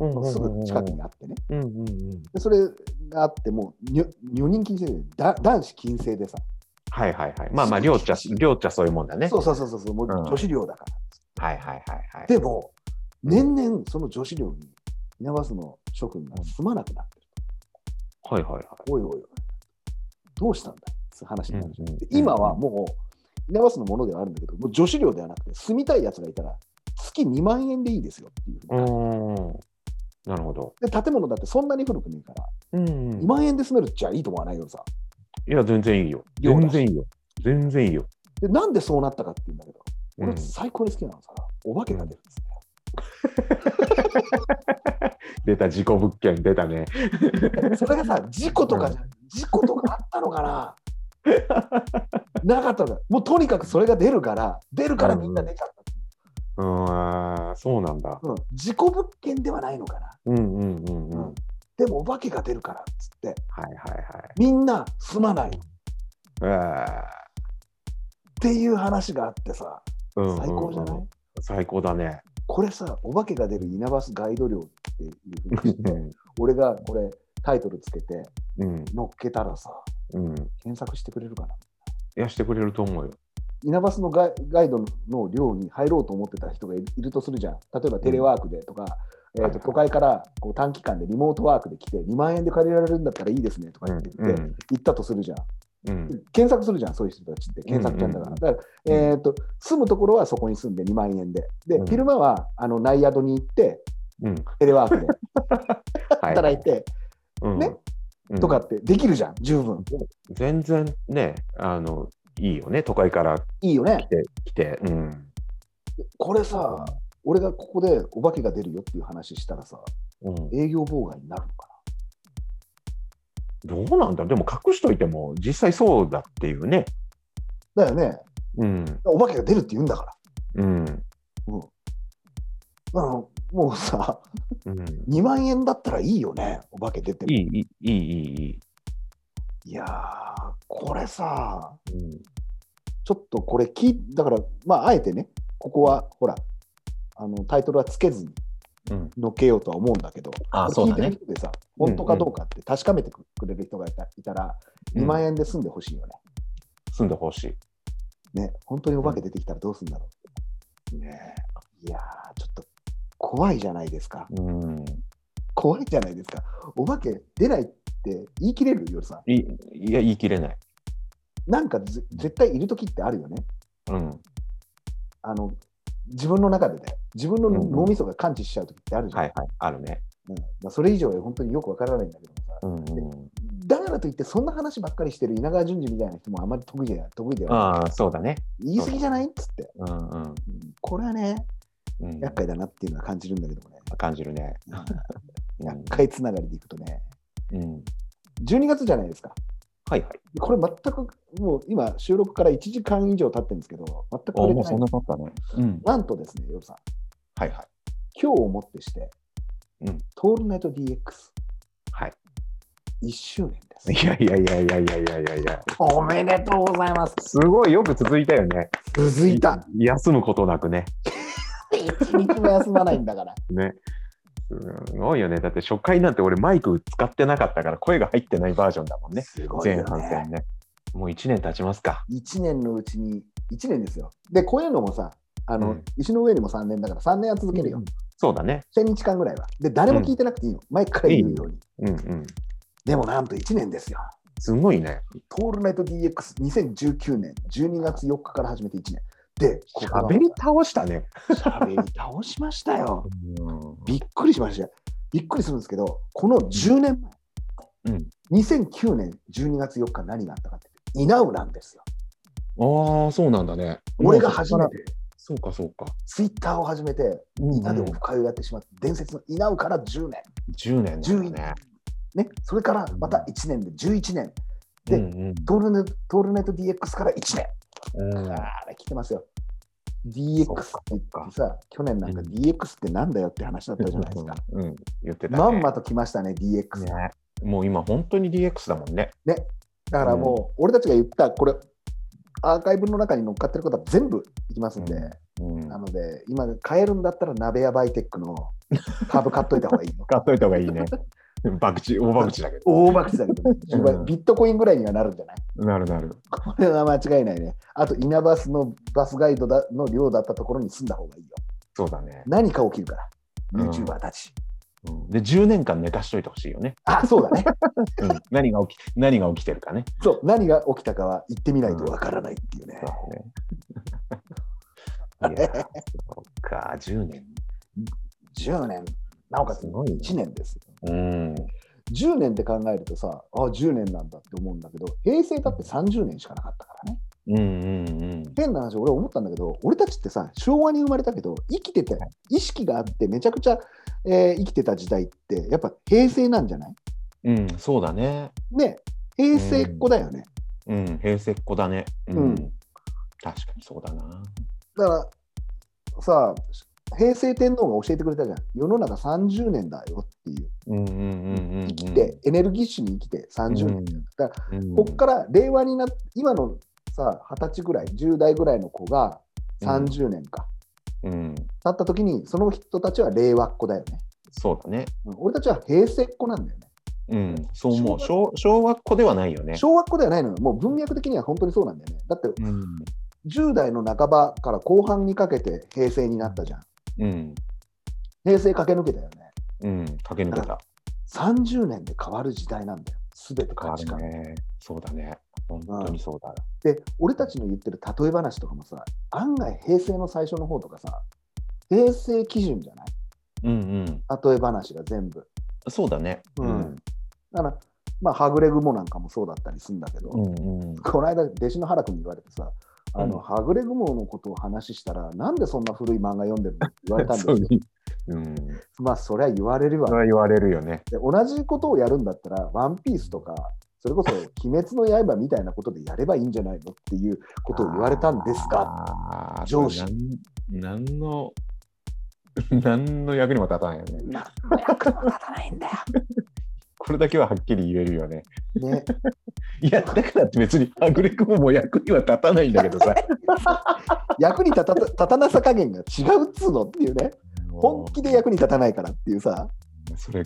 S2: うん
S1: ろのすぐ近くにあってね。
S2: うんうんうん。
S1: でそれがあって、もうにょ女人禁制で、だ男子禁制でさ、
S2: はいはいはい。まあまあ、りょうちゃ、りょうちゃそういうもんだね。
S1: そうそうそうそうそう、もう
S2: うん
S1: 女子寮だから。
S2: はいはいはいはい。
S1: でも、年々その女子寮に稲葉の諸君が住まなくなってる。
S2: はいはいはい。
S1: おいおいおい、どうしたんだいって話になるじゃん。
S2: うんうん
S1: で今はもう、稲葉のものではあるんだけど、もう女子寮ではなくて、住みたいやつがいたら、月2万円でいいですよっていうふう
S2: う
S1: に、
S2: ーん。なるほど。
S1: で、建物だってそんなに古くねえから、
S2: うんうん
S1: 2万円で住めるっちゃいいと思わないよさ。
S2: いや、全然いいよ。
S1: りょうだ
S2: 全然いいよ。全然いいよ。
S1: で、なんでそうなったかっていうんだけど、
S2: うん
S1: 俺最高に好きなのはさ、お化けが出るっつって。
S2: (laughs) 出た、事故物件出たね。
S1: それがさ、事故とかじゃ、事故とかあったのかななかったのか、もうとにかくそれが出るから、出るからみんな出ちゃっ
S2: うーん、そうなんだ
S1: た。。うん、事故物件ではないのかな。
S2: うんうんうんうん。
S1: でもお化けが出るからっつって
S2: はいはい
S1: みんなすまないっ
S2: はい。
S1: ていう話があってさ
S2: えー
S1: 最高じゃない、
S2: うんうんうん最高だね。
S1: これさお化けが出る稲バスガイド料っていうふうにし
S2: う
S1: て
S2: ん
S1: 俺がこれタイトルつけて
S2: うん
S1: 乗っけたらさ
S2: うん。
S1: 検索してくれるかない
S2: やしてくれると思うよ。
S1: 稲バスのガイガイドの寮に入ろうと思ってた人がいいるとするじゃん例えばテレワークでとか、
S2: うん
S1: えーと都会からこう短期間でリモートワークで来て2万円で借りられるんだったらいいですねとか
S2: う
S1: 言
S2: ん
S1: って言
S2: う
S1: って
S2: ん
S1: 行ったとするじゃん、
S2: うん
S1: 検索するじゃん、そういう人たちって、検索ちゃんだから。だから、えーと、住むところはそこに住んで2万円で、で、
S2: うん
S1: 昼間はあの内宿に行って、
S2: うん。
S1: テレワークで働いて、
S2: うん
S1: ね
S2: うん
S1: とかってできるじゃん、十分。
S2: 全然ねあのいいよね都会から
S1: いいよね
S2: 来。て来て。うん
S1: これさ、俺がここでお化けが出るよっていう話したらさ、
S2: うん
S1: 営業妨害になるのか
S2: どうなんだでも隠しといても実際そうだっていうね。
S1: な。だよね、
S2: うん
S1: お化けが出るって言うんだから。
S2: うん
S1: うん。あのもうさ、 (laughs)
S2: うん。
S1: 2万円だったらいいよね、お化け出ても。
S2: い
S1: い
S2: いいいいいいいい。
S1: やー、これさ、
S2: うん
S1: ちょっとこれ聞い、だから、まあ、あえてね、ここは、ほら、あのタイトルはつけずに
S2: うん
S1: のっけようとは思うんだけど、
S2: あー
S1: これ
S2: そうだね
S1: 聞いてる人でさ、本当かどうかって確かめてくれる人がいたいたら、2万円で済んでほしいよね。
S2: 住んでほしい。
S1: ね、本当にお化け出てきたらどうするんだろう。ねいやー、ちょっと怖いじゃないですか。
S2: うん
S1: 怖いじゃないですか。お化け出ないって言い切れるよりさ、
S2: いいや言い切れない。
S1: なんかぜ絶対いる時ってあるよね。
S2: うん
S1: あの自分の中でね、自分の
S2: うんうん
S1: 脳みそが感知しちゃう時ってあるじゃん
S2: はいはいあるね。
S1: うんまあ、それ以上は本当によくわからないんだけどもさ、
S2: うんうん
S1: だからといって、そんな話ばっかりしてる稲川淳二みたいな人もあまり得意じゃない、得意ではない
S2: ああそうだね。
S1: 言い過ぎじゃないっつって、
S2: うんうん
S1: うんこれはね、
S2: うん。
S1: 厄介だなっていうのは感じるんだけどもね、
S2: 感じる (laughs) ね。うん
S1: 厄介つながりでいくとね、
S2: うん
S1: 12月じゃないですか、
S2: はいはい。
S1: これ全くもう今、収録から1時間以上経ってるんですけど、全く
S2: あ
S1: 触れ
S2: も
S1: てない
S2: うそんな経ったね。うん
S1: なんとですね、ヨルさん、
S2: はいはい。
S1: 今日をもってして、
S2: うん
S1: トールナイト DX1
S2: はい。
S1: 周年で
S2: (laughs)
S1: す。
S2: いやいやいやいやいやいやいやいや。
S1: おめでとうございます。
S2: すごいよく続いたよね。
S1: 続いた。
S2: い休むことなくね。
S1: 一日も休まないんだから。
S2: ね。すごいよね。だって初回なんて俺マイク使ってなかったから声が入ってないバージョンだもん (laughs) ね。
S1: すごいよ
S2: 前
S1: ね
S2: 半戦ね。もう1年経ちますか。
S1: 1年のうちに、1年ですよ。で、こういうのもさ、あの、
S2: うん
S1: 石の上にも3年だから3年は続けるよ。
S2: そうだね。
S1: 1000日間ぐらいは。で、誰も聞いてなくていいの。毎回言うように。
S2: うんうん。
S1: でもなんと1年ですよ。
S2: すごいね。
S1: トールナイト DX2019 年12月4日から始めて1年。で、ここ
S2: 喋り倒したね。
S1: 喋り倒しましたよ。
S2: うん
S1: びっくりしました。びっくりするんですけど、この10年前、
S2: うん
S1: 2009年12月4日何があったかって、イナウなんですよ。
S2: ああ、そうなんだね。
S1: 俺が初め
S2: て。
S1: て
S2: そうかそうか。
S1: ツイッターを始めて、稲でオフ会をやってしまって、伝説の稲うから10年、
S2: 10年だよね。
S1: ね、それからまた1年で11年、で
S2: うん
S1: トールネトールネット DX から1年、
S2: うんうん
S1: あれ、来てますよ。DX
S2: そっ
S1: って
S2: か
S1: 言ってさ、去年なんか
S2: うん
S1: DX ってなんだよって話だったじゃないですか。
S2: うん、言ってた、ね。
S1: まんまと来ましたね、DX。
S2: ね。もう今、本当に DX だもんね。
S1: だからもう、俺たちが言った、これ、アーカイブの中に乗っかってることは全部いきますんで、
S2: うん
S1: なので、今、買えるんだったら、鍋屋バイテック (laughs) の株買っといた方がいいよ。
S2: 買っといた方がいいね。爆打、大爆打だけ
S1: 大爆死だけど、ね、10倍
S2: うん
S1: ビットコインぐらいにはなるんじゃない
S2: ど。なるなる。
S1: これは間違いないね。あと、稲バスのバスガイドだの量だったところに住んだ方がいいよ。
S2: そうだね。
S1: 何か起きるから、
S2: うん
S1: YouTuber たち。
S2: うんで、10年間寝かしといてほしいよね。
S1: あ、そう (laughs) だね。
S2: うん、何が起き、何が起きてるかね。
S1: そう、何が起きたかは言ってみないとわからないっていうね。
S2: そうだね。いや、そっか、10年。
S1: 10年、なおかつ
S2: すごいね
S1: 1年です。
S2: うん。
S1: 10年って考えるとさ、あ、10年なんだって思うんだけど、平成だって30年しかなかったからね。
S2: うんうんうん。
S1: 変な話、俺思ったんだけど、俺たちってさ、昭和に生まれたけど、生きてて、意識があって、めちゃくちゃ、えー生きてた時代って、やっぱ平成なんじゃない
S2: うん、そうだね。
S1: ね、平成っ子だよね。
S2: うん、平成っ子だね。う
S1: うん
S2: ん。確かにそうだな。
S1: だから、さ、平成天皇が教えてくれたじゃん世の中30年だよっていう
S2: うんうんうんうんうん
S1: 生きてエネルギッシュに生きて30年、だか
S2: うん
S1: こっから令和になって今のさ二十歳ぐらい10代ぐらいの子が30年か、
S2: うん
S1: 経った時にその人たちは令和っ子だよね、
S2: そうだね。
S1: うん俺たちは平成っ子なんだよね
S2: うん、そう思う。昭昭和っ子ではないよね。
S1: 小学校ではないのよもう文脈的には本当にそうなんだよねだって
S2: うん。
S1: 10代の半ばから後半にかけて平成になったじゃん
S2: うん。
S1: 平成駆け抜けたよね
S2: うん。駆け抜けた。
S1: 30年で変わる時代なんだよ全て価値観、
S2: ね。そうだね。本当にそうだ。
S1: で俺たちの言ってる例え話とかもさ案外平成の最初の方とかさ平成基準じゃない
S2: うんうん。
S1: 例え話が全部、
S2: そうだね。
S1: だからまあはぐれ雲なんかもそうだったりするんだけど、
S2: うんうん。
S1: この間弟子の原君に言われてさあの、
S2: うん
S1: はぐれ雲のことを話したらなんでそんな古い漫画読んでるのって言われたんです
S2: (laughs) そう
S1: よ
S2: に。うん。
S1: まあそりゃ言われるわ
S2: それは言われるよね。
S1: で同じことをやるんだったら「ワンピースとかそれこそ「鬼滅の刃」みたいなことでやればいいんじゃないのっていうことを言われたんですか
S2: あー
S1: 上司。
S2: それなんなんの、何の役にも立たないよね。
S1: な役にも立たないんだよ。
S2: これだけははっきり言えるよね。
S1: ね、
S2: いや、だからって別に、アグレコも役には立たないんだけどさ。
S1: 役に立た立たなさ加減が違うっつうのっていうね本気で役に立たないからっていうさ
S2: それ、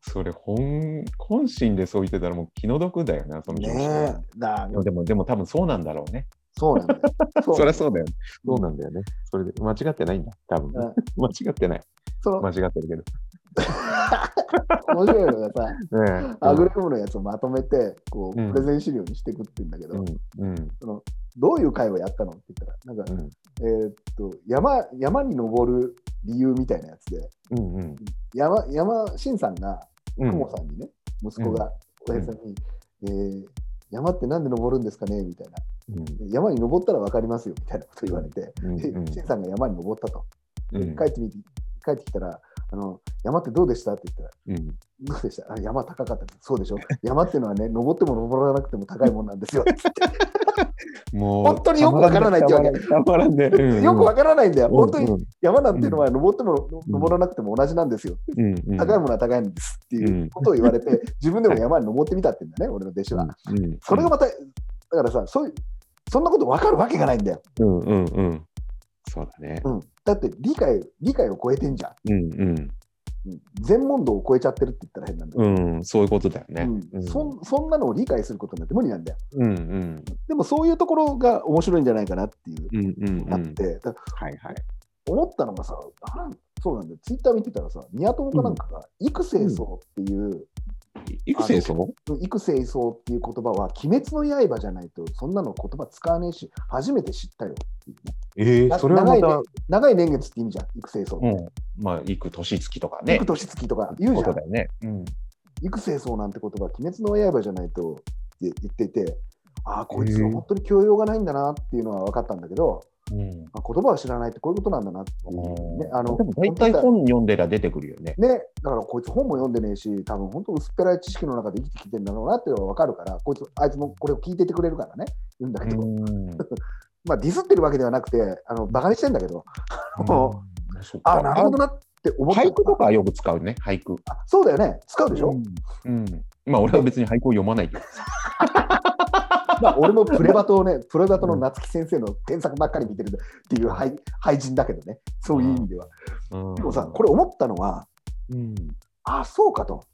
S2: それ本、本心でそう言ってたらもう気の毒だよな、その上司
S1: ね
S2: は
S1: えだ
S2: でも、でも、でも多分そうなんだろうね。
S1: そうなん
S2: (laughs)
S1: だよ。そ
S2: そりゃそうだよ。そうなんだよね。それで、間違ってないんだ、多分。
S1: うん
S2: (laughs) 間違ってない。
S1: その
S2: 間違ってるけど。
S1: 面白いのがさ、
S2: ねえ
S1: アグレコムのやつをまとめてこう、
S2: うん
S1: プレゼン資料にしていくって言うんだけど、
S2: うん。うん。
S1: どういう会話やったのって言ったら、なんか、
S2: うん
S1: えーっと山、山に登る理由みたいなやつで、
S2: うんうん。
S1: 山、山、新さんが、
S2: うん
S1: くもさんにね、息子が、親さんに、えー山ってなんで登るんですかねみたいな。
S2: う
S1: 山に登ったら分かりますよ、みたいなこと言われて、
S2: ん
S1: で
S2: うん
S1: 新さんが山に登ったと。
S2: う
S1: で
S2: ん
S1: 帰ってみて、帰ってきたら、あの山ってどうでしたって言ったら、
S2: うん
S1: どうでしたあ山高かったですそうでしょ (laughs) 山っていうのはね、登っても登らなくても高いもんなん (laughs) ですよ。
S2: もう
S1: 本当によくわからないってわけ
S2: たまらんね。
S1: よくわからないんだよ。本当に
S2: に。
S1: 山なんていうのは登っても
S2: ん
S1: 登らなくても同じなんですよ。
S2: うんうん
S1: 高いものは高いんですっていうことを言われて、自分でも山に登ってみたって言うんだね、俺の弟子は。
S2: うん
S1: それがまた、だからさ、そういう、そんなこと分かるわけがないんだよ。
S2: うんうんうん。そうだね。
S1: うん、だって理解、理解を超えてんじゃん。
S2: うん
S1: うん全問答を超えちゃってるって言ったら変なんだけど。
S2: うん。うん、そういうことだよね。
S1: うんそんそんなのを理解することなんて無理なんだよ。
S2: うんうん
S1: でもそういうところが面白いんじゃないかなっていう、
S2: うんうんうん。
S1: あって、だ
S2: はいはい。
S1: 思ったのがさ、あそうなんだよ、ツイッター見てたらさ、宮友かなんかが、育成層っていう、
S2: 育成層
S1: 育成層っていう言葉は、鬼滅の刃じゃないと、そんなの言葉使わねえし、初めて知ったよっていうね
S2: ええ
S1: な
S2: それはまた、
S1: 長い年月って意味じゃん、育成層って。
S2: うん。まあ、行く年月とかね。
S1: 幾年月とか言うじゃ
S2: こ
S1: ん
S2: とだ。よね。うん。
S1: 育成層なんて言葉、鬼滅の刃じゃないとって言っていて、ああ、こいつは本当に教養がないんだなっていうのは分かったんだけど、
S2: うん。
S1: あ言葉を知らないってこういうことなんだなっていうね。あの
S2: でも大体本読んでら出てくるよね。
S1: ね、だからこいつ本も読んでねえし、多分本当薄っぺらい知識の中で生きてきてんだろうなっていうのが分かるから、こいつ、あいつもこれを聞いててくれるからね、言うんだけど、
S2: ん。
S1: まあディスってるわけではなくて、あのバカにしてんだけど、も
S2: そっか
S1: あなるほどなって思った
S2: 俳句とかはよく使うね、俳句。
S1: あそうだよね、使うでしょ、
S2: うん。まあ、俺は別に俳句を読まないけど。
S1: まあ俺もプレバトをね、プレバトの夏木先生の添削ばっかり見てるっていう俳俳人だけどね、そういう意味では。で
S2: で
S1: もさ、これ思ったのは、
S2: れ、うん、
S1: あそうかと。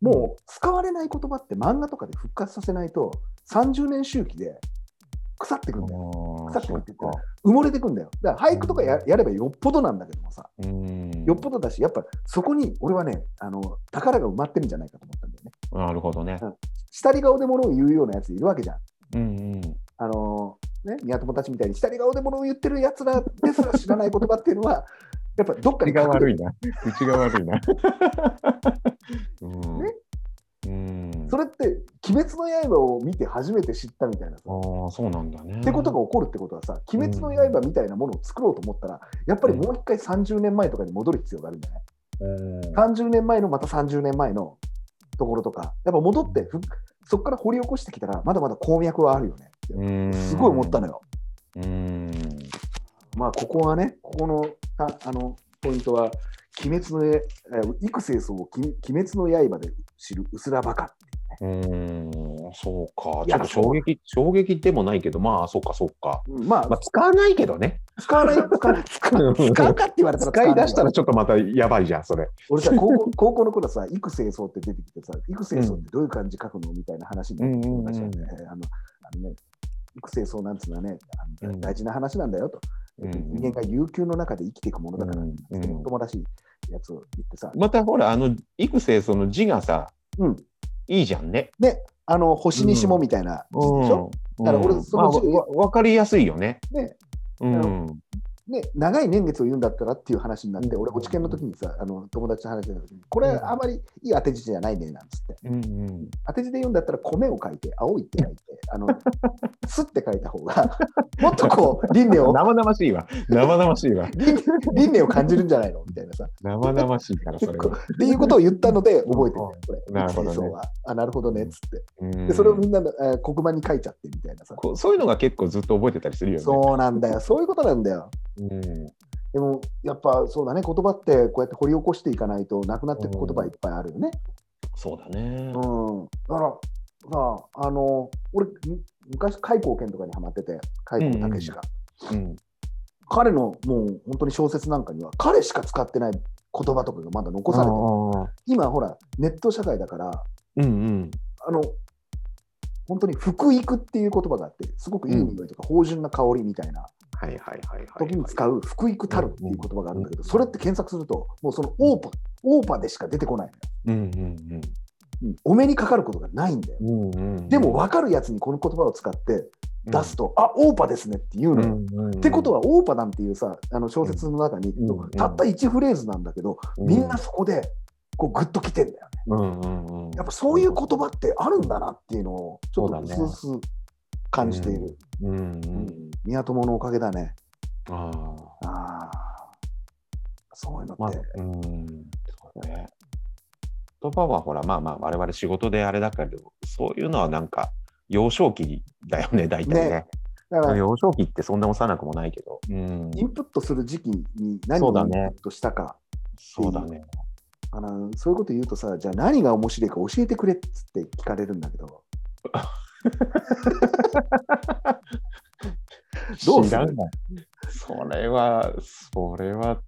S1: もう使われない言葉って漫画とかで復活させないと30年周期で腐ってくんだよ。腐
S2: 腐
S1: ってくっていうか埋もれてくんだよ。だから俳句とかややればよっぽどなんだけどもさ、
S2: うん、
S1: よっぽどだし、やっぱそこに俺はね、あの宝が埋まってるんじゃないかと思ったんだよね。
S2: なるほどね。
S1: 下り顔で物を言うようなやついるわけじゃん。
S2: うん
S1: あのね、宮友たちみたいに下り顔で物を言ってるやつらですら知らない言葉っていうのは、やっぱどっか
S2: 口
S1: に
S2: が悪
S1: い。
S2: いな。口が悪い (laughs) な。うん。
S1: ね
S2: うん。
S1: それって、鬼滅の刃を見て初めて知ったみたいなさ。
S2: ああ、そうなんだね。
S1: ってことが起こるってことはさ、鬼滅の刃みたいなものを作ろうと思ったら、やっぱりもう一回30年前とかに戻る必要があるんじゃない
S2: うん、
S1: ?30 年前のまた30年前のところとか、やっぱ戻ってふ、そこから掘り起こしてきたら、まだまだ鉱脈はあるよねって
S2: うん
S1: すごい思ったのよ。
S2: うん。
S1: まあ、ここはね、ここの、たあの、ポイントは、鬼滅の刃、えー幾星相を鬼鬼滅の刃で知る薄らばか。
S2: うーん、そうか。
S1: い
S2: ちょ
S1: や
S2: っと衝撃、衝撃でもないけど、まあ、そうか、そうか。
S1: うんまあ、
S2: まあ、使わないけどね。
S1: 使わない、使
S2: (laughs)
S1: わない、使う使うかって言われたら
S2: 使い出した
S1: ら。
S2: らちょっとまたやばいじゃん、それ。
S1: 俺さ、高校高校の頃さ、幾星相って出てきてさ、幾星相ってどういう漢字書くのみたいな話になって
S2: うん
S1: ましたよね
S2: うん。
S1: あのあのね幾星相なんつうのはね、あの
S2: うん
S1: 大事な話なんだよと。
S2: うん
S1: 人間が悠久の中で生きていくものだから、
S2: うん
S1: もっともらしいやつを言ってさ、
S2: またほら、あの、育成その字がさ、
S1: うん
S2: いいじゃんね。
S1: ね、あの星にしもみたいな字でしょ、
S2: うん
S1: だから俺
S2: うん
S1: その字
S2: まあわわかりやすいよね。
S1: ね
S2: うん。
S1: ね、長い年月を言うんだったらっていう話になって、
S2: うん
S1: 俺、落ち研の時にさ、あの友達と話してた時に、これ、
S2: うん
S1: あまりいい当て字じゃないねなんつって、
S2: うんうん
S1: 当て字で言うんだったら、米を書いて、青いって
S2: (laughs)
S1: 書いて、あのすって書いた方が、もっとこう、輪廻
S2: (laughs)
S1: を
S2: 生々しいわ。生々しいわ。
S1: 輪廻輪廻を感じるんじゃないのみたいなさ。
S2: 生々しいから、それは。
S1: っていうことを言ったので、覚えてる、これ、
S2: なるほどね
S1: 一世相はあ、なるほどねっつって、
S2: うん
S1: でそれをみんな、えー黒板に書いちゃってみたいなさ。
S2: こうそういうのが結構ずっと覚えてたりするよね。
S1: そうなんだよ、そういうことなんだよ。
S2: うん
S1: でもやっぱそうだね、言葉ってこうやって掘り起こしていかないとなくなっていく言葉いっぱいあるよね。
S2: そうだね
S1: う。ん、だからさあ、あの俺、む昔、海光健とかにハマってて、海光武が、
S2: うん
S1: 彼のもう本当に小説なんかには、彼しか使ってない言葉とかがまだ残されてる。今、ほら、ネット社会だから、
S2: うん
S1: あの本当に福育っていう言葉があって、すごくいい匂いとか、芳醇な香りみたいな
S2: はいはいはいはい。
S1: 時に使う福育たるっていう言葉があるんだけ
S2: う
S1: ど、
S2: ん
S1: それって検索すると、もうそのオーパ、オーパでしか出てこないのよ。
S2: うんうん
S1: うんお目にかかることがないんだよ。
S2: うん。うんうん
S1: でも、分かるやつにこの言葉を使って出すと、あオーパですねって言う
S2: う
S1: の
S2: ん
S1: よ。
S2: うんうん。
S1: ってことは、オーパなんていうさ、あの小説の中に、
S2: うんうん
S1: たった1フレーズなんだけど、
S2: うん、
S1: みんなそこでこうグッときてんだよね。
S2: うんうんうん、
S1: やっぱそういう言葉ってあるんだなっていうのを、ちょっと
S2: そうだね
S1: 薄々感じている。
S2: うんう
S1: う
S2: ん
S1: ん宮友のおかげだね。
S2: あ
S1: ああ。そういうの
S2: ーまあ
S1: って。
S2: うんそうね言葉はほらまあまあ我々仕事であれだけどそういうのはなんか幼少期だよね大体ね
S1: ねだから、
S2: 幼少期ってそんな幼くもないけど、うん、
S1: インプットする時期に何を
S2: そう
S1: イ
S2: だ
S1: ンプ
S2: ね
S1: ットしたか。
S2: そうだね
S1: あのそういうこと言うとさ、じゃあ何が面白いか教えてくれっつって聞かれるんだけど、どうする
S2: 知らんわそれはそれは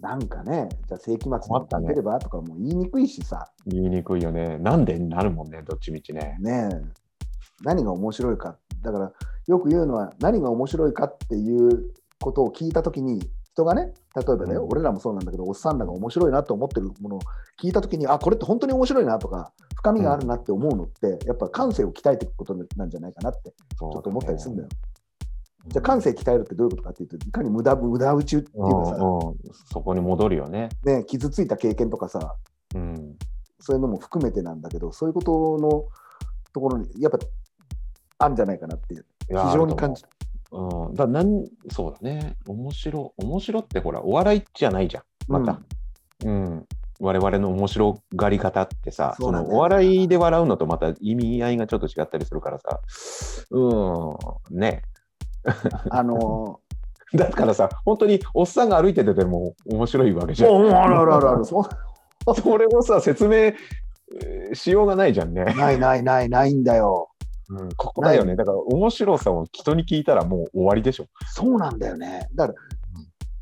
S1: なんかね、じゃあ世紀末に
S2: 困ったね
S1: 聞ければとかも言いにくいしさ、
S2: 言いにくいよねなんでになるもんねどっちみちね
S1: ねえ何が面白いか。だからよく言うのは何が面白いかっていうことを聞いたときに、人がね、例えばね、
S2: うん
S1: 俺らもそうなんだけど、おっさんらが面白いなと思ってるものを聞いたときに、あ、これって本当に面白いなとか、深みがあるなって思うのって、やっぱ感性を鍛えていくことなんじゃないかなって、ち
S2: ちょ
S1: ょっと思ったりするんだよ。
S2: うん
S1: じゃあ感性鍛えるってどういうことかっていうといかに無駄無駄打ちっていう
S2: うん
S1: かさ、
S2: うんそこに戻るよね
S1: ね、傷ついた経験とかさ
S2: うん
S1: そういうのも含めてなんだけどそういうことのところにやっぱあるんじゃないかなっていう
S2: い
S1: 非
S2: や
S1: 常に感じ
S2: うん、だなんそうだね、面白、面白ってほら、お笑いじゃないじゃん、また。うん、我々の面白がり方ってさ、
S1: そう
S2: そ
S1: なん
S2: の
S1: だよ
S2: お笑いで笑うのとまた意味合いがちょっと違ったりするからさ、うん、ね。 (laughs)
S1: あの
S2: だからさ、本当におっさんが歩いててでも面白いわけじ
S1: ー、 (laughs)
S2: ゃ
S1: も
S2: ん。
S1: うもうあるあるあるあるそ
S2: (laughs) それをさ、説明えーしようがないじゃんね
S1: う。ないないないないんだよ
S2: うん、ここだよね。だから面白さを人に聞いたらもう終わりでしょ。
S1: そうなんだよねだか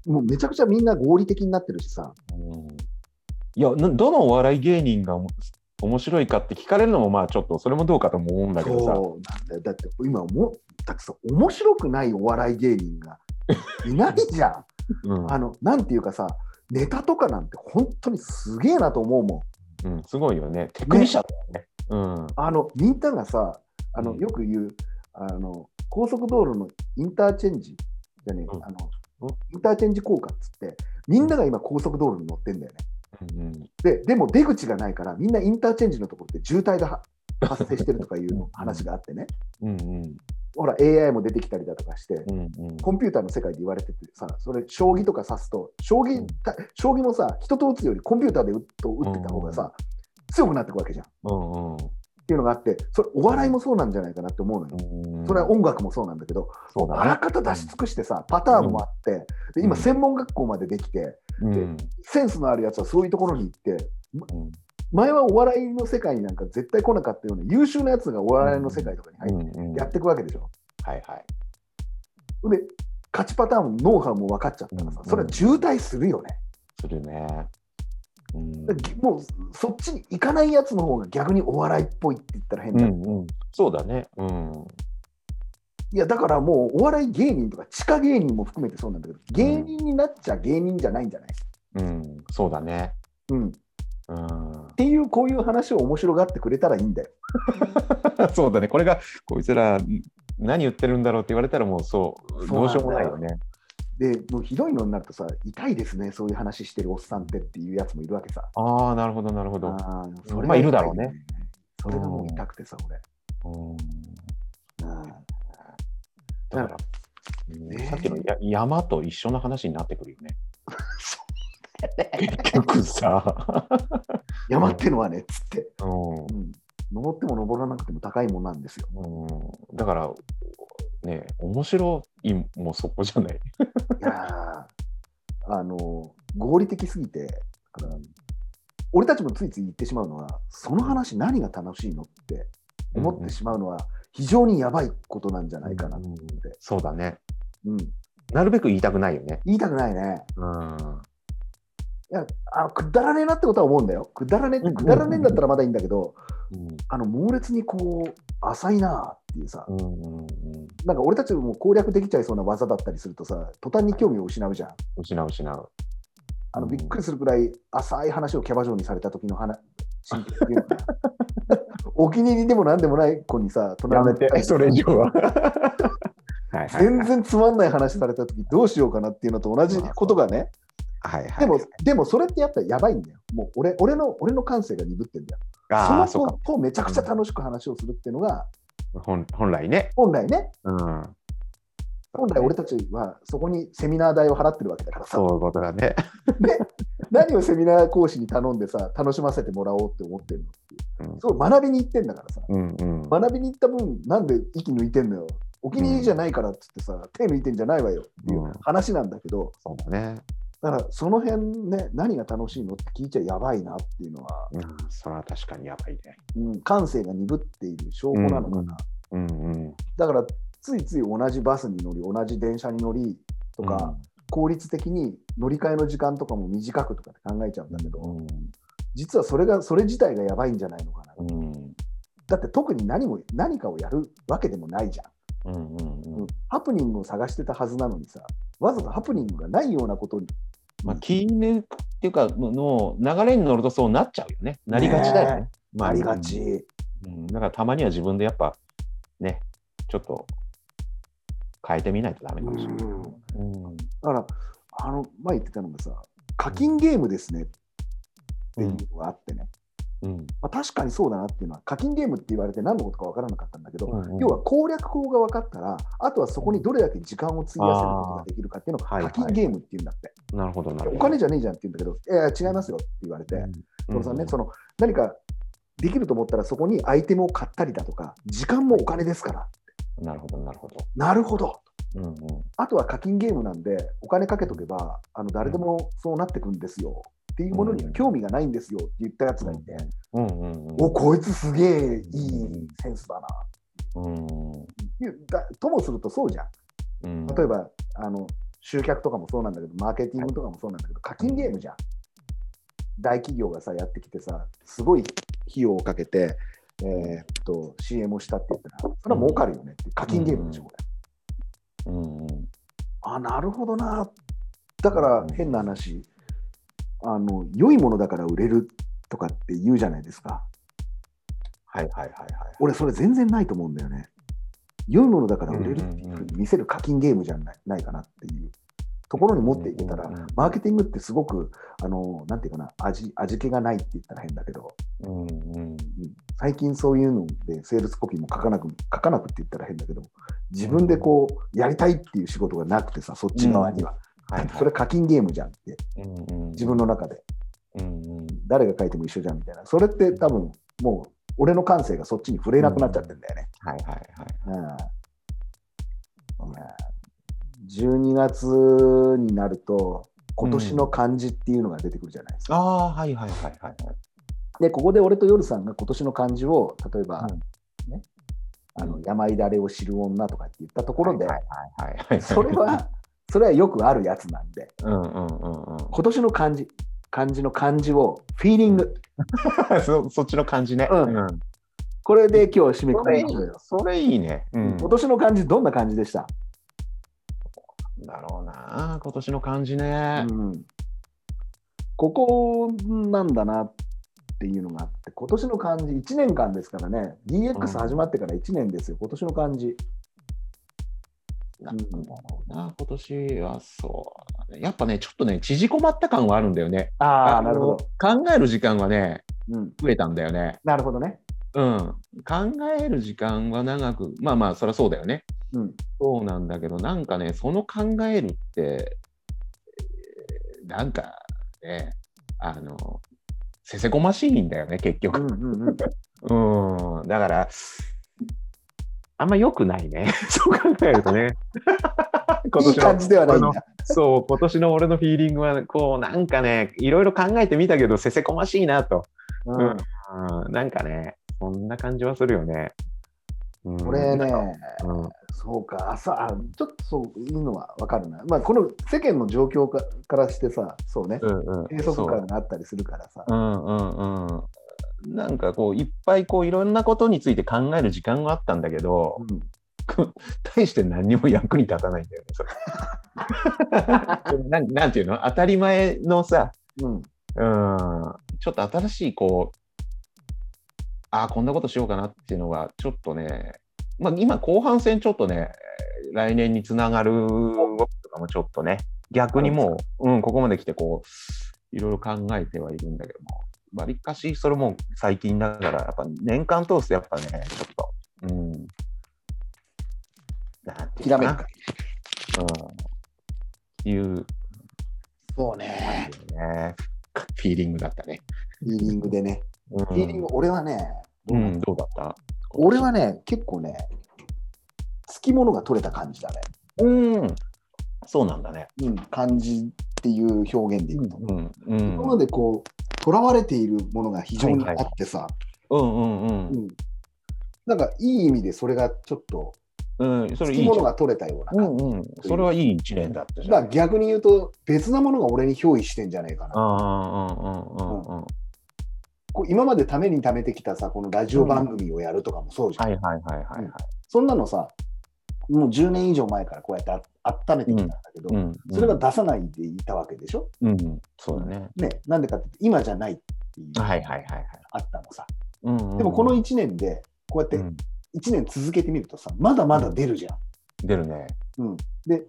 S1: らもうめちゃくちゃみんな合理的になってるしさ
S2: うんいやなどのお笑い芸人がおも面白いかって聞かれるのもまあちょっとそれもどうかとも思うんだけどさ
S1: そうなんだよだって今もだってさ面白くないお笑い芸人がいないじゃん
S2: うん
S1: あの、なんていうかさ、ネタとかなんて本当にすげえなと思うもん。
S2: うん、すごいよねテクニシャンだよね
S1: あの、みんながさ、あの、
S2: うん
S1: よく言う、あの、高速道路のインターチェンジじゃねえ、
S2: うん
S1: あの
S2: うん、
S1: インターチェンジ効果っつって、みんなが今高速道路に乗ってんだよね。
S2: うんうん
S1: で、でも出口がないから、みんなインターチェンジのところって渋滞がは発生してるとかいうの話があってね。
S2: うんうん
S1: ほら、AI も出てきたりだとかして、
S2: うんうん
S1: コンピューターの世界で言われててさ、それ、将棋とか指すと、将棋た将棋もさ、人と打つよりコンピューターで打っと打ってた方がさ、強くなっていくわけじゃん。
S2: うんうん
S1: っていうのがあってそれお笑いもそうなんじゃないかなって思うのよ。
S2: うん
S1: それは音楽もそうなんだけど、
S2: そうだ
S1: あらかた出し尽くしてさパターンもあって、で今
S2: うん
S1: 専門学校までできて、
S2: うん
S1: でセンスのあるやつはそういうところに行って
S2: うん
S1: 前はお笑いの世界になんか絶対来なかったような優秀なやつがお笑いの世界とかに入って
S2: うんうん
S1: やっていくわけでしょ。
S2: はいはい。
S1: で勝ちパターンもノウハウも分かっちゃったらさ
S2: うん
S1: それは渋滞するよね。
S2: するね。うん
S1: だからもうそっちに行かないやつの方が逆にお笑いっぽいって言ったら変
S2: う
S1: だ、
S2: んうん、そうだね。うん。
S1: いやだからもうお笑い芸人とか地下芸人も含めてそうなんだけど芸人になっちゃ芸人じゃないんじゃない、
S2: うん、そうだね。
S1: うん、っ
S2: うん。
S1: ていうこういう話を面白がってくれたらいいんだよ。
S2: そうだね。これが、こいつら、何言ってるんだろうって言われたら、もうそ
S1: そ
S2: う、
S1: うなんだ
S2: ど
S1: よ
S2: うしようもないよね。
S1: でもうひどいのになるとさ痛いですねそういう話してるおっさんってっていうやつもいるわけさ。
S2: ああ、なるほど、なるほど。
S1: あー
S2: うんまあいるだろうね。
S1: それがもう痛くてさ俺。
S2: うん
S1: うん
S2: だから、
S1: ね
S2: さっきのや山と一緒の話になってくるよ (laughs) ね。結局 (laughs) さ、
S1: 山ってのはねっつって、
S2: うん
S1: うん、登っても登らなくても高いもんなんですよ。
S2: うん、だから、ね、面白いもそこじゃない。
S1: いやー (laughs) あの合理的すぎて、だから俺たちもついつい言ってしまうのは、その話、何が楽しいのって思ってしまうのは、非常にやばいことなんじゃないかな、
S2: うんそうだね。
S1: うん
S2: なるべく言いたくないよね。
S1: 言いたくないね。
S2: うん
S1: いやあのくだらねえなってことは思うんだよ。くだらねえって
S2: うん
S1: くだらねえんだったらまだいいんだけど、
S2: うん
S1: あの猛烈にこう、浅いなっていうさ、
S2: うんうんうん
S1: なんか俺たちも攻略できちゃいそうな技だったりするとさ、途端に興味を失うじゃん。
S2: 失う失う。
S1: あの
S2: うん
S1: びっくりするくらい浅い話をキャバ嬢にされた時の話っていうのかなお気に入りでも何でもない子にさ、隣の人が
S2: 以上 (laughs) は。はいはい
S1: 全然つまんない話された時どうしようかなっていうのと同じことがね、
S2: はいはい。
S1: でも、でもそれってやっぱりやばいんだよ。もう俺俺の俺の感性が鈍ってんだよ。そ
S2: あ
S1: の
S2: あ、そうか。
S1: 子とめちゃくちゃ楽しく話をするっていうのが、
S2: 本本来ね。
S1: 本来ね、
S2: うん。
S1: 本来俺たちはそこにセミナー代を払ってるわけだからさ
S2: そう、いうことだね。
S1: 何をセミナー講師に頼んでさ、楽しませてもらおうって思ってるのっていうう。
S2: ん
S1: そう学びに行ってんだからさ。
S2: うんうん。
S1: 学びに行った分、なんで息抜いてんのよ。お気に入りじゃないからっつってさ、手抜いてんじゃないわよっていう話なんだけど、
S2: そうだね。
S1: だからその辺ね、何が楽しいのって聞いちゃやばいなっていうのは、
S2: うん、それは確かにやばいね。
S1: うん、感性が鈍っている証拠なのかな。
S2: うんうんうん。
S1: だから、ついつい同じバスに乗り、同じ電車に乗りとか、効率的に乗り換えの時間とかも短くとかって考えちゃうんだけど、
S2: うん、
S1: 実はそれが、それ自体がやばいんじゃないのかな。
S2: うんうん
S1: だって特に何も、何かをやるわけでもないじゃん。
S2: うんうんうん。
S1: ハプニングを探してたはずなのにさ、わざとハプニングがないようなことに、
S2: まあ、気抜くっていうか、の流れに乗るとそうなっちゃうよね。なりがちだよね。ま
S1: ありがち。。
S2: うん、だからたまには自分でやっぱ、ね、ちょっと変えてみないとダメかもしれない。
S1: うん
S2: う
S1: だ
S2: ん
S1: から、あの、前言ってたのがさ、課金ゲームですねっていうのがあってね、
S2: うん
S1: まあ、確かにそうだなっていうのは、課金ゲームって言われて何のことか分からなかったんだけど、
S2: うんうん
S1: 要は攻略法が分かったら、あとはそこにどれだけ時間を費やせることができるかっていうのを
S2: あーはいは
S1: 課
S2: い
S1: 金ゲームっていうんだって、
S2: なるほどなるほど。
S1: お金じゃねえじゃんって言うんだけど、いやいや違いますよって言われて、
S2: うん
S1: 野呂さんね、その何かできると思ったら、そこにアイテムを買ったりだとか、時間もお金ですから、
S2: なるほどなるほど。
S1: なるほど、
S2: うんうん、
S1: あとは課金ゲームなんで、お金かけとけば、あの誰でもそうなってくんですよっていうものには興味がないんですよって言ったやつがいて、
S2: うんうんうん
S1: おこいつすげえいいセンスだな
S2: うん
S1: っていうだともするとそうじゃん。
S2: うん
S1: 例えばあの集客とかもそうなんだけど、マーケティングとかもそうなんだけど、課金ゲームじゃん。大企業がさ、やってきてさ、すごい費用をかけて、えーっと、CM をしたって言ったら、それは儲かるよねって、課金ゲームでしょ、これ。
S2: うんうん
S1: あ、なるほどな。だから、変な話、あの、良いものだから売れるとかって言うじゃないですか。
S2: はいはいはいはい。
S1: 俺、それ全然ないと思うんだよね。良いものだから売れるっていうふうに見せる課金ゲームじゃないないかなっていうところに持っていけたら
S2: うんうんうん、
S1: マーケティングってすごく、あの、なんていうかな、味味気がないって言ったら変だけど、
S2: うんうん
S1: うん最近そういうので、セールスコピーも書かなく、書かなくって言ったら変だけど、自分でこう、やりたいっていう仕事がなくてさ、そっち側には。
S2: はいはい
S1: それ課金ゲームじゃんって、
S2: うんうん
S1: 自分の中で。
S2: うんうん
S1: 誰が書いても一緒じゃんみたいな。それって多分、もう、俺の感性がそっちに触れなくなっちゃってんだよね。
S2: はいはいはい。
S1: うん12月になると今年の漢字っていうのが出てくるじゃないですか。
S2: ああ、はいはいはいはい。
S1: でここで俺と夜さんが今年の漢字を例えば、ねあ
S2: う
S1: の
S2: ん
S1: 病だれを知る女とかって言ったところで、
S2: はいはいはいはい、
S1: それは
S2: (laughs)
S1: それはよくあるやつなんで
S2: うんうんうんうん。
S1: 今年の漢字漢字の漢字をフィーリング
S2: そそっちの感じね。
S1: うんこれで今日締めく
S2: そ
S1: く
S2: れい
S1: り
S2: い
S1: ましょうよ。
S2: それいいね。うん、
S1: 今年の漢字どんな漢字でした、
S2: だろうな、今年の感じね。
S1: うん、ここなんだなっていうのがあって今年の漢字1年間ですからね DX 始まってから1年ですよ今年の漢字。
S2: なんだろうな、今年はそうだね。やっぱね、ちょっとね、縮こまった感はあるんだよね。
S1: ああ
S2: あの
S1: なるほど、
S2: 考える時間はね、
S1: うん。
S2: 増えたんだよね。
S1: なるほどね。
S2: うん。考える時間は長く、まあまあ、そりゃそうだよね。
S1: うん、
S2: そうなんだけど、なんかね、その考えるって、えーなんかね、あの、せせこましいんだよね、結
S1: う
S2: 局。
S1: んうん (laughs) うん、
S2: うん。だから、あんま良くないね。 (laughs) そう考える
S1: (laughs)
S2: とね。今
S1: いい
S2: 年の
S1: 感じではないんだ。
S2: そう、今年の俺のフィーリングは、こう、なんかね、いろいろ考えてみたけど、せせこましいなと。
S1: う
S2: うんうん、なんかね、そんな感じはするよね。うん
S1: ん、これ、ね、
S2: うん、
S1: そうか、朝、あちょっとそういうのはわかるな。まあ、この世間の状況かからしてさ、そうね
S2: う、ん、うん。
S1: 閉塞感があったりするからさ。
S2: うんうんうん。なんかこういっぱいこういろんなことについて考える時間があったんだけ
S1: う
S2: ど、
S1: ん
S2: 大して何にも役に立たないんだよね、それ。 (laughs) なんなんていうの当たり前のさ、
S1: うん
S2: うん、ちょっと新しいこう、ああ、こんなことしようかなっていうのが、ちょっとね、まあ今後半戦ちょっとね、来年につながる動きとかもちょっとね、逆にもう、うん、ここまで来てこう、いろいろ考えてはいるんだけども、わりかしそれも最近だから、やっぱ年間通すとやっぱね、ちょっと、うん。なんていう
S1: 諦める
S2: かな。うん。いう
S1: そうね、
S2: ね、フィーリングだったね。
S1: フィーリングでね。
S2: うん
S1: フィーリング、俺はね、
S2: うん、どうだった
S1: 俺はね、結構ね、つきものが取れた感じだね。
S2: うん、そうなんだね。
S1: うん、感じっていう表現でいくと。
S2: うん、うん、
S1: 今までこう、とらわれているものが非常にあってさ、
S2: うん、うん、
S1: うん、なんかいい意味でそれがちょっと、
S2: うん、うん、そ
S1: つ
S2: れ
S1: き
S2: いい
S1: も
S2: じ
S1: の
S2: ゃん。
S1: が取れたような感
S2: う
S1: じ。
S2: ん、うん、それはいい一年だったじ
S1: だ
S2: ゃ
S1: から
S2: ん。
S1: 逆に言うと、別なものが俺に憑依してんじゃねえかな。
S2: ああ、うん、うん、うん、うん。
S1: こう今までために貯めてきたさ、このラジオ番組をやるとかもそうじゃん。
S2: はい、はい、はい、はい、はい。
S1: そんなのさ、もう10年以上前からこうやってあ温めてきたんだけど、
S2: うん、
S1: それが出さないでいたわけでしょ。
S2: うん、うん、そうだね。
S1: ね、なんでかって言って今じゃないっていうのが
S2: はい、はい、はい、はい。
S1: あったのさ。
S2: うんうんうん、
S1: でもこの1年で、こうやって
S2: うん
S1: 1年続けてみるとさ、まだまだ出るじゃん。
S2: 出るね。
S1: で、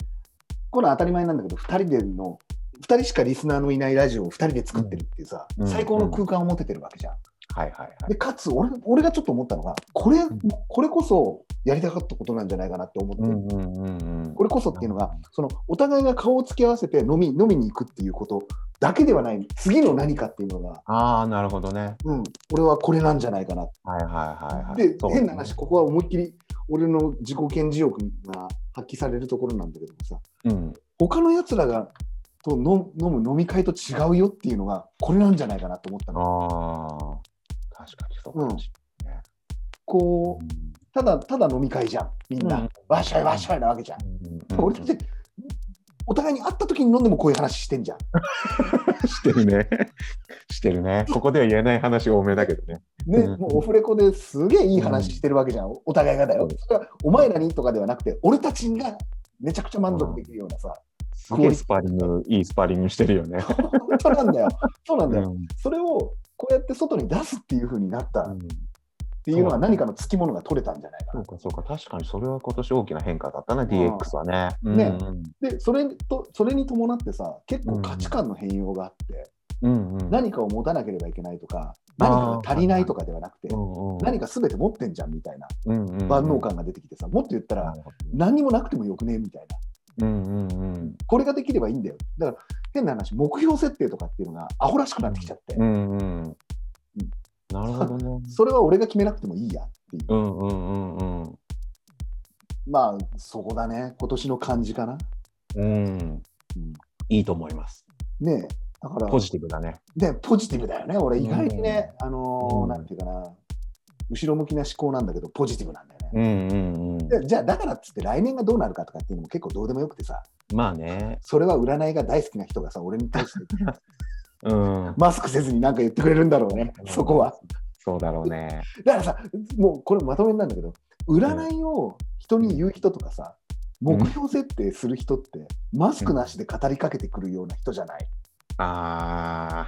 S1: この当たり前なんだけど、2人での、2人しかリスナーのいないラジオを2人で作ってるっていうさ、
S2: うん
S1: 最高の空間を持ててるわけじゃん。
S2: はい、はい、は
S1: で、
S2: い。
S1: かつ俺、俺がちょっと思ったのが、これ
S2: ん、
S1: これこそやりたかったことなんじゃないかなって思って、
S2: うん、うん、うん、うん。
S1: これこそっていうのが、そのお互いが顔を突き合わせて飲み飲みに行くっていうことだけではない、次の何かっていうのが、
S2: ああ、なるほどね。
S1: うん、俺はこれなんじゃないかな
S2: はい、はい、はい、はい。
S1: で、
S2: そうだね
S1: 変な話、。ここは思いっきり俺の自己顕示欲が発揮されるところなんだけどもさ、
S2: うん、
S1: 他のやつらがとの飲む飲み会と違うよっていうのが、これなんじゃないかなと思ったの。
S2: ああ。確かにそうかもし
S1: こう
S2: れない。
S1: ただただ飲み会じゃん、みん
S2: う。
S1: なんわっしゃいわっしゃいなわけじゃん。
S2: うん
S1: 俺たち、お互いに会った時に飲んでもこういう話してんじゃん。
S2: (laughs) してるね。してるね。ここでは言えない話多めだけどね。
S1: ね、
S2: うん
S1: もうオフレコですげえいい話してるわけじゃん、お互いがだよ
S2: う。ん
S1: それはお前らにとかではなくて、俺たちがめちゃくちゃ満足できるようなさ、
S2: すごいスパーリング、いいスパーリングしてるよね。
S1: 本当なんだよ。 (laughs) そうなん
S2: う
S1: だよ。
S2: ん
S1: それをこうやって外に出すっていう風になったっ
S2: そ
S1: ていうのは何かのつきものが取れたんじゃないか
S2: うか、そうか。確かにそれは今年大きな変化だったな、DX はね。
S1: んね
S2: うん
S1: な。でそれとそれに伴ってさ結構価値観の変容があって、
S2: うんうん。
S1: 何かを持たなければいけないとか
S2: あ
S1: 何
S2: ー
S1: かが足りないとかではなくて、
S2: うんうん
S1: 何か全て持ってんじゃんみたいな
S2: うんうんうん
S1: 万能感が出てきてさもっと言ったら何にもなくてもよくねみたいな
S2: うんうんうん
S1: これができればいいんだよだから変な話目標設定とかっていうのがアホらしくなってきちゃって、
S2: うんうん。ななるほどね。
S1: それは俺が決めなくてもいいやっていう、
S2: うんうんうんうん。
S1: まあそこだね今年の感じかな、
S2: うん。
S1: うん
S2: いいと思います。
S1: ねえだから
S2: ポジティブだね。
S1: ね、ポジティブだよね。俺、意外にね、あのー
S2: うん
S1: なんていうかな、後ろ向きな思考なんだけど、ポジティブなんだよね。
S2: うんうんうん。
S1: でじゃあ、だからっつって来年がどうなるかとかっていうのも結構どうでもよくてさ、
S2: まあね。
S1: それは占いが大好きな人がさ、俺に対
S2: (laughs)
S1: して
S2: うん。
S1: マスクせずに何か言ってくれるんだろうね、そこは。
S2: そうだろうね。
S1: だからさ、もうこれまとめになるんだけど、占いを人に言う人とかさ、
S2: うん
S1: 目標設定する人って、マスクなしで語りかけてくるような人じゃない。
S2: ああ、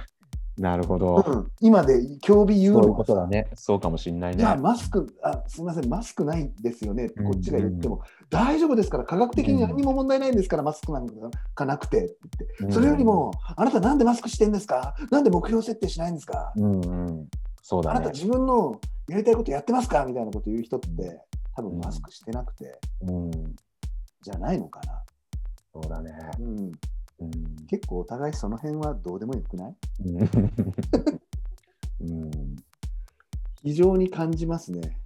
S2: なるほ
S1: う
S2: ど。
S1: ん、今で、興味言う
S2: そうい
S1: のは
S2: うことだね。そうかもしんない
S1: い
S2: ね。
S1: や、マスク、あすみません、マスクないですよねって
S2: うん
S1: こっちが言っても、大丈夫ですから、科学的に何も問題ないんですから、マスクなんかなくてって言って、それよりも、あなた、なんでマスクしてんですか、なんで目標設定しないんですか、
S2: うん、うんうん。そう
S1: あ
S2: だ
S1: なた、
S2: ね。
S1: 自分のやりたいことやってますかみたいなこと言う人って、多分マスクしてなくて、
S2: うん。
S1: じゃないのかな、
S2: そうだね。
S1: うん、
S2: うん。
S1: 結構お互いその辺はどうでもよくない (laughs)
S2: うんうん。
S1: 非常に感じますね。